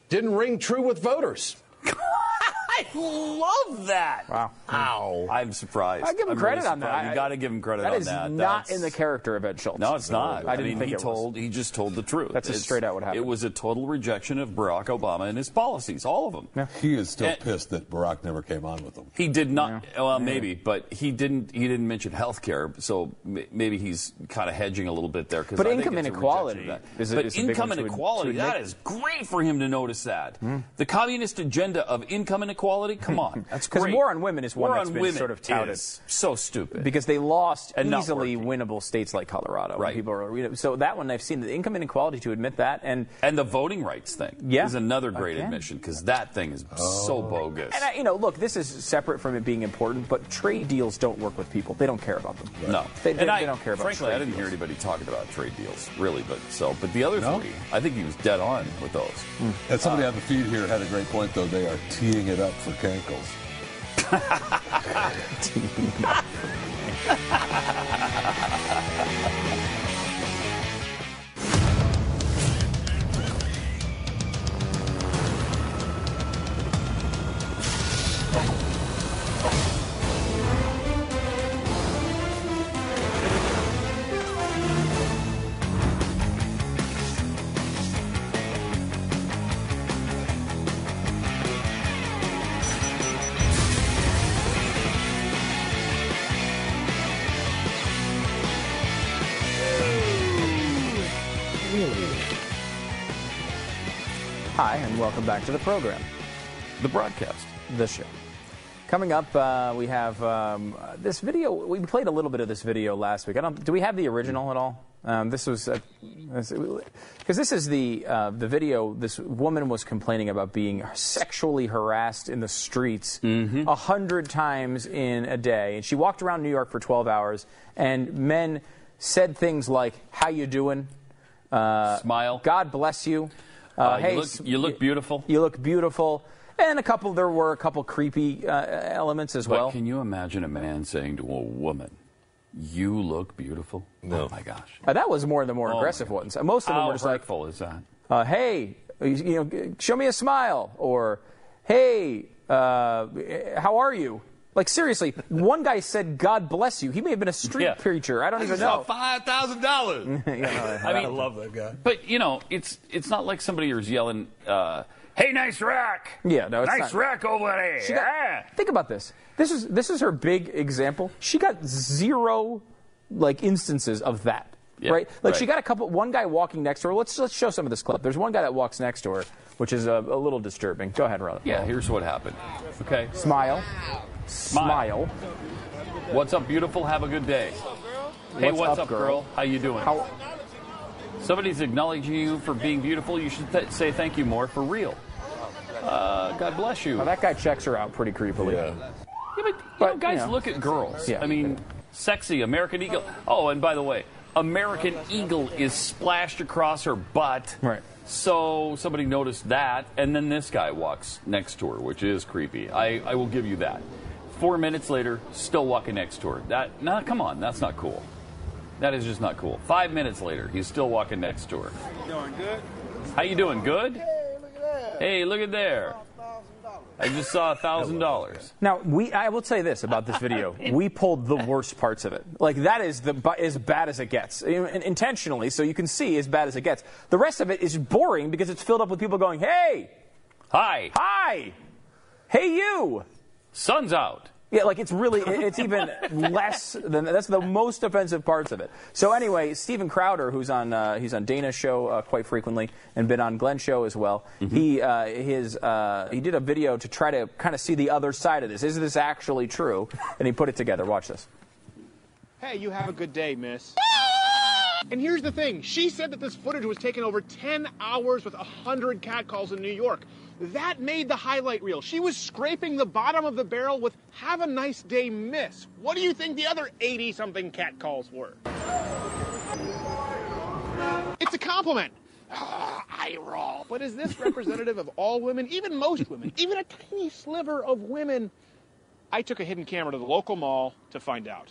Speaker 12: didn't ring true with voters.
Speaker 13: I love that.
Speaker 2: Wow.
Speaker 13: Ow.
Speaker 1: I'm surprised.
Speaker 2: I give him
Speaker 1: I'm
Speaker 2: credit
Speaker 1: really
Speaker 2: on that.
Speaker 1: surprised.
Speaker 2: I-
Speaker 1: You got to give him credit
Speaker 2: that
Speaker 1: on
Speaker 2: is
Speaker 1: that.
Speaker 2: not in the character of Ed Schultz.
Speaker 1: No, it's not.
Speaker 2: I didn't
Speaker 1: mean,
Speaker 2: think
Speaker 1: he
Speaker 2: it was.
Speaker 1: told. He just told the truth.
Speaker 2: That's just straight out what happened.
Speaker 1: It was a total rejection of Barack Obama and his policies, all of them.
Speaker 5: He is still
Speaker 1: And-
Speaker 5: pissed that Barack never came on with him.
Speaker 1: He did not. Well, maybe, but he didn't. He didn't mention health care, so m- maybe he's kind of hedging a little bit there. 'cause
Speaker 2: But
Speaker 1: I think
Speaker 2: income
Speaker 1: it's a
Speaker 2: inequality
Speaker 1: rejection of that.
Speaker 2: is a-
Speaker 1: but
Speaker 2: is a big
Speaker 1: income
Speaker 2: one to ad-
Speaker 1: inequality.
Speaker 2: to
Speaker 1: that
Speaker 2: admit.
Speaker 1: is great for him to notice that.
Speaker 2: Hmm.
Speaker 1: The communist agenda of income inequality. Come on, that's
Speaker 2: Because
Speaker 1: great.
Speaker 2: war on women is one
Speaker 1: War
Speaker 2: that's
Speaker 1: on
Speaker 2: been
Speaker 1: women
Speaker 2: sort of touted.
Speaker 1: is so stupid.
Speaker 2: because they lost
Speaker 1: And not
Speaker 2: easily winnable states like Colorado. when
Speaker 1: Right.
Speaker 2: People are, you know, so that one I've seen the income inequality to admit that and
Speaker 1: and the voting rights thing
Speaker 2: Yeah.
Speaker 1: is another great
Speaker 2: Again. Oh.
Speaker 1: admission because that thing is so bogus.
Speaker 2: And I, you know, look, this is separate from it being important, but trade deals don't work with people. They don't care about them.
Speaker 1: No,
Speaker 2: They, they-
Speaker 1: and I,
Speaker 2: they don't care about
Speaker 1: Frankly,
Speaker 2: trade
Speaker 1: I didn't hear anybody talking about trade deals, really. But so, Oh, but the other three, I think he was dead on with those.
Speaker 5: And Hmm. somebody on the feed here had a great point, though. They are teeing it up for Cankles.
Speaker 2: Hi, and welcome back to the program.
Speaker 1: The broadcast.
Speaker 2: The show. Coming up, uh, we have um, uh, this video. We played a little bit of this video last week. I don't. Do we have the original at all? Um, this was because this is the uh, the video. This woman was complaining about being sexually harassed in the streets a
Speaker 1: Mm-hmm.
Speaker 2: hundred times in a day, and she walked around New York for 12 hours, and men said things like "How you doing?" Uh,
Speaker 1: Smile.
Speaker 2: God bless you. Uh,
Speaker 1: Uh, you
Speaker 2: hey,
Speaker 1: look-
Speaker 2: s-
Speaker 1: you look
Speaker 2: y-
Speaker 1: beautiful.
Speaker 2: You look beautiful. And a couple, there were a couple creepy uh, elements as
Speaker 1: But
Speaker 2: well.
Speaker 1: can you imagine a man saying to a woman, "You look beautiful"? No, oh my gosh.
Speaker 2: Uh, that was more of the more
Speaker 1: Oh, my
Speaker 2: aggressive
Speaker 1: God.
Speaker 2: ones. Uh, Most of them
Speaker 1: How
Speaker 2: were just like,
Speaker 1: hurtful is that?
Speaker 2: uh, "Hey, you, you know, g- show me a smile," or "Hey, uh, how are you?" Like seriously, one guy said, "God bless you." He may have been a street
Speaker 1: Yeah.
Speaker 2: preacher. I don't even know.
Speaker 1: Five thousand dollars. I mean,
Speaker 3: love that guy.
Speaker 1: but you know, it's it's not like somebody who's yelling, uh, "Hey, nice rack!"
Speaker 2: Yeah, no, it's
Speaker 1: nice
Speaker 2: not.
Speaker 1: rack over there. eh?"
Speaker 2: She got, Think about this. This is this is her big example. She got zero like instances of that.
Speaker 1: Yeah,
Speaker 2: right? Like she
Speaker 1: right.
Speaker 2: got a couple one guy walking next to her. Let's let's show some of this clip. There's one guy that walks next to her, which is a, a little disturbing. Go ahead, Ron.
Speaker 1: yeah, here's what happened. Okay,
Speaker 2: Smile. Smile.
Speaker 1: What's up, beautiful? Have a good day. Hey, what's, up, girl? How you doing?
Speaker 2: How-
Speaker 1: Somebody's acknowledging you for being beautiful. You should th- say thank you more for real. Uh, God bless you.
Speaker 2: Now, that guy checks her out pretty creepily.
Speaker 1: Yeah, but, you know, guys
Speaker 2: you know.
Speaker 1: look at girls.
Speaker 2: Yeah.
Speaker 1: I mean, sexy American Eagle. Oh, and by the way, American Eagle is splashed across her butt.
Speaker 2: Right.
Speaker 1: So somebody noticed that, and then this guy walks next to her, which is creepy. I, I will give you that. Four minutes later, still walking next to her. That, nah, come on, that's not cool. That is just not cool. Five minutes later, he's still walking next to her.
Speaker 14: Doing good?
Speaker 1: How you doing? Good. Hey, look at there. I just saw a thousand dollars.
Speaker 2: Now we, I will say this about this video: we pulled the worst parts of it. Like that is the bu- as bad as it gets, You know, and intentionally, so you can see as bad as it gets. The rest of it is boring because it's filled up with people going, "Hey,
Speaker 1: hi,
Speaker 2: hi, hey you."
Speaker 1: Sun's out.
Speaker 2: Yeah, like it's really, it- it's even less than that's the most offensive parts of it. So anyway, Steven Crowder, who's on uh, he's on Dana's show uh, quite frequently and been on Glenn's show as well.
Speaker 1: Mm-hmm.
Speaker 2: He uh, his uh, he did a video to try to kind of see the other side of this. Is this actually true? And he put it together. Watch this.
Speaker 15: Hey, you have a good day, miss. And here's the thing she said that this footage was taken over 10 hours with 100 catcalls in New York. That made the highlight reel. She was scraping the bottom of the barrel with have a nice day, miss. What do you think the other 80 something catcalls were? It's a compliment. Ah, eye roll. But is this representative of all women, even most women, even a tiny sliver of women? I took a hidden camera to the local mall to find out.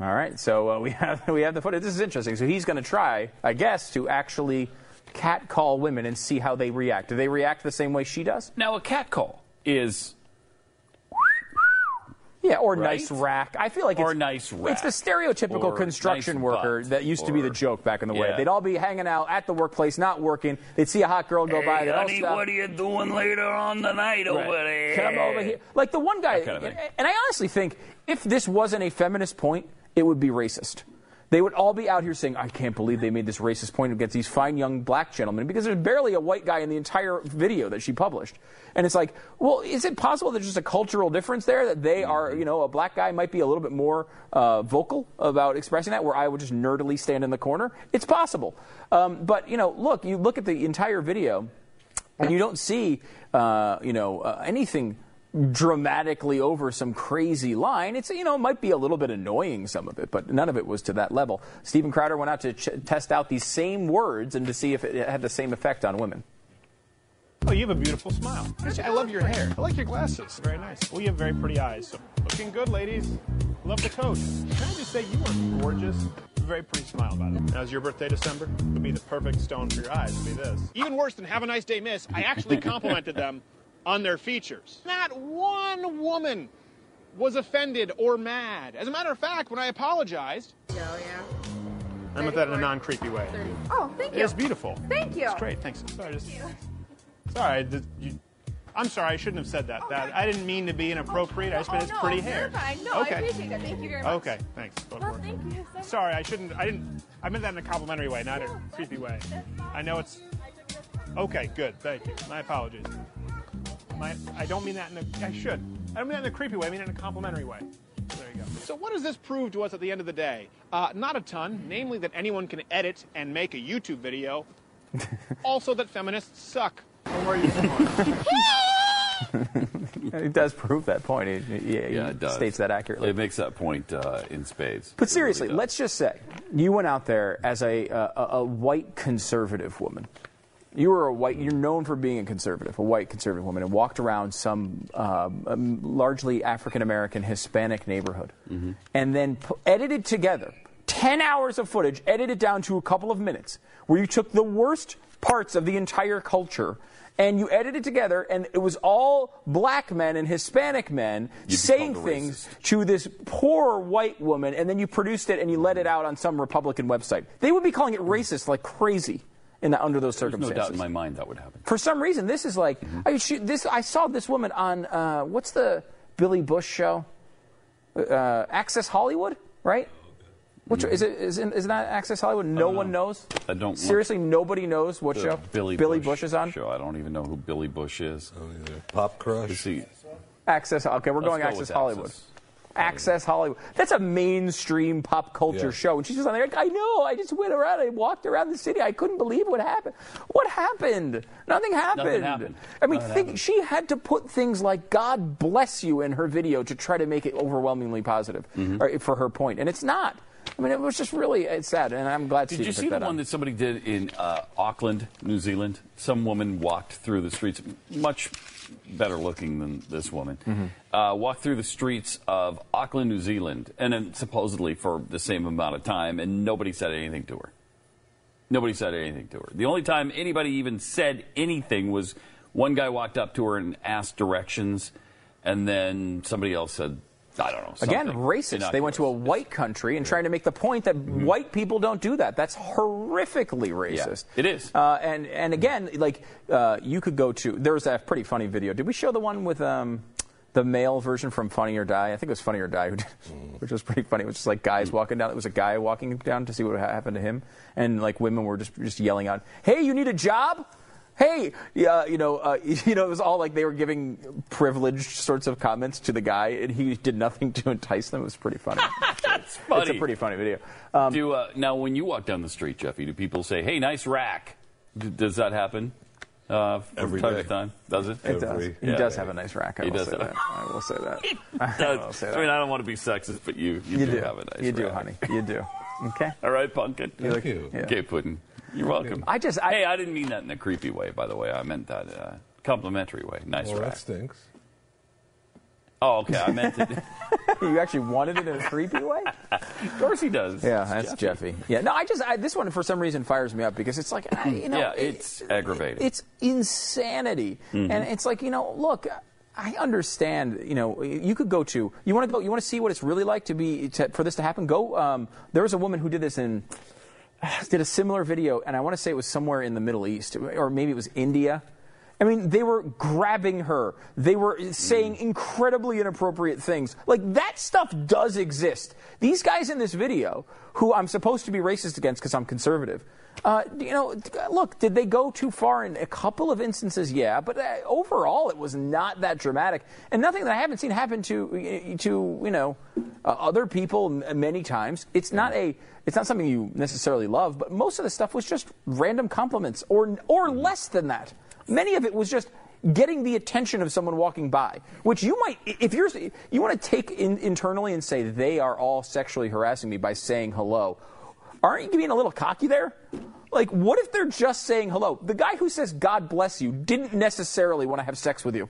Speaker 2: All right, so uh, we have we have the footage. This is interesting. So he's going to try, I guess, to actually catcall women and see how they react. Do they react the same way she does?
Speaker 1: Now a catcall is
Speaker 2: Yeah, or
Speaker 1: Right?
Speaker 2: nice rack. I feel like it's,
Speaker 1: Or nice rack.
Speaker 2: It's the stereotypical
Speaker 1: Or
Speaker 2: construction
Speaker 1: nice
Speaker 2: worker
Speaker 1: butt.
Speaker 2: that used to be the
Speaker 1: Or-
Speaker 2: joke back in the way.
Speaker 1: Yeah.
Speaker 2: They'd all be hanging out at the workplace, not working. They'd see a hot girl go by. They'd all
Speaker 13: honey,
Speaker 2: stop.
Speaker 13: what are you doing later on tonight
Speaker 2: Right.
Speaker 13: over there?
Speaker 2: Come over here. Like the one guy,
Speaker 13: kind of thing.
Speaker 2: and I honestly think if this wasn't a feminist point, it would be racist. They would all be out here saying, I can't believe they made this racist point against these fine young black gentlemen because there's barely a white guy in the entire video that she published. And it's like, well, is it possible there's just a cultural difference there that they
Speaker 13: Mm-hmm.
Speaker 2: are, you know, a black guy might be a little bit more uh, vocal about expressing that where I would just nerdily stand in the corner? It's possible. Um, but, you know, look, you look at the entire video and you don't see uh, you know uh, anything dramatically over some crazy line it's you know it might be a little bit annoying some of it but none of it was to that level Steven Crowder went out to ch- test out these same words and to see if it had the same effect on women
Speaker 14: Oh, you have a beautiful smile. I love your hair. I like your glasses. Very nice. Well, you have very pretty eyes. So looking good, ladies. Love the coat. Can I just say you are gorgeous? Very pretty smile, by the way. Now, is your birthday December? Would be the perfect stone for your eyes. Would be this.
Speaker 15: Even worse than have a nice day, miss, I actually complimented them on their features. Not one woman was offended or mad. As a matter of fact, when I apologized,
Speaker 9: Oh, yeah.
Speaker 15: I meant that in a non creepy way.
Speaker 9: Oh, thank you.
Speaker 15: It's beautiful.
Speaker 9: Thank you.
Speaker 15: It's great. Thanks. Sorry, just. Sorry, I did- you, I'm sorry. I shouldn't have said that. that I didn't mean to be inappropriate. I just meant it's
Speaker 16: Oh, no,
Speaker 15: pretty
Speaker 16: you're
Speaker 15: hair.
Speaker 16: fine. No, I
Speaker 15: okay.
Speaker 16: appreciate that. Thank you very much.
Speaker 15: Okay. Thanks. Both
Speaker 16: Well,
Speaker 15: work.
Speaker 16: thank you. so much.
Speaker 15: Sorry, I shouldn't. I didn't. I meant that in a complimentary way, not a creepy way. I know it's. Okay, good. Thank you. My apologies. My, I don't mean that in a. I should. I don't mean that in a creepy way. I mean it in a complimentary way. There you go. So, what does this prove to us at the end of the day? Uh, not a ton, namely that anyone can edit and make a YouTube video. also, that feminists suck. Don't worry, you're smart.
Speaker 2: it does prove that point it, it- it
Speaker 1: yeah, it does.
Speaker 2: states that accurately
Speaker 1: It makes that point uh, in spades.
Speaker 2: But seriously, let's just say you went out there as a, uh, a a white conservative woman. You were a white. You're known for being a conservative, a white conservative woman, and walked around some um, um, largely African American Hispanic neighborhood,
Speaker 1: Mm-hmm.
Speaker 2: and then p- edited together ten hours of footage, edited down to a couple of minutes, where you took the worst parts of the entire culture. And you edited together, and it was all black men and Hispanic men saying
Speaker 1: a
Speaker 2: things to this poor white woman, and then you produced it and you let it out on some Republican website. They would be calling it racist like crazy in the, under those
Speaker 1: There's no
Speaker 2: circumstances.
Speaker 1: doubt in my mind that would happen.
Speaker 2: For some reason, this is like
Speaker 1: Mm-hmm.
Speaker 2: I, she, this. I saw this woman on uh, what's the Billy Bush show? Uh, Access Hollywood, right?
Speaker 1: Oh,
Speaker 2: Which is it? Is, it- is that Access Hollywood? No one knows.
Speaker 1: I Oh, don't want-
Speaker 2: Seriously, nobody knows what
Speaker 1: The
Speaker 2: show
Speaker 1: Billy,
Speaker 2: Bush. is on?
Speaker 1: Show. I don't even know who Billy Bush is. Oh, Pop Crush. See,
Speaker 2: Access. Okay, we're
Speaker 1: Let's
Speaker 2: going
Speaker 1: go
Speaker 2: Access
Speaker 1: with
Speaker 2: Hollywood.
Speaker 1: Access.
Speaker 2: Access Hollywood. That's a mainstream pop culture
Speaker 1: Yeah.
Speaker 2: show. And she's just on there. Like, I know. I just went around. I walked around the city. I couldn't believe what happened. What happened? Nothing happened.
Speaker 1: happened.
Speaker 2: I mean,
Speaker 1: Nothing
Speaker 2: think,
Speaker 1: happened.
Speaker 2: she had to put things like "God bless you" in her video to try to make it overwhelmingly positive
Speaker 1: Mm-hmm.
Speaker 2: or- for her point, and it's not. I mean, it was just really it's sad, and I'm glad.
Speaker 1: Did
Speaker 2: Steve
Speaker 1: you
Speaker 2: picked
Speaker 1: see the
Speaker 2: that up.
Speaker 1: one that somebody did in uh, Auckland, New Zealand? Some woman walked through the streets, much better looking than this woman,
Speaker 2: Mm-hmm.
Speaker 1: uh, walked through the streets of Auckland, New Zealand, and then supposedly for the same amount of time, and nobody said anything to her. Nobody said anything to her. The only time anybody even said anything was one guy walked up to her and asked directions, and then somebody else said, I don't know.
Speaker 2: Again,
Speaker 1: something
Speaker 2: racist. They went to a white country and trying to make the point that
Speaker 1: Mm-hmm.
Speaker 2: white people don't do that. That's horrifically racist.
Speaker 1: it is.
Speaker 2: Uh, and and again, like uh, you could go to there's that pretty funny video. Did we show the one with um, the male version from Funny or Die? I think it was Funny or Die, who did,
Speaker 1: Mm.
Speaker 2: which was pretty funny. It was just like guys walking down. It was a guy walking down to see what happened to him, and like women were just just yelling out, "Hey, you need a job." Hey, yeah, you know, uh, you know, it was all like they were giving privileged sorts of comments to the guy, and he did nothing to entice them. It was pretty funny.
Speaker 1: It's funny.
Speaker 2: It's a pretty funny video. Um,
Speaker 1: do uh, now when you walk down the street, Jeffy, do people say, "Hey, nice rack"? D- does that happen? Uh, from
Speaker 2: Every
Speaker 1: time
Speaker 2: day.
Speaker 1: to time, does it?
Speaker 2: It does. Every He does day. have a nice rack, I
Speaker 1: he
Speaker 2: will
Speaker 1: does
Speaker 2: say
Speaker 1: have-
Speaker 2: that. I will say that.
Speaker 1: does.
Speaker 2: will say
Speaker 1: I
Speaker 2: that.
Speaker 1: mean, I don't want to be sexist, but you you,
Speaker 2: You
Speaker 1: do,
Speaker 2: do.
Speaker 1: have a nice.
Speaker 2: You do,
Speaker 1: rack.
Speaker 2: honey. You do. Okay.
Speaker 1: All right, pumpkin.
Speaker 2: You look- Thank you. yeah.
Speaker 1: Okay, pudding. You're welcome.
Speaker 2: I just. I,
Speaker 1: hey, I didn't mean that in a creepy way, by the way. I meant that uh, complimentary way. Nice
Speaker 3: well,
Speaker 1: rack.
Speaker 3: that stinks.
Speaker 1: Oh, okay. I meant it.
Speaker 2: Uh, you actually wanted it in a creepy way?
Speaker 1: of course he does.
Speaker 2: Yeah, that's Jeffy. Yeah, no, I just I, this one for some reason fires me up because it's like I, you know,
Speaker 1: yeah,
Speaker 2: it-
Speaker 1: it's aggravating.
Speaker 2: it's insanity,
Speaker 1: Mhm.
Speaker 2: and it's like you know, look, I- I understand. You know, you could go to you want to go. You want to see what it's really like to be to, for this to happen. Go. Um, there was a woman who did this in did a similar video, and I want to say it was somewhere in the Middle East, or maybe it was India. I mean, they were grabbing her. They were saying incredibly inappropriate things. Like, that stuff does exist. These guys in this video, who I'm supposed to be racist against because I'm conservative, uh, you know, look, did they go too far in a couple of instances? Yeah, but uh, overall, it was not that dramatic, and nothing that I haven't seen happen to to you know uh, other people m- many times. It's not a it's not something you necessarily love, but most of the stuff was just random compliments or or less than that. Many of it was just getting the attention of someone walking by, which you might, if you're, you want to take in, internally and say they are all sexually harassing me by saying hello. Aren't you being a little cocky there? Like, what if they're just saying hello? The guy who says God bless you didn't necessarily want to have sex with you.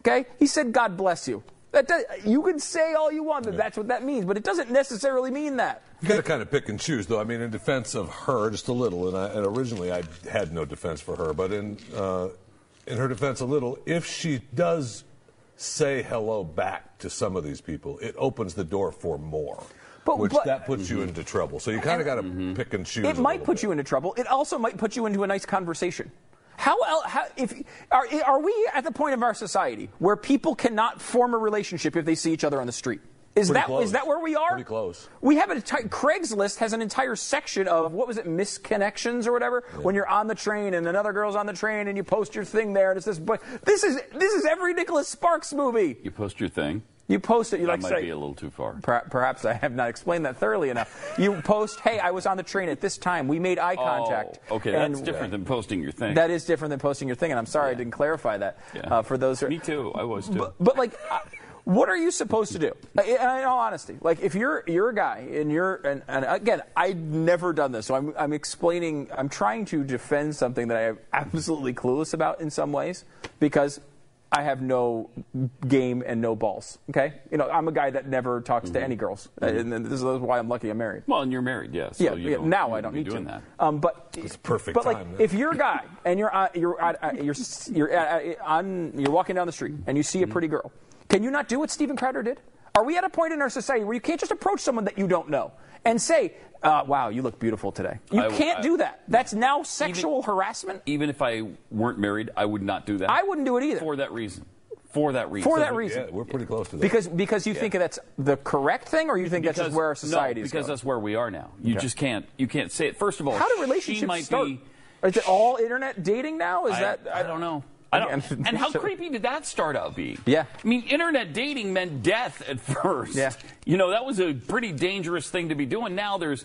Speaker 2: Okay, he said God bless you. That does, you can say all you want that that's what that means, but it doesn't necessarily mean that.
Speaker 3: You got to kind of pick and choose, though. I mean, in defense of her, just a little, and, I, and originally I had no defense for her, but in uh, in her defense, a little, if she does say hello back to some of these people, it opens the door for more.
Speaker 2: But-
Speaker 3: which
Speaker 2: but-
Speaker 3: that puts you
Speaker 1: Mm-hmm.
Speaker 3: into trouble. So you kind of got to pick and choose.
Speaker 2: It
Speaker 3: a
Speaker 2: might
Speaker 3: little
Speaker 2: put
Speaker 3: bit.
Speaker 2: you into trouble. It also might put you into a nice conversation. How, el- how if are, are we at the point of our society where people cannot form a relationship if they see each other on the street? Is
Speaker 3: Pretty
Speaker 2: that
Speaker 3: close.
Speaker 2: is that where we are?
Speaker 3: Pretty close.
Speaker 2: We have an entire Craigslist has an entire section of what was it misconnections or whatever when you're on the train and another girl's on the train and you post your thing there and it's this but this is this is every Nicholas Sparks movie.
Speaker 1: You post your thing.
Speaker 2: You post it. You
Speaker 1: that
Speaker 2: like
Speaker 1: might
Speaker 2: say
Speaker 1: be a little too far.
Speaker 2: Per- perhaps I have not explained that thoroughly enough. You post, "Hey, I was on the train at this time. We made eye contact."
Speaker 1: Oh, okay,
Speaker 2: And
Speaker 1: that's different than posting your thing.
Speaker 2: That is different than posting your thing, and I'm sorry I didn't clarify that uh, for those. Who, Me
Speaker 1: too. I was too.
Speaker 2: But, but like, I, what are you supposed to do? Uh, In, in all honesty, like if you're you're a guy and you're and, and again, I've never done this, so I'm I'm explaining. I'm trying to defend something that I am absolutely clueless about in some ways because. I have no game and no balls. Okay, you know I'm a guy that never talks
Speaker 1: Mm-hmm.
Speaker 2: to any girls, Uh, and then this is why I'm lucky I'm married.
Speaker 1: Well, and you're married, yes.
Speaker 2: yeah, yeah, now I don't
Speaker 1: be
Speaker 2: need
Speaker 1: doing
Speaker 2: to.
Speaker 1: that.
Speaker 2: Um, but
Speaker 3: perfect
Speaker 2: but
Speaker 3: time,
Speaker 2: like,
Speaker 3: yeah.
Speaker 2: if you're a guy and you're uh, you're uh, uh, you're s- you're uh, uh, on you're walking down the street and you see
Speaker 1: Mm-hmm.
Speaker 2: a pretty girl, can you not do what Steven Crowder did? Are we at a point in our society where you can't just approach someone that you don't know and say, uh, "Wow, you look beautiful today"? You
Speaker 1: I-
Speaker 2: can't
Speaker 1: I-
Speaker 2: do that. That's now sexual harassment.
Speaker 1: Even if I weren't married, I would not do that.
Speaker 2: I wouldn't do it either.
Speaker 1: For that reason. For that reason.
Speaker 2: For that Yeah, reason.
Speaker 3: we're pretty close to
Speaker 2: Because because you
Speaker 1: Yeah.
Speaker 2: think that's the correct thing, or you think that's just where our society
Speaker 1: no,
Speaker 2: is
Speaker 1: because
Speaker 2: going?
Speaker 1: that's where we are now. You
Speaker 2: Okay.
Speaker 1: just can't. You can't say it. First of all,
Speaker 2: How do
Speaker 1: she
Speaker 2: relationships
Speaker 1: might
Speaker 2: start?
Speaker 1: be.
Speaker 2: Is it all internet dating now? Is
Speaker 1: I-
Speaker 2: that
Speaker 1: I don't know. I don't,
Speaker 2: Again,
Speaker 1: and how
Speaker 2: so-
Speaker 1: creepy did that start out being?
Speaker 2: Yeah.
Speaker 1: I mean, internet dating meant death at first.
Speaker 2: Yeah.
Speaker 1: You know, that was a pretty dangerous thing to be doing. Now there's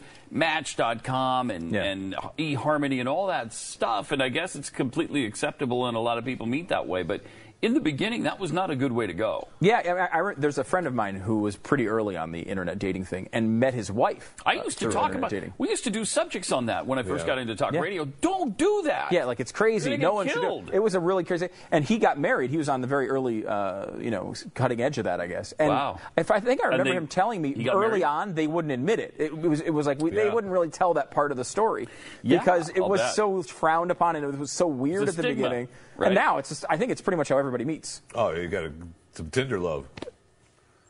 Speaker 1: Match.com and, and eHarmony and all that stuff, and I guess it's completely acceptable, and a lot of people meet that way. But in the beginning, that was not a good way to go.
Speaker 2: Yeah, I- I, I, re- there's a friend of mine who was pretty early on the internet dating thing and met his wife.
Speaker 1: I
Speaker 2: uh,
Speaker 1: used to
Speaker 2: through
Speaker 1: talk
Speaker 2: internet
Speaker 1: about.
Speaker 2: dating.
Speaker 1: We used to do subjects on that when I first
Speaker 2: Yeah.
Speaker 1: got into talk
Speaker 2: Yeah.
Speaker 1: radio. Don't do that.
Speaker 2: Yeah, like it's crazy.
Speaker 1: You're gonna
Speaker 2: No
Speaker 1: get
Speaker 2: one
Speaker 1: killed.
Speaker 2: should. Do it. it was a really crazy. And he got married. He was on the very early, uh, you know, cutting edge of that, I guess. And
Speaker 1: Wow.
Speaker 2: If I think I
Speaker 1: And
Speaker 2: remember
Speaker 1: they-
Speaker 2: him telling
Speaker 1: he
Speaker 2: me
Speaker 1: got
Speaker 2: early
Speaker 1: married?
Speaker 2: on, they wouldn't admit it. It, was it was like we, they
Speaker 1: Yeah.
Speaker 2: wouldn't really tell that part of the story
Speaker 1: Yeah,
Speaker 2: because it
Speaker 1: I'll
Speaker 2: was
Speaker 1: bet.
Speaker 2: so frowned upon and it was so weird
Speaker 1: a
Speaker 2: at the
Speaker 1: stigma,
Speaker 2: beginning.
Speaker 1: right?
Speaker 2: And now it's just I think it's pretty much how everybody meets.
Speaker 3: Oh, you got a, some Tinder love.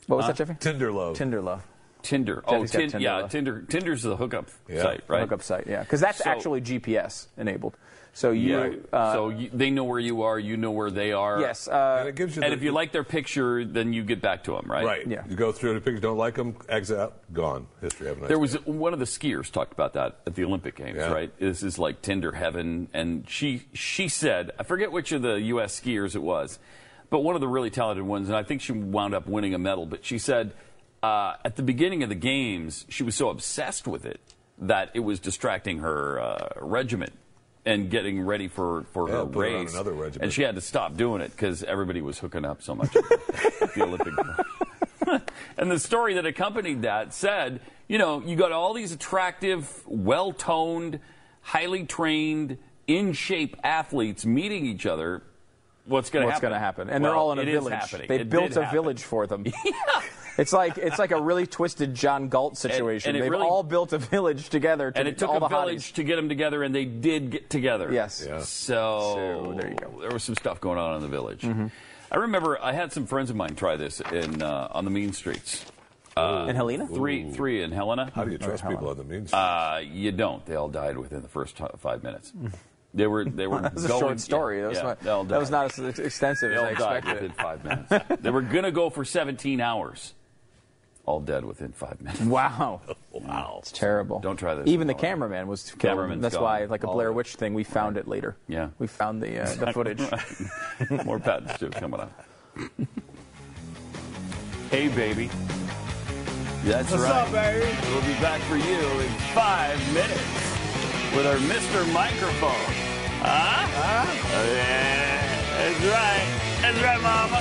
Speaker 2: What was
Speaker 1: Huh?
Speaker 2: that, Jeffrey?
Speaker 3: Tinder love.
Speaker 2: Tinder love.
Speaker 1: Tinder. Oh,
Speaker 2: Jeffy's got
Speaker 1: Tin-
Speaker 2: Tinder
Speaker 1: yeah,
Speaker 2: left.
Speaker 1: Tinder. Tinder's the hookup
Speaker 2: Yeah.
Speaker 1: site, right?
Speaker 2: Hookup site, yeah, because that's
Speaker 1: So-
Speaker 2: actually GPS enabled. So you,
Speaker 1: Yeah.
Speaker 2: uh,
Speaker 1: so you, they know where you are. You know where they are.
Speaker 2: Yes, uh,
Speaker 3: And it gives you
Speaker 1: and
Speaker 3: the-
Speaker 1: if you like their picture, then you get back to them, right?
Speaker 3: Right. You go through the pictures, don't like them, exit out, gone. History, have a nice
Speaker 1: There was one of the skiers talked about that at the Olympic Games, right? This is like Tinder heaven, and she she said, I forget which of the U.S. skiers it was, but one of the really talented ones, and I think she wound up winning a medal. But she said uh, at the beginning of the games, she was so obsessed with it that it was distracting her uh, regiment and getting ready for for
Speaker 3: Yeah,
Speaker 1: her
Speaker 3: put her on
Speaker 1: race.
Speaker 3: another regiment.
Speaker 1: And she had to stop doing it because everybody was hooking up so much at the Olympic. And the story that accompanied that said, you know, you got all these attractive, well toned, highly trained, in shape athletes meeting each other. What's going to
Speaker 2: what's
Speaker 1: happen?
Speaker 2: going to happen? And they're
Speaker 1: Well,
Speaker 2: all in a
Speaker 1: it is
Speaker 2: village.
Speaker 1: happening.
Speaker 2: They
Speaker 1: It
Speaker 2: built
Speaker 1: did
Speaker 2: a
Speaker 1: happen.
Speaker 2: village for them. It's like it's like a really twisted John Galt situation.
Speaker 1: and it
Speaker 2: They've
Speaker 1: really-
Speaker 2: all built a village together. To
Speaker 1: And it took
Speaker 2: all
Speaker 1: a
Speaker 2: the
Speaker 1: village to get them together, and they did get together.
Speaker 2: Yes. Mm-hmm.
Speaker 1: So, there you go. There was some stuff going on in the village. I remember I had some friends of mine try this in uh, on the mean streets. Uh,
Speaker 2: In Helena? Oh,
Speaker 1: three,
Speaker 2: Ooh.
Speaker 1: three in Helena.
Speaker 3: How do you trust Helena. people on the mean
Speaker 1: streets? Uh, you don't. They all died within the first t- five minutes. They were they were
Speaker 2: That was Mm. a
Speaker 1: going-
Speaker 2: short story.
Speaker 1: yeah,
Speaker 2: that, was
Speaker 1: yeah,
Speaker 2: not,
Speaker 1: they all
Speaker 2: that was
Speaker 1: died.
Speaker 2: not as extensive
Speaker 1: They
Speaker 2: as I
Speaker 1: all died
Speaker 2: expected.
Speaker 1: within five minutes. they were gonna go for 17 hours. All dead within five minutes.
Speaker 2: Wow.
Speaker 1: Wow.
Speaker 2: It's terrible.
Speaker 1: Don't try this.
Speaker 2: Even the cameraman was killed.
Speaker 1: Cameraman's
Speaker 2: That's
Speaker 1: gone.
Speaker 2: why, like a
Speaker 1: All
Speaker 2: Blair
Speaker 1: of it.
Speaker 2: Witch thing, we found it later.
Speaker 1: Yeah.
Speaker 2: We found the, uh, the footage.
Speaker 1: footage. More patents too coming up. hey, baby. That's
Speaker 16: What's
Speaker 1: right.
Speaker 16: up, baby?
Speaker 1: We'll be back for you in five minutes with our Mr. Microphone. Huh? Oh, yeah. That's right. That's right, Mama.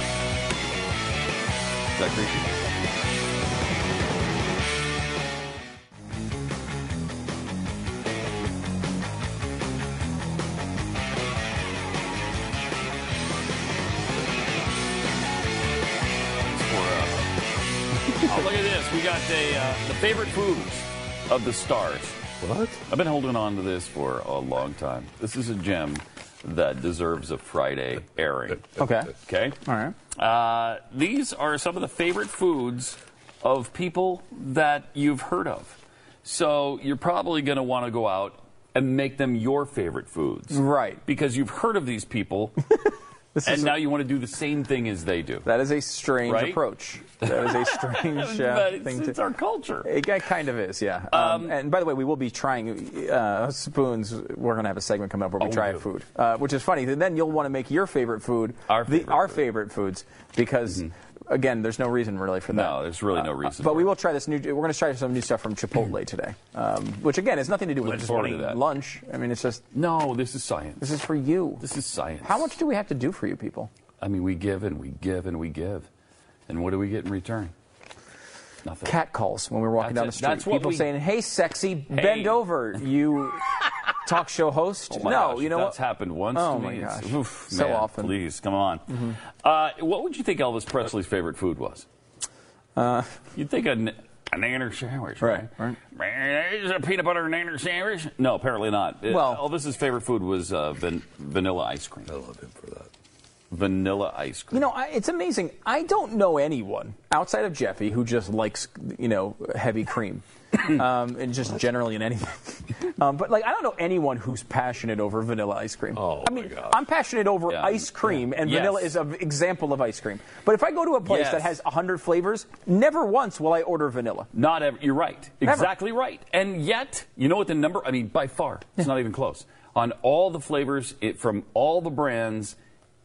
Speaker 1: Is that creepy? For, uh, oh, look at this. We got the, uh, the favorite foods of the stars. What? I've been holding on to this for a long time. This is a gem that deserves a Friday airing.
Speaker 2: Okay.
Speaker 1: Okay.
Speaker 2: All right.
Speaker 1: Uh, these are some of the favorite foods of people that you've heard of. So you're probably going to want to go out and make them your favorite foods.
Speaker 2: Right.
Speaker 1: Because you've heard of these people. and now you want to do the same thing as they do.
Speaker 2: That is a strange
Speaker 1: Right?
Speaker 2: approach. That is a strange uh,
Speaker 1: But it's-
Speaker 2: thing to.
Speaker 1: it's our culture.
Speaker 2: It ki- kind of is, yeah. Um, and by the way, we will be trying uh, spoons. We're going to have a segment coming up where we
Speaker 1: Oh,
Speaker 2: try
Speaker 1: good.
Speaker 2: food, uh, which is funny. Then you'll want to make your favorite food, our favorite, the, our favorite foods, because again, there's no reason really for that.
Speaker 1: Mm-hmm.
Speaker 2: Uh,
Speaker 1: No, there's really no reason Mm-hmm.
Speaker 2: But we will try this new. We're going to try some new stuff from Chipotle today, um, which again has nothing to do with
Speaker 1: Look
Speaker 2: just
Speaker 1: forward to
Speaker 2: wanting
Speaker 1: that.
Speaker 2: lunch. I mean, it's just
Speaker 1: no. This is science.
Speaker 2: This is for you.
Speaker 1: This is science.
Speaker 2: How much do we have to do for you people?
Speaker 1: I mean, we give and we give and we give. And what do we get in return? Nothing.
Speaker 2: Cat calls when we were walking
Speaker 1: That's
Speaker 2: down the
Speaker 1: it.
Speaker 2: street.
Speaker 1: That's what
Speaker 2: People
Speaker 1: we-
Speaker 2: saying, "Hey, sexy,
Speaker 1: Hey.
Speaker 2: bend over, you talk show host."
Speaker 1: Oh my
Speaker 2: no,
Speaker 1: gosh,
Speaker 2: you know
Speaker 1: that's
Speaker 2: what?
Speaker 1: happened once.
Speaker 2: Oh
Speaker 1: to
Speaker 2: my
Speaker 1: me. It's-
Speaker 2: gosh.
Speaker 1: oof,
Speaker 2: So
Speaker 1: man,
Speaker 2: often. Mm-hmm.
Speaker 1: Please come on. Uh, what would you think Elvis Presley's favorite food was? Uh, You'd think a n- a nanner sandwich, right? Right. Is it a peanut butter nanner sandwich? No, apparently not. It-
Speaker 2: Well-
Speaker 1: Elvis's favorite food was uh, van- vanilla ice cream. I love him for that. Vanilla ice cream.
Speaker 2: You know, I, it's amazing. I don't know anyone outside of Jeffy who just likes, you know, heavy cream, um, and just generally in anything. Um, but like, I don't know anyone who's passionate over vanilla ice crece cream.
Speaker 1: Oh,
Speaker 2: I mean, I'm passionate over ice cream, and
Speaker 1: Yes.
Speaker 2: vanilla is an example of ice cream. But if I go to a place
Speaker 1: Yes.
Speaker 2: that has 100 flavors, never once will I order vanilla.
Speaker 1: Not ever. You're right.
Speaker 2: Never.
Speaker 1: Exactly right. And yet, you know what the number? I mean, by far, it's not even close. On all the flavors it, from all the brands,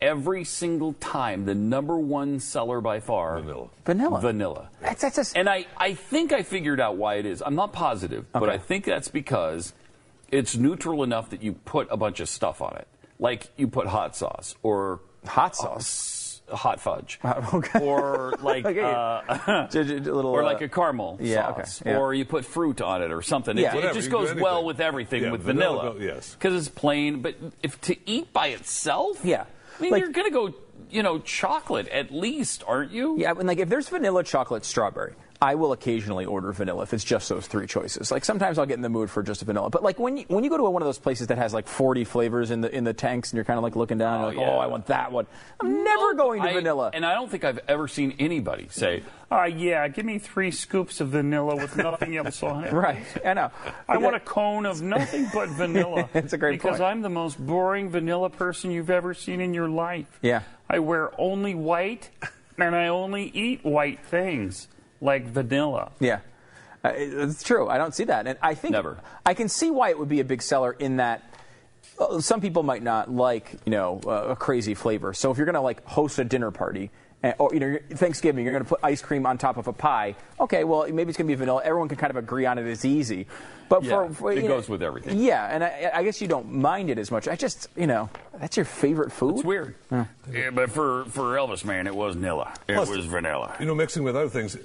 Speaker 1: every single time, the number one seller by far. Vanilla.
Speaker 2: Vanilla.
Speaker 1: Vanilla.
Speaker 2: That's, that's a,
Speaker 1: And I, I think I figured out why it is. I'm not positive, but I think that's because it's neutral enough that you put a bunch of stuff on it. Like you put hot sauce or
Speaker 2: hot sauce,
Speaker 1: hot fudge, or like
Speaker 2: Okay.
Speaker 1: uh,
Speaker 2: little,
Speaker 1: or
Speaker 2: uh,
Speaker 1: like a caramel
Speaker 2: yeah,
Speaker 1: sauce,
Speaker 2: okay, yeah.
Speaker 1: or you put fruit on it or something.
Speaker 2: Yeah.
Speaker 1: It- it,
Speaker 2: Whatever,
Speaker 1: just
Speaker 2: you can do
Speaker 1: goes well
Speaker 2: anything.
Speaker 1: with everything
Speaker 2: Yeah,
Speaker 1: with
Speaker 2: vanilla
Speaker 1: vanilla,
Speaker 2: go- yes.
Speaker 1: because it's plain. But if to eat by itself, yeah, I mean
Speaker 2: Like-
Speaker 1: you're gonna go, you know, chocolate at least, aren't you?
Speaker 2: Yeah, and like if there's vanilla, chocolate, strawberry, I will occasionally order vanilla if it's just those three choices. Like sometimes I'll get in the mood for just a vanilla, but like when you, when you go to one of those places that has like 40 flavors in the in the tanks, and you're kind of like looking down, and like, oh, I want that one. I'm never going to
Speaker 1: I-
Speaker 2: vanilla.
Speaker 1: and I don't think I've ever seen anybody say, "Oh,
Speaker 13: Uh, yeah, give me three scoops of vanilla with nothing else on it.
Speaker 2: Right, I know.
Speaker 13: I want a cone of nothing but vanilla.
Speaker 2: It's a great
Speaker 13: Because
Speaker 2: point.
Speaker 13: I'm the most boring vanilla person you've ever seen in your life.
Speaker 2: Yeah.
Speaker 13: I wear only white, and I only eat white things, like vanilla.
Speaker 2: Yeah. Uh, it- it's true. I don't see that. And I think
Speaker 13: Never.
Speaker 2: I can see why it would be a big seller in that uh, some people might not like, you know, uh, a crazy flavor. So if you're going to like host a dinner party and, or you know, your- Thanksgiving, you're going to put ice cream on top of a pie. Okay, well, maybe it's going to be vanilla. Everyone can kind of agree on it. It's easy. But
Speaker 1: Yeah,
Speaker 2: for, for
Speaker 1: it
Speaker 2: you
Speaker 1: goes with everything.
Speaker 2: Yeah, and I, I guess you don't mind it as much. I just, you know, that's your favorite food. It's
Speaker 1: weird. Yeah, but for, for Elvis, man, it was vanilla. It
Speaker 3: Plus-
Speaker 1: was vanilla.
Speaker 3: You know, mixing with other things,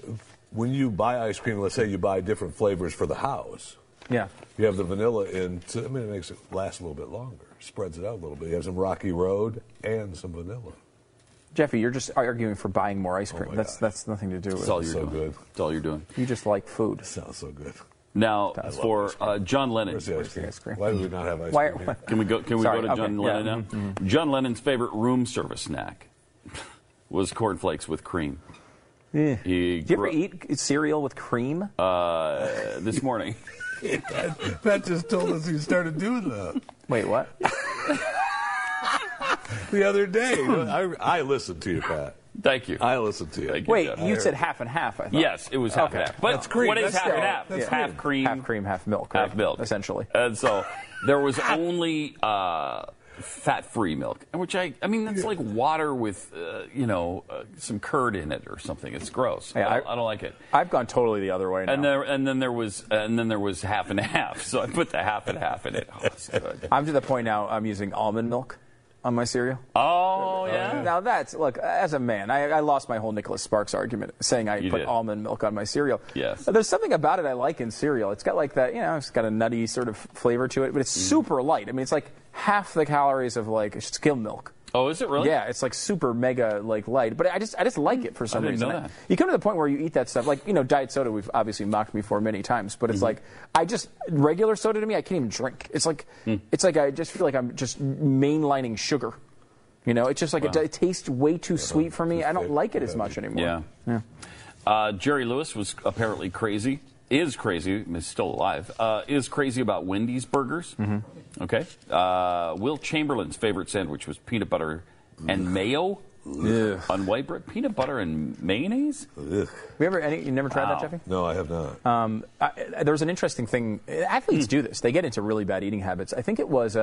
Speaker 3: when you buy ice cream, let's say you buy different flavors for the house.
Speaker 2: Yeah.
Speaker 3: You have the vanilla in, to, I mean, it makes it last a little bit longer, spreads it out a little bit. You have some Rocky Road and some vanilla.
Speaker 2: Jeffy, you're just arguing for buying more ice cream. that's that's nothing to do with
Speaker 1: Oh It's all you're
Speaker 2: So
Speaker 1: doing.
Speaker 2: good.
Speaker 1: It's all you're doing.
Speaker 2: You just like food.
Speaker 3: Sounds so good.
Speaker 1: Now,
Speaker 2: I love
Speaker 1: for uh, John Lennon.
Speaker 3: Why do we not have ice
Speaker 2: Why-
Speaker 3: cream? here?
Speaker 1: Can we go? Can we
Speaker 2: Sorry,
Speaker 1: go to
Speaker 2: okay,
Speaker 1: John
Speaker 2: yeah, Mm-hmm.
Speaker 1: Lennon now? John Lennon's favorite room service snack. was cornflakes with cream.
Speaker 2: Yeah.
Speaker 1: He
Speaker 2: Do you ever
Speaker 1: gro-
Speaker 2: eat cereal with cream?
Speaker 1: Uh, this morning.
Speaker 5: that, that just told us he started doing that
Speaker 2: Wait, what?
Speaker 5: the other day. I, I listened to you, Pat.
Speaker 1: Thank you.
Speaker 5: I listened to you.
Speaker 2: Wait, you said half and half. I thought.
Speaker 1: Yes, it was half
Speaker 2: Okay.
Speaker 1: and half. But
Speaker 2: That's cream.
Speaker 1: what is
Speaker 2: That's
Speaker 1: half and
Speaker 2: still-
Speaker 1: half?
Speaker 2: that's
Speaker 1: It's half
Speaker 2: cream.
Speaker 1: cream.
Speaker 2: Half cream, half milk.
Speaker 1: Half milk,
Speaker 2: essentially.
Speaker 1: And so there was only uh, fat-free milk, and which I, I mean, that's like water with, uh, you know, uh, some curd in it or something. It's gross.
Speaker 2: Yeah,
Speaker 1: I,
Speaker 2: I-
Speaker 1: don't, I don't like it.
Speaker 2: I've gone totally the other way now.
Speaker 1: And there, and then there was, and then there was half and half. So I put the half and half in it. Oh, it's good.
Speaker 2: I'm to the point now. I'm using almond milk on my cereal.
Speaker 1: Oh yeah.
Speaker 2: Now that's look. As a man, I, I lost my whole Nicholas Sparks argument, saying I
Speaker 1: You
Speaker 2: put
Speaker 1: did.
Speaker 2: almond milk on my cereal.
Speaker 1: Yes.
Speaker 2: But there's something about it I like in cereal. It's got like that, you know, it's got a nutty sort of flavor to it, but it's
Speaker 1: Mm.
Speaker 2: super light. I mean, it's like half the calories of like skim milk.
Speaker 1: Oh, is it really? Hmm.
Speaker 2: Yeah, it's like super mega like light, but I just I just like it for some
Speaker 1: I didn't
Speaker 2: reason.
Speaker 1: know that.
Speaker 2: You come to the point where you eat that stuff, like you know, diet soda. We've obviously mocked me for many times, but
Speaker 1: Mm-hmm.
Speaker 2: it's like I just regular soda to me, I can't even drink. It's like
Speaker 1: Hmm.
Speaker 2: it's like I just feel like I'm just mainlining sugar. You know, it's just like it,
Speaker 1: Wow.
Speaker 2: it tastes way too sweet for me. I don't like it as much anymore.
Speaker 1: Yeah. Uh, Jerry Lewis was apparently crazy, is crazy, is still alive, uh, is crazy about Wendy's burgers.
Speaker 2: Mm-hmm.
Speaker 1: Okay. Uh, Will Chamberlain's favorite sandwich was peanut butter and mayo
Speaker 5: Ugh.
Speaker 1: on white bread. Peanut butter and mayonnaise?
Speaker 5: Ugh.
Speaker 2: Have you ever any, you never tried
Speaker 1: Wow.
Speaker 2: that, Jeffy?
Speaker 5: No, I have not.
Speaker 2: Um, I, I- there was an interesting thing. Athletes
Speaker 1: Hmm.
Speaker 2: do this. They get into really bad eating habits. I think it was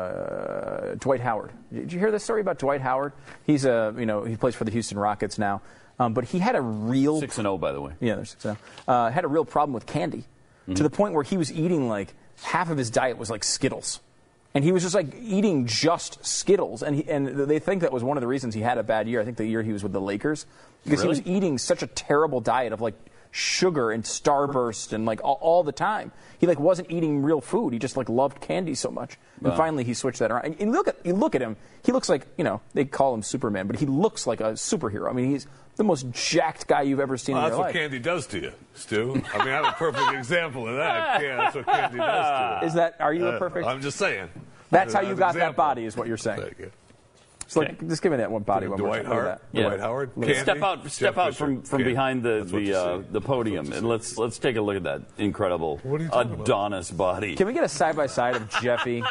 Speaker 2: uh, Dwight Howard. Did you hear this story about Dwight Howard? He's a you know he plays for the Houston Rockets now, um, but he had a real
Speaker 1: Six and zero, by the way.
Speaker 2: yeah, there's six and oh. Uh, had a real problem with candy to
Speaker 1: Mm-hmm.
Speaker 2: the point where he was eating like half of his diet was like Skittles. And he was just like eating just Skittles. And, he, and they think that was one of the reasons he had a bad year. I think the year he was with the Lakers. Because he
Speaker 1: Really?
Speaker 2: was eating such a terrible diet of like sugar and starburst and like all, all the time. He like wasn't eating real food. He just like loved candy so much. And
Speaker 1: Wow.
Speaker 2: finally he switched that around. And you look at you look at him. He looks like you know they call him Superman, but he looks like a superhero. I mean he's the most jacked guy you've ever seen
Speaker 3: Well,
Speaker 2: in your
Speaker 3: that's what
Speaker 2: life.
Speaker 3: candy does to you, Stu. I mean, I'm a perfect example of that. Yeah, that's what candy does to you.
Speaker 2: Is that are you a
Speaker 3: Uh,
Speaker 2: perfect?
Speaker 3: I'm just saying.
Speaker 2: That's how you
Speaker 3: An
Speaker 2: got
Speaker 3: example.
Speaker 2: that body, is what you're saying.
Speaker 3: Thank you.
Speaker 2: So like, just give me that one body. One more
Speaker 3: Dwight
Speaker 2: time. Look at
Speaker 3: Howard?
Speaker 2: that.
Speaker 3: Yeah. Dwight Howard? Candy?
Speaker 1: Step out, step
Speaker 3: Jeff
Speaker 1: out
Speaker 3: Fisher.
Speaker 1: from, from
Speaker 3: Candy.
Speaker 1: behind the
Speaker 3: That's what
Speaker 1: the,
Speaker 3: you
Speaker 1: uh,
Speaker 3: see.
Speaker 1: the podium, and let's let's take a look at that incredible
Speaker 3: What are you talking about?
Speaker 1: Adonis body.
Speaker 2: Can we get a side by side of Jeffy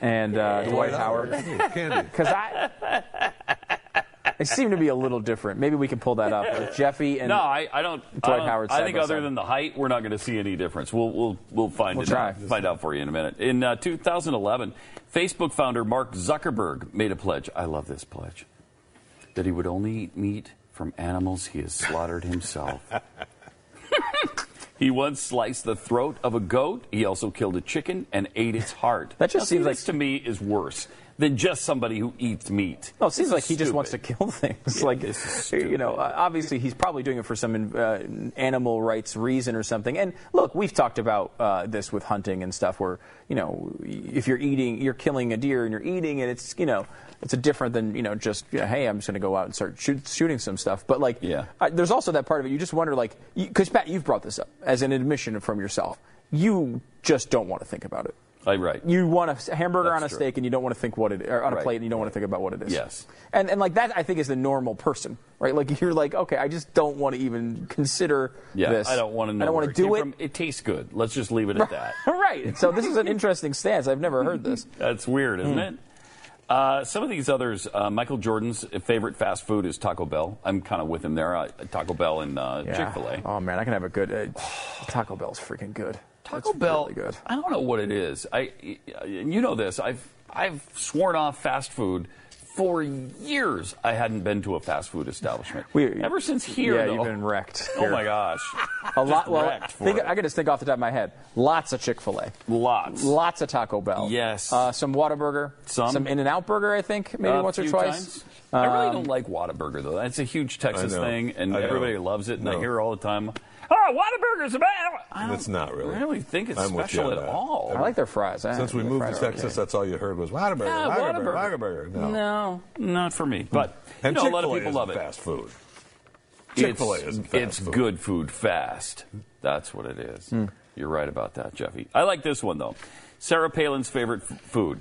Speaker 2: and uh, Dwight Howard?
Speaker 3: Ooh, Candy.
Speaker 2: Because I. They seem to be a little different. Maybe we can pull that up. with Jeffy and
Speaker 1: no, I, I don't. I,
Speaker 2: Dwight
Speaker 1: don't-
Speaker 2: Howard
Speaker 1: I
Speaker 2: side
Speaker 1: think
Speaker 2: by
Speaker 1: other
Speaker 2: side.
Speaker 1: than the height, we're not going to see any difference. We'll we'll we'll find
Speaker 2: We'll
Speaker 1: it
Speaker 2: try.
Speaker 1: out. Find out for you in a minute. In uh, 2011, Facebook founder Mark Zuckerberg made a pledge. I love this pledge that he would only eat meat from animals he has slaughtered himself. he once sliced the throat of a goat. He also killed a chicken and ate its heart.
Speaker 2: That just
Speaker 1: Now, see,
Speaker 2: seems like-
Speaker 1: this to me is worse than just somebody who eats meat.
Speaker 2: No, it seems like
Speaker 1: This is
Speaker 2: he just wants to
Speaker 1: stupid.
Speaker 2: kill things. like, you know, uh, obviously he's probably doing it for some uh, animal rights reason or something. And look, we've talked about uh, this with hunting and stuff, where you know, if you're eating, you're killing a deer and you're eating, and it's you know, it's a different than you know, just you know, hey, I'm just going to go out and start shoot, shooting some stuff. But like,
Speaker 1: Yeah.
Speaker 2: uh, there's also that part of it. You just wonder, like, because Pat, you've brought this up as an admission from yourself. You just don't want to think about it.
Speaker 1: I- right.
Speaker 2: You want a s- hamburger
Speaker 1: That's
Speaker 2: on a
Speaker 1: true.
Speaker 2: steak, and you don't want to think what it or on a
Speaker 1: Right.
Speaker 2: plate, and you don't want to think about what it is.
Speaker 1: Yes.
Speaker 2: And and like that, I think is the normal person, right? Like you're like, okay, I just don't want to even consider
Speaker 1: Yeah,
Speaker 2: this.
Speaker 1: I don't want to know.
Speaker 2: I don't
Speaker 1: where
Speaker 2: want to do
Speaker 1: came
Speaker 2: it.
Speaker 1: from. It tastes good. Let's just leave it at that.
Speaker 2: right. So this is an interesting stance. I've never heard this.
Speaker 1: That's weird,
Speaker 2: Hmm.
Speaker 1: isn't it? Uh, some of these others, uh, Michael Jordan's favorite fast food is Taco Bell. I'm kind of with him there. Uh, Taco Bell and uh, Chick Fil A.
Speaker 2: Oh man, I can have a good uh, Taco Bell's freaking good.
Speaker 1: Taco
Speaker 2: It's
Speaker 1: Bell.
Speaker 2: really good.
Speaker 1: I don't know what it is. I, and you know this. I've I've sworn off fast food. For years, I hadn't been to a fast food establishment.
Speaker 2: We-
Speaker 1: Ever since here,
Speaker 2: yeah,
Speaker 1: though.
Speaker 2: you've been wrecked.
Speaker 1: Oh my gosh,
Speaker 2: A lot. Well,
Speaker 1: wrecked for
Speaker 2: think,
Speaker 1: it.
Speaker 2: I can just think off the top of my head. Lots of Chick Fil A.
Speaker 1: lots.
Speaker 2: Lots of Taco Bell.
Speaker 1: Yes.
Speaker 2: Uh, some Whataburger.
Speaker 1: Some.
Speaker 2: In and Out Burger, I think, maybe
Speaker 1: A
Speaker 2: once or
Speaker 1: Uh, few
Speaker 2: twice.
Speaker 1: times. I really
Speaker 2: Um,
Speaker 1: don't like Whataburger though. That's a huge Texas
Speaker 3: I know.
Speaker 1: thing, and
Speaker 3: I know.
Speaker 1: everybody loves it, and I
Speaker 3: No.
Speaker 1: hear all the time. Oh, Whataburger's a bad. I don't
Speaker 3: It's not really.
Speaker 1: I don't really think it's
Speaker 3: I'm with you
Speaker 1: special
Speaker 3: on
Speaker 1: at
Speaker 3: that.
Speaker 1: all.
Speaker 2: I like their fries. I
Speaker 3: Since we
Speaker 2: their
Speaker 3: moved to
Speaker 2: fries are okay.
Speaker 3: Texas, that's all you heard was Whataburger,
Speaker 1: Yeah,
Speaker 3: Whataburger,
Speaker 1: Whataburger.
Speaker 3: Whataburger. No.
Speaker 1: No, not for me. But
Speaker 3: And
Speaker 1: you know, a
Speaker 3: Chick-fil-A
Speaker 1: lot of people
Speaker 3: isn't
Speaker 1: love it.
Speaker 3: fast food.
Speaker 1: It's,
Speaker 3: Chick-fil-A isn't fast
Speaker 1: it's
Speaker 3: food.
Speaker 1: good food fast. That's what it is.
Speaker 2: Hmm.
Speaker 1: You're right about that, Jeffy. I like this one though. Sarah Palin's favorite f- food: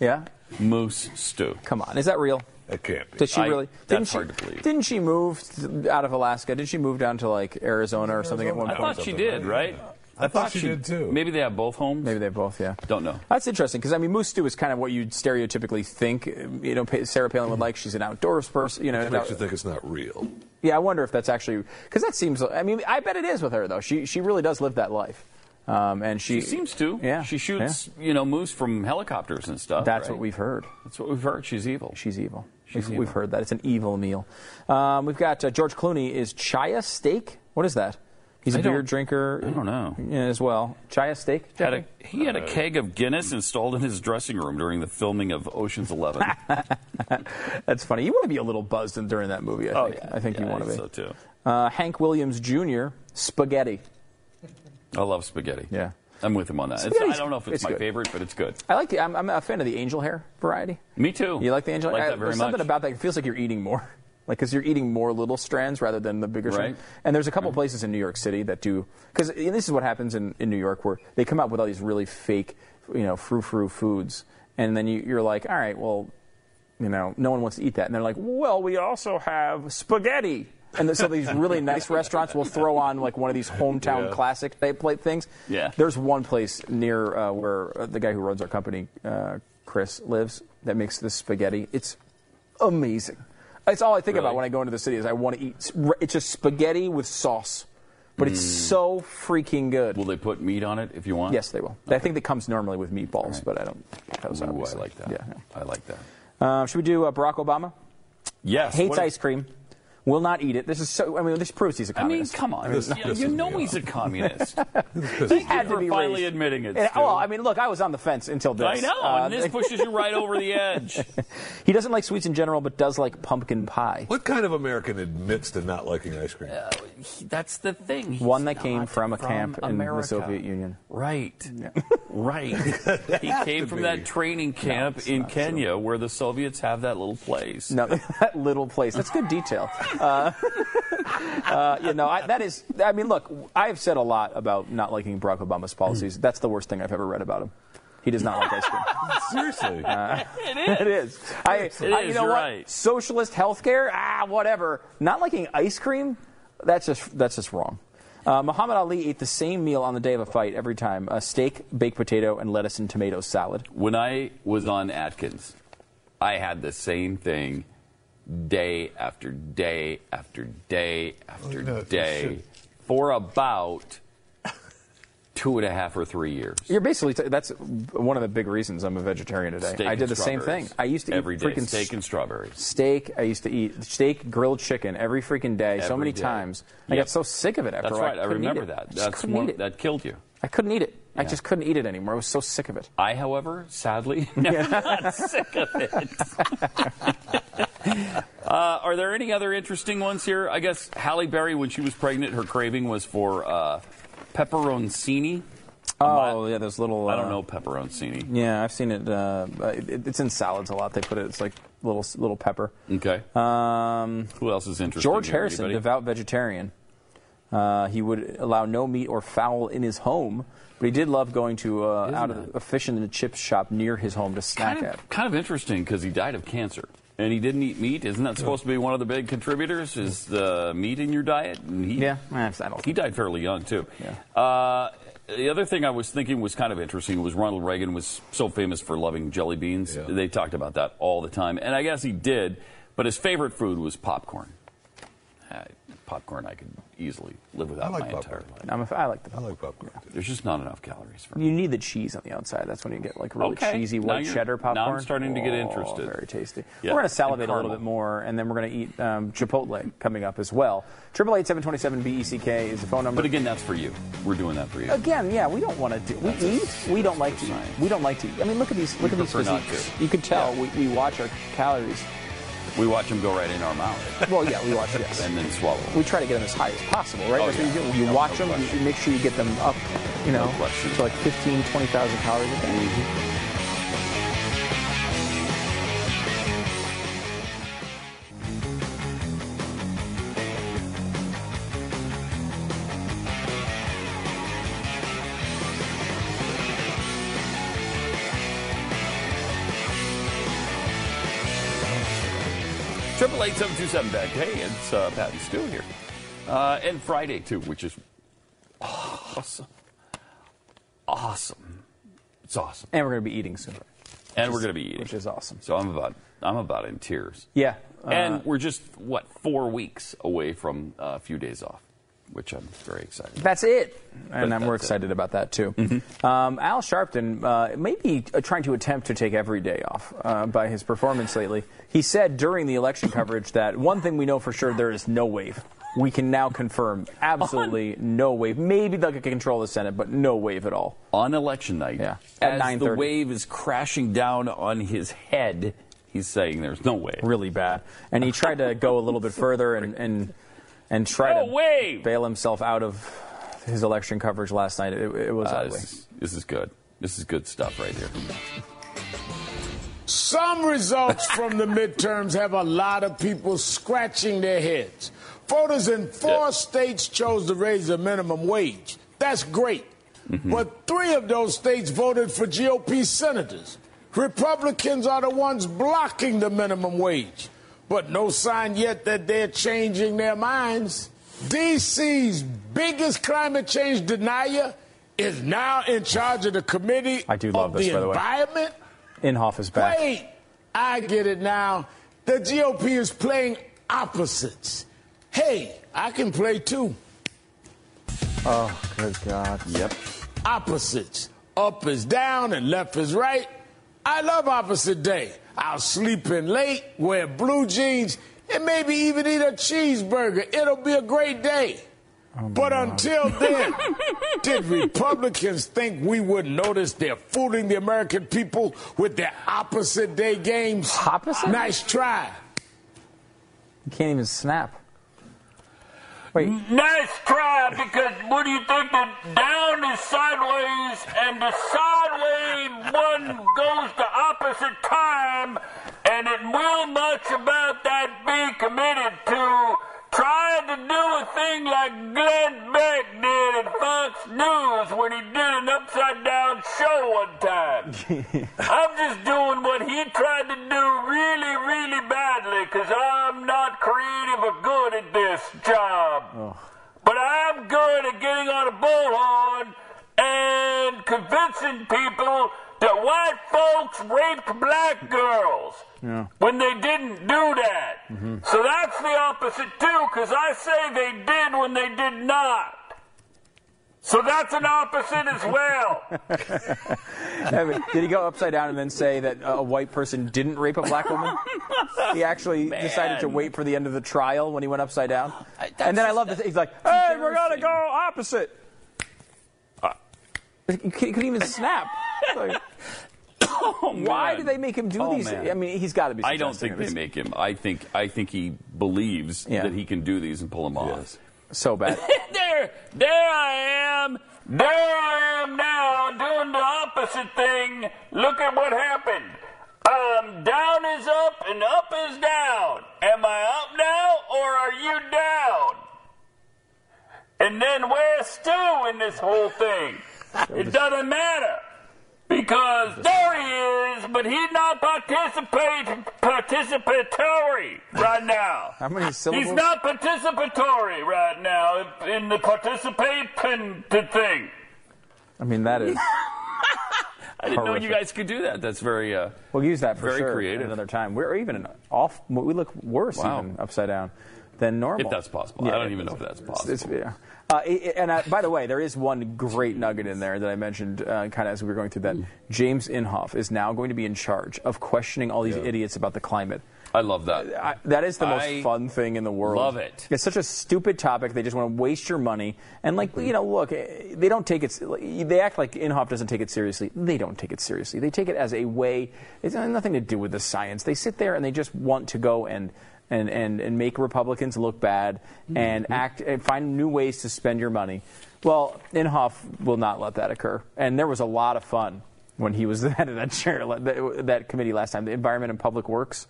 Speaker 2: Yeah.
Speaker 1: moose stew.
Speaker 2: Come on, is that real?
Speaker 3: That can't be.
Speaker 2: Did she really?
Speaker 1: That's
Speaker 2: she,
Speaker 1: hard to believe.
Speaker 2: Didn't she move th- out of Alaska? Did she move down to like Arizona or something at one
Speaker 1: I
Speaker 2: point?
Speaker 1: thought she did, right?
Speaker 3: I thought she did, too.
Speaker 1: Maybe they have both homes. Maybe
Speaker 2: they both, yeah.
Speaker 1: Don't know.
Speaker 2: That's interesting because I mean, moose stew is kind of what you'd stereotypically think. You know, Pa- Sarah Palin would like. She's an outdoors person. You know,
Speaker 3: It makes
Speaker 2: out-
Speaker 3: you think it's not real.
Speaker 2: yeah. I wonder if that's actually because that seems. I mean, I bet it is with her though. She she really does live that life, um, and she,
Speaker 1: She seems to.
Speaker 2: Yeah,
Speaker 1: She shoots, you know, moose from helicopters and stuff.
Speaker 2: That's
Speaker 1: right?
Speaker 2: what we've heard.
Speaker 1: That's what we've heard. She's evil.
Speaker 2: She's evil.
Speaker 1: She's
Speaker 2: we've,
Speaker 1: evil.
Speaker 2: we've heard that. It's an evil meal. Um, we've got uh, George Clooney is chaya steak. What is that? He's a
Speaker 1: I don't-
Speaker 2: beer drinker. I don't
Speaker 1: know.
Speaker 2: as well. Chaya steak.
Speaker 1: Had a,
Speaker 2: Jeffrey?
Speaker 1: he
Speaker 3: Uh,
Speaker 1: had a keg of Guinness installed in his dressing room during the filming of Ocean's Eleven.
Speaker 2: That's funny. You want to be a little buzzed in- during that movie. I
Speaker 1: Oh,
Speaker 2: think.
Speaker 1: yeah.
Speaker 2: I think
Speaker 1: Yeah,
Speaker 2: you
Speaker 1: I
Speaker 2: want to be.
Speaker 1: think so, too.
Speaker 2: Uh, Hank Williams Jr. Spaghetti.
Speaker 1: I love spaghetti.
Speaker 2: Yeah.
Speaker 1: I'm with him on that. It's, I
Speaker 2: Spaghetti's-
Speaker 1: don't know if it's,
Speaker 2: it's
Speaker 1: my
Speaker 2: good.
Speaker 1: favorite, but it's good.
Speaker 2: I like the. I'm, I'm a fan of the angel hair variety.
Speaker 1: Me too.
Speaker 2: You like the angel?
Speaker 1: Like
Speaker 2: hair?
Speaker 1: that very
Speaker 2: there's something
Speaker 1: much.
Speaker 2: about that. It feels like you're eating more, like because you're eating more little strands rather than the bigger. strand.
Speaker 1: Right. Mm-hmm.
Speaker 2: And there's a couple places in New York City that do because this is what happens in, in New York where they come out with all these really fake, you know, frou frou foods, and then you, you're like, all right, well, you know, no one wants to eat that, and they're like, well, we also have spaghetti. And then- so these really nice restaurants will throw on like one of these hometown
Speaker 1: Yeah.
Speaker 2: classic type plate things.
Speaker 1: Yeah.
Speaker 2: There's one place near uh, where uh, the guy who runs our company, uh, Chris, lives that makes this spaghetti. It's amazing. It's all I think about
Speaker 1: Really?
Speaker 2: when I go into the city is I want to eat. s- r- It's just spaghetti with sauce, but it's
Speaker 1: Mm.
Speaker 2: so freaking good.
Speaker 1: Will they put meat on it if you want?
Speaker 2: yes, they will. I think that comes normally with meatballs, but I don't. That was
Speaker 1: Ooh, I
Speaker 2: obviously-
Speaker 1: like that.
Speaker 2: Yeah.
Speaker 1: I like that.
Speaker 2: Uh, should we do uh, Barack Obama?
Speaker 1: Yes.
Speaker 2: Hates
Speaker 1: what-
Speaker 2: ice cream. Will not eat it. This is so. I mean, this proves he's a
Speaker 1: I mean,
Speaker 2: communist.
Speaker 1: come on.
Speaker 2: This
Speaker 1: Yeah,
Speaker 2: pisses
Speaker 1: you
Speaker 2: me
Speaker 1: know he's a communist.
Speaker 2: he had
Speaker 1: for
Speaker 2: to be raised.
Speaker 1: finally admitting it.
Speaker 2: And-
Speaker 1: Stu.
Speaker 2: well, I mean, look, I was on the fence until this.
Speaker 1: I know,
Speaker 2: Uh,
Speaker 1: and this pushes you right over the edge.
Speaker 2: he doesn't like sweets in general, but does like pumpkin pie.
Speaker 3: What kind of American admits to not liking ice cream?
Speaker 1: Uh, That's the thing. He's
Speaker 2: One that came
Speaker 1: not
Speaker 2: from a camp in the
Speaker 1: America.
Speaker 2: Soviet Union.
Speaker 1: Right. Right. he came from that training camp in Kenya where the Soviets have that little place.
Speaker 2: No, that little place. That's good detail. Uh, uh, you know, I, that is. I mean, look, I've said a lot about not liking Barack Obama's
Speaker 1: Mm.
Speaker 2: policies. That's the worst thing I've ever read about him. He does not like ice cream.
Speaker 3: Seriously.
Speaker 2: it is. I, I- you
Speaker 1: is,
Speaker 2: know
Speaker 1: you're
Speaker 2: what?
Speaker 1: right.
Speaker 2: Socialist healthcare, ah, whatever. Not liking ice cream, that's just that's just wrong. Uh, Muhammad Ali ate the same meal on the day of a fight every time: a steak, baked potato, and lettuce and tomato salad.
Speaker 1: When I was on Atkins, I had the same thing day after day after day after
Speaker 3: no, that's
Speaker 1: day
Speaker 3: bullshit.
Speaker 1: for about two and a half or three years.
Speaker 2: You're basically t- that's one of the big reasons I'm a vegetarian today.
Speaker 1: Steak
Speaker 2: I did
Speaker 1: and
Speaker 2: the same thing.
Speaker 1: strawberries.
Speaker 2: I used to
Speaker 1: Every
Speaker 2: eat
Speaker 1: day,
Speaker 2: freaking
Speaker 1: steak and strawberries.
Speaker 2: steak. I used to eat steak, grilled chicken every freaking day, so
Speaker 1: Every
Speaker 2: many
Speaker 1: day.
Speaker 2: times. I
Speaker 1: Yep.
Speaker 2: got so sick of it after.
Speaker 1: That's
Speaker 2: a while,
Speaker 1: right. I
Speaker 2: couldn't eat
Speaker 1: remember
Speaker 2: it.
Speaker 1: that.
Speaker 2: I just
Speaker 1: That's
Speaker 2: couldn't
Speaker 1: one
Speaker 2: eat it.
Speaker 1: that killed you.
Speaker 2: I couldn't eat it. I
Speaker 1: Yeah.
Speaker 2: just couldn't eat it anymore. I was so sick of it.
Speaker 1: I, however, sadly, never got sick of it. uh, are there any other interesting ones here? I guess Halle Berry, when she was pregnant, her craving was for uh, pepperoncini.
Speaker 2: Oh yeah, those little.
Speaker 1: I don't
Speaker 2: uh,
Speaker 1: know pepperoncini.
Speaker 2: Yeah, I've seen it, uh, it. It's in salads a lot. They put it. It's like little little pepper.
Speaker 1: Okay.
Speaker 2: Um,
Speaker 1: Who else is interested?
Speaker 2: George Harrison, devout vegetarian. Uh, he would allow no meat or fowl in his home, but he did love going to uh,
Speaker 1: Isn't
Speaker 2: out
Speaker 1: it?
Speaker 2: of a fish and chip shop near his home to snack
Speaker 1: Kind
Speaker 2: at.
Speaker 1: of, kind of interesting because he died of cancer and he didn't eat meat. Isn't that supposed to be one of the big contributors? Is the meat in your diet? And he,
Speaker 2: Yeah, I don't.
Speaker 1: He died fairly young too. Uh, the other thing I was thinking was kind of interesting was Ronald Reagan was so famous for loving jelly beans. They talked about that all the time, and I guess he did. But his favorite food was popcorn. Uh, popcorn, I could easily live without
Speaker 3: like
Speaker 1: my
Speaker 3: popcorn.
Speaker 1: entire life.
Speaker 2: I'm a, I like the.
Speaker 3: I like popcorn.
Speaker 1: There's just not enough calories for me.
Speaker 2: You need the cheese on the outside. That's when you get like really
Speaker 1: Okay.
Speaker 2: cheesy
Speaker 1: Now
Speaker 2: white
Speaker 1: you're-
Speaker 2: cheddar
Speaker 1: now I'm
Speaker 2: popcorn.
Speaker 1: starting to get
Speaker 2: Oh,
Speaker 1: interested.
Speaker 2: Very tasty.
Speaker 1: Yeah,
Speaker 2: We're going
Speaker 1: and
Speaker 2: to salivate a little
Speaker 1: caramel.
Speaker 2: bit more, and then we're going to eat um, Chipotle coming up as well. Triple eight seven twenty seven B E C K is the phone number.
Speaker 1: But again, that's for you. We're doing that for you.
Speaker 2: Again, yeah, we don't want to do. We eat. We don't like to. Eat. We don't like to. Eat. I mean, look at these. Look at
Speaker 1: We
Speaker 2: these
Speaker 1: prefer not
Speaker 2: physiques.
Speaker 1: to.
Speaker 2: You can tell we, we watch our calories.
Speaker 1: We watch them go right in our mouth.
Speaker 2: Well, yeah, we watch. Yes,
Speaker 1: and then swallow.
Speaker 2: we try to get them as high as possible, right?
Speaker 1: Oh,
Speaker 2: That's what
Speaker 1: yeah.
Speaker 2: you do. You
Speaker 1: No-
Speaker 2: watch them.
Speaker 1: no
Speaker 2: You
Speaker 1: question.
Speaker 2: make sure you get them up. You know,
Speaker 1: No question. Mm-hmm.
Speaker 2: to like 15, 20,000 calories a day.
Speaker 1: Triple eight seven two seven back. Hey, it's uh, Pat and Stu here, uh, and Friday too, which is awesome, awesome. It's awesome.
Speaker 2: And we're going to be eating soon.
Speaker 1: And we're going to be eating, which
Speaker 2: is awesome.
Speaker 1: So I'm about I'm about in tears.
Speaker 2: Yeah. uh,
Speaker 1: and we're just what four weeks away from uh, a few days off, which I'm very excited.
Speaker 2: That's it.
Speaker 1: But
Speaker 2: And I'm, we're
Speaker 1: that's it. Mm-hmm.
Speaker 2: excited about that too. Um, Al Sharpton uh, may be uh, trying to attempt to take every day off uh, by his performance lately. He said during the election coverage that one thing we know for sure there is no wave. We can now confirm absolutely no wave. Maybe they'll get control of the Senate, but no wave at all
Speaker 1: on election night. Yeah,
Speaker 2: at
Speaker 1: As the
Speaker 2: 9:30.
Speaker 1: wave is crashing down on his head, he's saying there's no wave.
Speaker 2: Really bad. And he tried to go a little bit further and and and try
Speaker 1: No
Speaker 2: to
Speaker 1: wave!
Speaker 2: bail himself out of his election coverage last night. It, it was
Speaker 1: Uh,
Speaker 2: ugly.
Speaker 1: this, is, this is good. This is good stuff right here.
Speaker 16: Some results from the midterms have a lot of people scratching their heads. Voters in four states chose to raise the minimum wage. That's great.
Speaker 2: Mm-hmm.
Speaker 16: But three of those states voted for GOP senators. Republicans are the ones blocking the minimum wage. But no sign yet that they're changing their minds. DC's biggest climate change denier is now in charge of the committee
Speaker 2: I do love
Speaker 16: of
Speaker 2: this,
Speaker 16: the
Speaker 2: by the way.
Speaker 16: environment.
Speaker 2: Inhofe is back.
Speaker 16: Wait, I get it now. The GOP is playing opposites. Hey, I can play too.
Speaker 2: Oh, good God.
Speaker 1: Yep.
Speaker 16: Opposites. Up is down and left is right. I love opposite day. I'll sleep in late, wear blue jeans, and maybe even eat a cheeseburger. It'll be a great day. but until then, did Republicans think we wouldn't notice they're fooling the American people with their opposite day games? Opposite? Nice try.
Speaker 2: You can't even snap. Wait.
Speaker 13: Nice try, because what do you think? The down is sideways, and the sideways one goes the opposite time, and it will much about that be committed to trying to do a thing like Glenn Beck did at Fox News when he did an upside down show one time. I'm just doing what he tried to do really, really badly because I'm not creative or good at this job. But I'm good at getting on a bullhorn and convincing people that white folks raped black girls
Speaker 17: Yeah.
Speaker 13: when they didn't do that.
Speaker 2: Mm-hmm.
Speaker 13: So that's the opposite, too, because I say they did when they did not. So that's an opposite as well.
Speaker 2: I mean, did he go upside down and then say that a white person didn't rape a black woman? He actually decided to
Speaker 1: Man.
Speaker 2: wait for the end of the trial when he went upside down. and then I love this. He's like, hey, we're going to go opposite.
Speaker 1: Uh.
Speaker 2: You c- couldn't even snap. Like, why
Speaker 1: Oh, man.
Speaker 2: did they make him do
Speaker 1: Oh,
Speaker 2: these?
Speaker 1: man.
Speaker 2: I mean, he's got to be.
Speaker 1: I don't
Speaker 2: suggesting
Speaker 1: think they
Speaker 2: this.
Speaker 1: make him. I think I think he believes that he can do these and pull them off.
Speaker 2: so bad.
Speaker 13: there, there I am. There I am now, doing the opposite thing. Look at what happened. Um, down is up and up is down. Am I up now or are you down? And then where's Stu in this whole thing? It doesn't matter. Because there he is, but he's not participate, participatory right now.
Speaker 2: How many syllables?
Speaker 13: He's not participatory right now in the participation thing.
Speaker 2: I mean, that is.
Speaker 1: I didn't know you guys could do that. That's very. Uh,
Speaker 2: We'll use that for
Speaker 1: Very
Speaker 2: sure
Speaker 1: creative.
Speaker 2: another time. We're even off. We look worse
Speaker 1: Wow.
Speaker 2: even upside down than normal.
Speaker 1: If that's possible. I don't even know if that's
Speaker 2: it's- it's- yeah. Uh, it- it- and uh, by the way, there is one great nugget in there that I mentioned uh, kind of as we were going through
Speaker 1: Mm.
Speaker 2: that. James Inhofe is now going to be in charge of questioning all these idiots about the climate.
Speaker 1: I love that.
Speaker 2: I, that is the most
Speaker 1: I
Speaker 2: fun thing in the world.
Speaker 1: love it.
Speaker 2: It's such a stupid topic. They just want to waste your money. And like
Speaker 1: Mm-hmm.
Speaker 2: you know, look, eh, they don't take it. They act like Inhofe doesn't take it seriously. They don't take it seriously. They take it as a way. It's got nothing to do with the science. They sit there and they just want to go and. And, and, and make Republicans look bad
Speaker 1: Mm-hmm.
Speaker 2: and act and find new ways to spend your money. Well, Inhofe will not let that occur. And there was a lot of fun when he was head of that chair, that, that committee last time, the Environment and Public Works.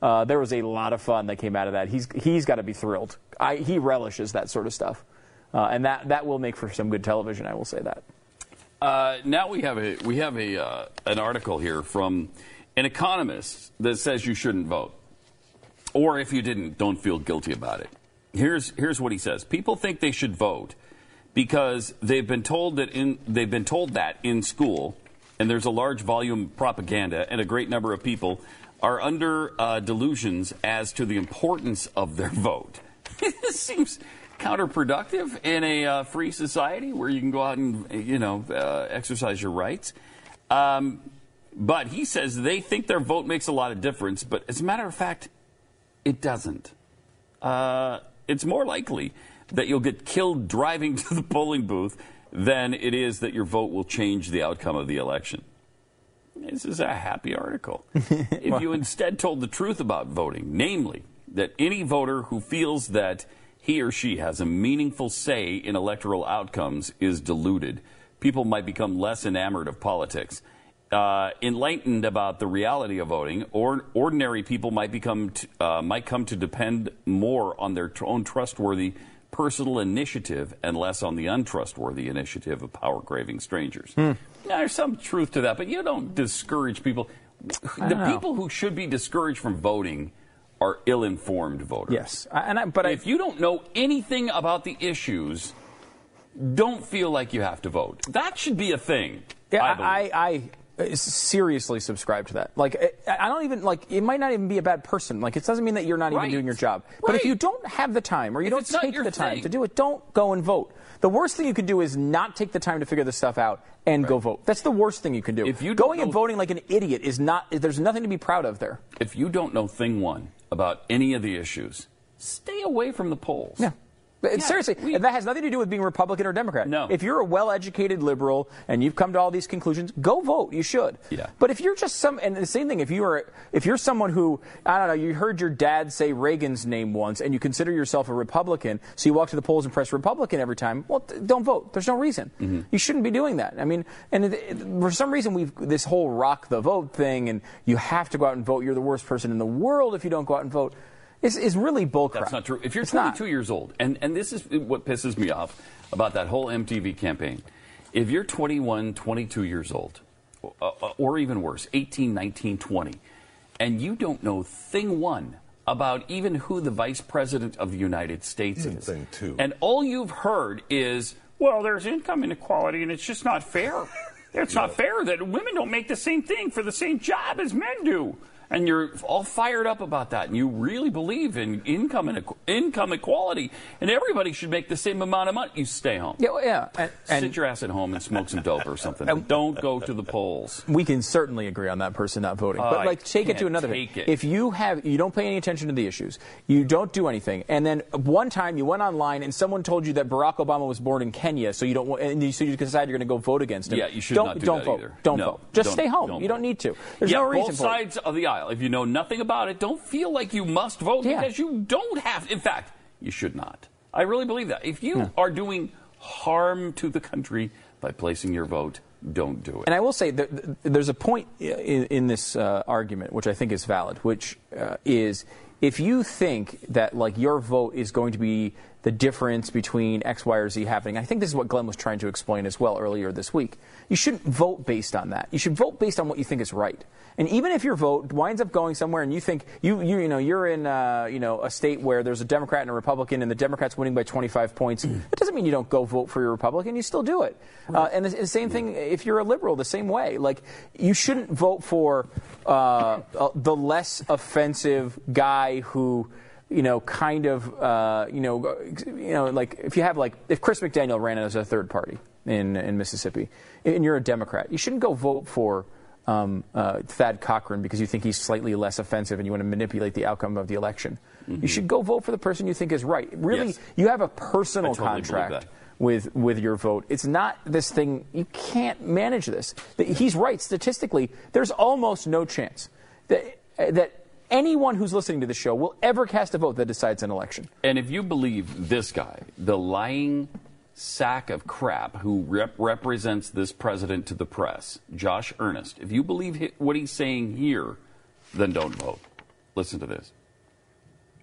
Speaker 2: Uh, there was a lot of fun that came out of that. He's he's got to be thrilled. I, he relishes that sort of stuff, uh, and that that will make for some good television. I will say that.
Speaker 1: Uh, now we have a we have a uh, an article here from an economist that says you shouldn't vote, Or if you didn't, don't feel guilty about it. Here's here's what he says. People think they should vote because they've been told that in they've been told that in school, and there's a large volume of propaganda, and a great number of people are under uh, delusions as to the importance of their vote. it seems counterproductive in a uh, free society where you can go out and you know uh, exercise your rights. Um, but he says they think their vote makes a lot of difference, but as a matter of fact, it doesn't. Uh, it's more likely that you'll get killed driving to the polling booth than it is that your vote will change the outcome of the election. This is a happy article. if you instead told the truth about voting, namely that any voter who feels that he or she has a meaningful say in electoral outcomes is deluded, people might become less enamored of politics. Uh, enlightened about the reality of voting, or ordinary people might become t- uh, might come to depend more on their tr- own trustworthy personal initiative and less on the untrustworthy initiative of power craving strangers.
Speaker 2: Hmm.
Speaker 1: Now, there's some truth to that, but you don't discourage people. The people who should be discouraged from voting are ill-informed voters.
Speaker 2: Yes, and I, but
Speaker 1: if you don't know anything about the issues, don't feel like you have to vote. That should be a thing.
Speaker 2: Yeah,
Speaker 1: I believe.
Speaker 2: I, I, I seriously subscribe to that. Like, I I don't even like. It might not even be a bad person. Like, it doesn't mean that you're not
Speaker 1: Right.
Speaker 2: even doing your job. But if you don't have the time or you don't
Speaker 1: it's not
Speaker 2: take
Speaker 1: your
Speaker 2: the time
Speaker 1: thing.
Speaker 2: to do it, don't go and vote. The worst thing you could do is not take the time to figure this stuff out and go vote. That's the worst thing you can do. If you going and voting like an idiot is not. There's nothing to be proud of there.
Speaker 1: if you don't know thing one about any of the issues, stay away from the polls. Yeah.
Speaker 2: But Seriously, and that has nothing to do with being Republican or Democrat. No. If you're a well-educated liberal and you've come to all these conclusions, go vote. You should. Yeah. But if you're just some, and the same thing, if you are, if you're someone who, I don't know, you heard your dad say Reagan's name once, and you consider yourself a Republican, so you walk to the polls and press Republican every time. Well, th- don't vote. There's no reason. You shouldn't be doing that. I mean, and it, it- for some reason, we've this whole rock the vote thing, and you have to go out and vote. You're the worst person in the world if you don't go out and vote. Is is really bullcrap.
Speaker 1: That's not true. If you're 22 years old, and, and this is what pisses me off about that whole MTV campaign. If you're 21, 22 years old, or, or even worse, 18, 19, 20, and you don't know thing one about even who the vice president of the United States is, thing two. and all you've heard is, well, there's income inequality and it's just not fair. It's not fair that women don't make the same thing for the same job as men do. And you're all fired up about that, and you really believe in income and income equality, and everybody should make the same amount of money. You stay home.
Speaker 2: Yeah, well, yeah. And, and-
Speaker 1: Sit your ass at home and smoke some dope or something. Don't go to the polls.
Speaker 2: We can certainly agree on that person not voting,
Speaker 1: Oh,
Speaker 2: but
Speaker 1: I
Speaker 2: like take it to
Speaker 1: can't
Speaker 2: another.
Speaker 1: take
Speaker 2: thing.
Speaker 1: it.
Speaker 2: If you have, you don't pay any attention to the issues, you don't do anything, and then one time you went online and someone told you that Barack Obama was born in Kenya, so you don't, wa- and you, so you decide you're going to go vote against him.
Speaker 1: Yeah, you should
Speaker 2: don't,
Speaker 1: not do
Speaker 2: not
Speaker 1: that
Speaker 2: vote.
Speaker 1: either.
Speaker 2: Don't
Speaker 1: No,
Speaker 2: vote. Just
Speaker 1: don't-
Speaker 2: stay home.
Speaker 1: don't
Speaker 2: you don't
Speaker 1: vote.
Speaker 2: need to. There's
Speaker 1: yeah,
Speaker 2: no reason
Speaker 1: both
Speaker 2: for it.
Speaker 1: sides of the aisle. If you know nothing about it, don't feel like you must vote because you don't have. In fact, you should not. I really believe that. If you are doing harm to the country by placing your vote, don't do it.
Speaker 2: And I will say that th- there's a point i- in, in this uh, argument which I think is valid, which uh, is if you think that like your vote is going to be the difference between X, Y, or Z happening, I think this is what Glenn was trying to explain as well earlier this week. You shouldn't vote based on that. You should vote based on what you think is right. And even if your vote winds up going somewhere, and you think you you, you know you're in uh, you know a state where there's a Democrat and a Republican, and the Democrat's winning by 25 points, that doesn't mean you don't go vote for your Republican. You still do it. Uh, and the, the same thing if you're a liberal, the same way. Like you shouldn't vote for uh, uh, the less offensive guy who. You know, kind of, uh, you know, you know, like if you have like if Chris McDaniel ran as a third party in in Mississippi, and you're a Democrat, you shouldn't go vote for um, uh, Thad Cochran because you think he's slightly less offensive and you want to manipulate the outcome of the election. You should go vote for the person you think is right. Really,
Speaker 1: Mm-hmm. Yes.
Speaker 2: you have a personal
Speaker 1: I totally believe
Speaker 2: contract
Speaker 1: that.
Speaker 2: with with your vote. It's not this thing. You can't manage this. The- He's right statistically. There's almost no chance that that anyone who's listening to the show will ever cast a vote that decides an election.
Speaker 1: And if you believe this guy, the lying sack of crap who rep- represents this president to the press, Josh Earnest, if you believe hi- what he's saying here, then don't vote. Listen to this.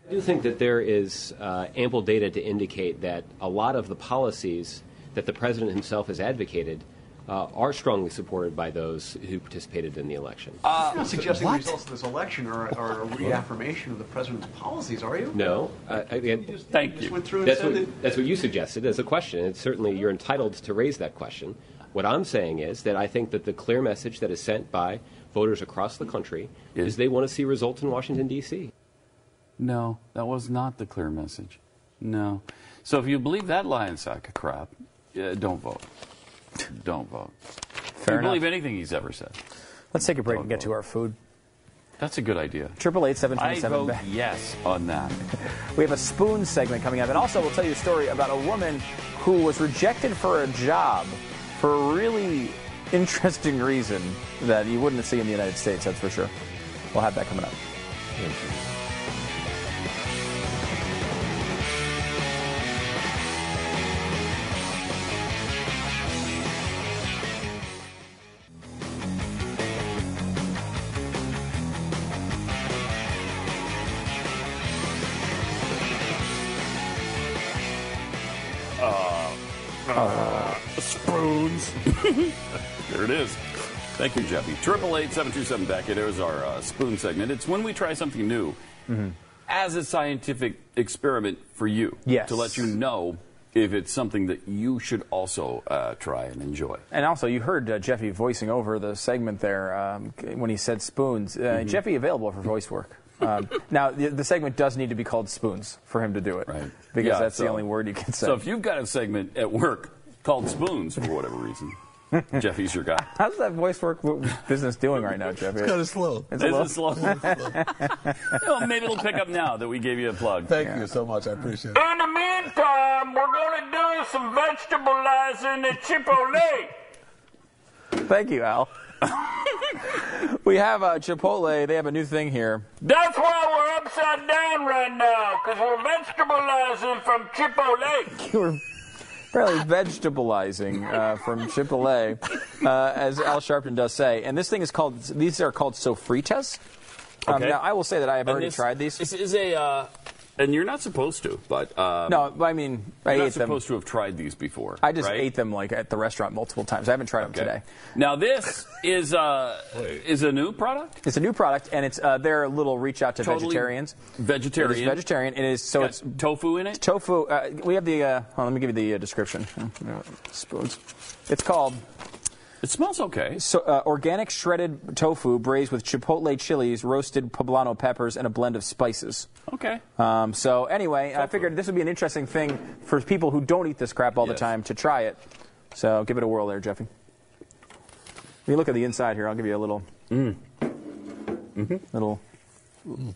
Speaker 10: I do think that there is uh, ample data to indicate that a lot of the policies that the president himself has advocated uh, are strongly supported by those who participated in the election.
Speaker 17: Uh, You're not suggesting
Speaker 10: what?
Speaker 17: the results of this election are, are a reaffirmation of the president's policies, are you?
Speaker 10: No. Uh, I, I,
Speaker 17: Thank you. just went through and
Speaker 10: that's,
Speaker 17: said
Speaker 10: what, that's what you suggested as a question. And certainly you're entitled to raise that question. What I'm saying is that I think that the clear message that is sent by voters across the country is they want to see results in Washington, D.C.
Speaker 1: No, that was not the clear message. No. So if you believe that lion sack of crap, uh, don't vote. Don't vote.
Speaker 2: Fair
Speaker 1: you believe
Speaker 2: enough.
Speaker 1: anything he's ever said.
Speaker 2: Let's take a break and get to our food.
Speaker 1: That's a good idea.
Speaker 2: Triple eight seven
Speaker 1: I
Speaker 2: twenty seven.
Speaker 1: vote yes on that.
Speaker 2: We have a spoon segment coming up, and also we'll tell you a story about a woman who was rejected for a job for a really interesting reason that you wouldn't see in the United States. That's for sure. We'll have that coming up.
Speaker 1: Uh, uh, spoons. there it is. Thank you, Jeffy. Triple eight seven two seven back. It is our uh, spoon segment. It's when we try something new
Speaker 13: Mm-hmm.
Speaker 1: as a scientific experiment for you.
Speaker 2: Yes.
Speaker 1: To let you know if it's something that you should also uh, try and enjoy.
Speaker 2: And also, you heard uh, Jeffy voicing over the segment there um, c- when he said spoons. Uh,
Speaker 1: Mm-hmm.
Speaker 2: Jeffy available for voice work. Um, now, the, the segment does need to be called spoons for him to do it, right? Because
Speaker 1: Yeah,
Speaker 2: that's
Speaker 1: so-
Speaker 2: the only word you can say.
Speaker 1: So if you've got a segment at work called spoons for whatever reason, Jeffy's your guy.
Speaker 2: How's that voice work w- business doing right now, Jeffy?
Speaker 1: It's kinda
Speaker 2: slow.
Speaker 1: Is it slow? well, maybe it'll pick up now that we gave you a plug. Thank you so much. I appreciate it.
Speaker 13: In the meantime, we're going to do some vegetable in the Chipotle.
Speaker 2: Thank you, Al. we have uh, Chipotle. They have a new thing here.
Speaker 13: That's why we're upside down right now, because we're vegetableizing from Chipotle.
Speaker 2: You're really vegetableizing uh, from Chipotle, uh, as Al Sharpton does say. And this thing is called. These are called sofritas. Um,
Speaker 1: Okay.
Speaker 2: Now, I will say that I have
Speaker 1: And
Speaker 2: already
Speaker 1: this-
Speaker 2: tried these.
Speaker 1: This is a. Uh, and you're not supposed to, but um,
Speaker 2: No, I mean, I
Speaker 1: you're not
Speaker 2: ate them.
Speaker 1: supposed to have tried these before.
Speaker 2: I just
Speaker 1: right?
Speaker 2: ate them like at the restaurant multiple times. I haven't tried them today.
Speaker 1: Now this is uh, is a new product.
Speaker 2: It's a new product, and it's uh, their little reach out to
Speaker 1: Totally
Speaker 2: vegetarians.
Speaker 1: vegetarian.
Speaker 2: It is vegetarian. It is so
Speaker 1: Got
Speaker 2: it's
Speaker 1: tofu in it.
Speaker 2: Tofu. Uh, we have the. Uh, well, let me give you the uh, description. Spoons. It's called.
Speaker 1: It smells okay.
Speaker 2: So, uh, organic shredded tofu braised with chipotle chilies, roasted poblano peppers, and a blend of spices.
Speaker 1: Okay.
Speaker 2: Um, so anyway, I figured this would be an interesting thing for people who don't eat this crap all the time to try it. So give it a whirl there, Jeffy. If you look at the inside here, I'll give you a little
Speaker 1: Mm.
Speaker 2: little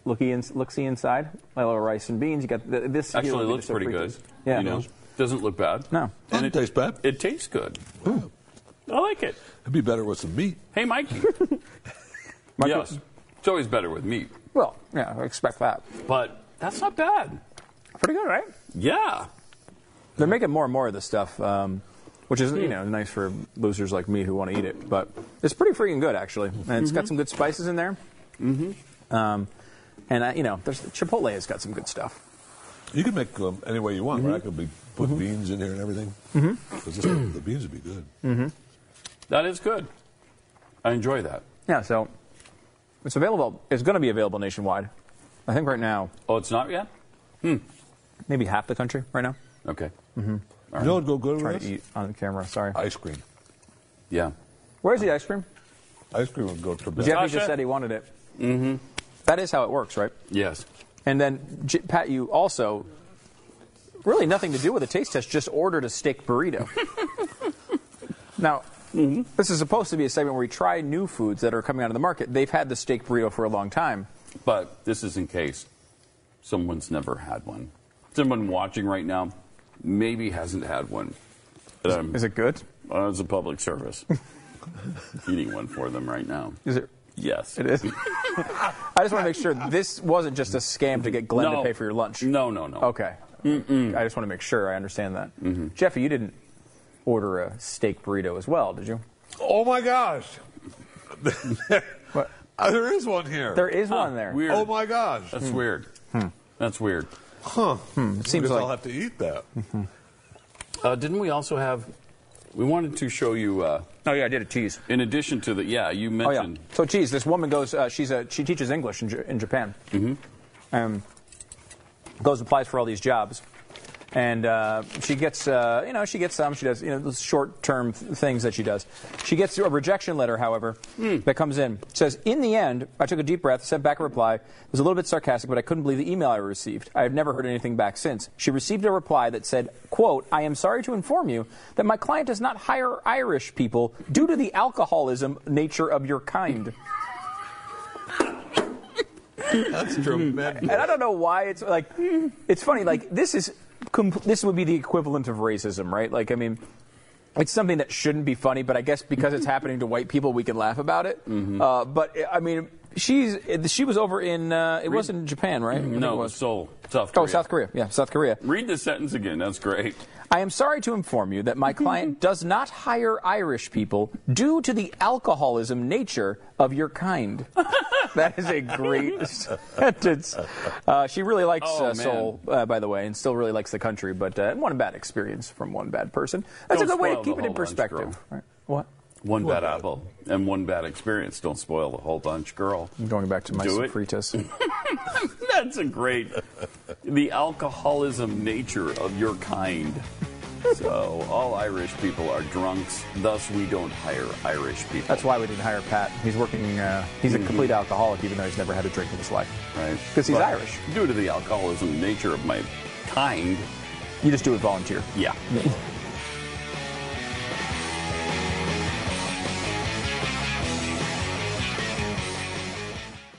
Speaker 2: looky in, look see inside. My little rice and beans. You got th- this. here
Speaker 1: Actually,
Speaker 2: would
Speaker 1: it
Speaker 2: be
Speaker 1: looks
Speaker 2: the
Speaker 1: pretty good.
Speaker 2: sofritas. Yeah.
Speaker 1: You know, doesn't look bad.
Speaker 2: No.
Speaker 1: And it tastes bad. It tastes good. I like it.
Speaker 5: It'd be better with some meat.
Speaker 1: Hey, Mikey. yes. It's always better with meat,
Speaker 2: Well, yeah, I expect that.
Speaker 1: but that's not bad.
Speaker 2: Pretty good, right?
Speaker 1: Yeah.
Speaker 2: They're making more and more of this stuff, um, which is you know nice for losers like me who want to eat it. But it's pretty freaking good actually, and it's got some good spices in there. Mm-hmm. Um, and I, you know, there's, Chipotle has got some good stuff.
Speaker 5: You can make them any way you want,
Speaker 2: Mm-hmm.
Speaker 5: right? I could be put beans in here and everything. Mm-hmm. the beans would be good.
Speaker 2: Mm-hmm.
Speaker 1: That is good. I enjoy that.
Speaker 2: Yeah, so it's available. It's going to be available nationwide. I think right now,
Speaker 1: Oh, it's not yet. Hmm.
Speaker 2: maybe half the country right now.
Speaker 1: Okay.
Speaker 2: Mm-hmm.
Speaker 5: You know what'd go good with
Speaker 2: Trying
Speaker 5: this?
Speaker 2: to eat on camera. Sorry.
Speaker 5: Ice cream.
Speaker 1: Yeah.
Speaker 2: Where's the ice cream?
Speaker 5: Ice cream would go tremendous.
Speaker 2: Jeffy just said he wanted it. Mm-hmm. That is how it works, right?
Speaker 1: Yes.
Speaker 2: And then, J- Pat, you also really nothing to do with a taste test, just ordered a steak burrito. now,
Speaker 1: Mm-hmm.
Speaker 2: this is supposed to be a segment where we try new foods that are coming out of the market. They've had the steak burrito for a long time.
Speaker 1: But this is in case someone's never had one. Someone watching right now maybe hasn't had one.
Speaker 2: is it good?
Speaker 1: Uh, it's a public service. Eating one for them right now.
Speaker 2: Is it?
Speaker 1: Yes.
Speaker 2: It is. I just want to make sure this wasn't just a scam to get Glenn
Speaker 1: No.
Speaker 2: to pay for your lunch.
Speaker 1: No, no, Mm-hmm. no.
Speaker 2: Okay. I just want to make sure I understand that. Jeffy, you didn't order a steak burrito as well, did you?
Speaker 3: Oh my gosh. Uh, there is one here.
Speaker 2: There is one there.
Speaker 3: Weird. Oh my gosh.
Speaker 1: That's weird. That's weird.
Speaker 3: Huh.
Speaker 2: Hmm. it seems
Speaker 3: Because
Speaker 2: like-
Speaker 3: I'll have to eat that.
Speaker 1: Uh, didn't we also have We wanted to show you. Uh,
Speaker 2: oh yeah, I did a cheese.
Speaker 1: In addition to the yeah, you
Speaker 2: Oh yeah.
Speaker 1: mentioned.
Speaker 2: So cheese. This woman goes. Uh, she's a she teaches English in, J- in Japan. Mm-hmm. Um, goes applies for all these jobs, and uh, she gets uh, you know she gets some. She does you know those short term th- things that she does. She gets a rejection letter, however, that comes in. It says in the end, I took a deep breath, sent back a reply. It was a little bit sarcastic, but I couldn't believe the email I received. I have never heard anything back since. She received a reply that said, "quote I am sorry to inform you that my client does not hire Irish people due to the alcoholism nature of your kind."
Speaker 5: That's tremendous.
Speaker 2: And I don't know why it's like it's funny. Like this is com- this would be the equivalent of racism, right? Like I mean, it's something that shouldn't be funny, but I guess because it's happening to white people, we can laugh about it.
Speaker 5: Mm-hmm.
Speaker 2: Uh, but I mean, she's she was over in uh, it was in Japan, right? I think
Speaker 1: No,
Speaker 2: it
Speaker 1: it
Speaker 2: was.
Speaker 1: was Seoul, South
Speaker 2: Oh,
Speaker 1: Korea.
Speaker 2: South Korea. Yeah, South Korea.
Speaker 1: Read the sentence again. That's great. Mm-hmm.
Speaker 2: I am sorry to inform you that my client does not hire Irish people due to the alcoholism nature of your kind. that is a great sentence. Uh, she really likes
Speaker 1: Oh,
Speaker 2: uh,
Speaker 1: man.
Speaker 2: Seoul, uh, by the way, and still really likes the country, but uh, one bad experience from one bad person. That's
Speaker 1: Don't
Speaker 2: a good way to
Speaker 1: spoil
Speaker 2: keep
Speaker 1: the
Speaker 2: it in
Speaker 1: whole lunch,
Speaker 2: perspective.
Speaker 1: girl.
Speaker 2: Right. What?
Speaker 1: One bad apple and one bad experience. Don't spoil the whole bunch, girl.
Speaker 2: I'm going back to my
Speaker 1: Do it.
Speaker 2: sofritas.
Speaker 1: That's a great. The alcoholism nature of your kind. So all Irish people are drunks. Thus, we don't hire Irish people.
Speaker 2: That's why we didn't hire Pat. He's working. Uh, he's a complete alcoholic, even though he's never had a drink in his life.
Speaker 1: Mm-hmm. Right.
Speaker 2: 'Cause he's
Speaker 1: But
Speaker 2: Irish.
Speaker 1: Due to the alcoholism nature of my kind.
Speaker 2: You just do it volunteer.
Speaker 1: Yeah.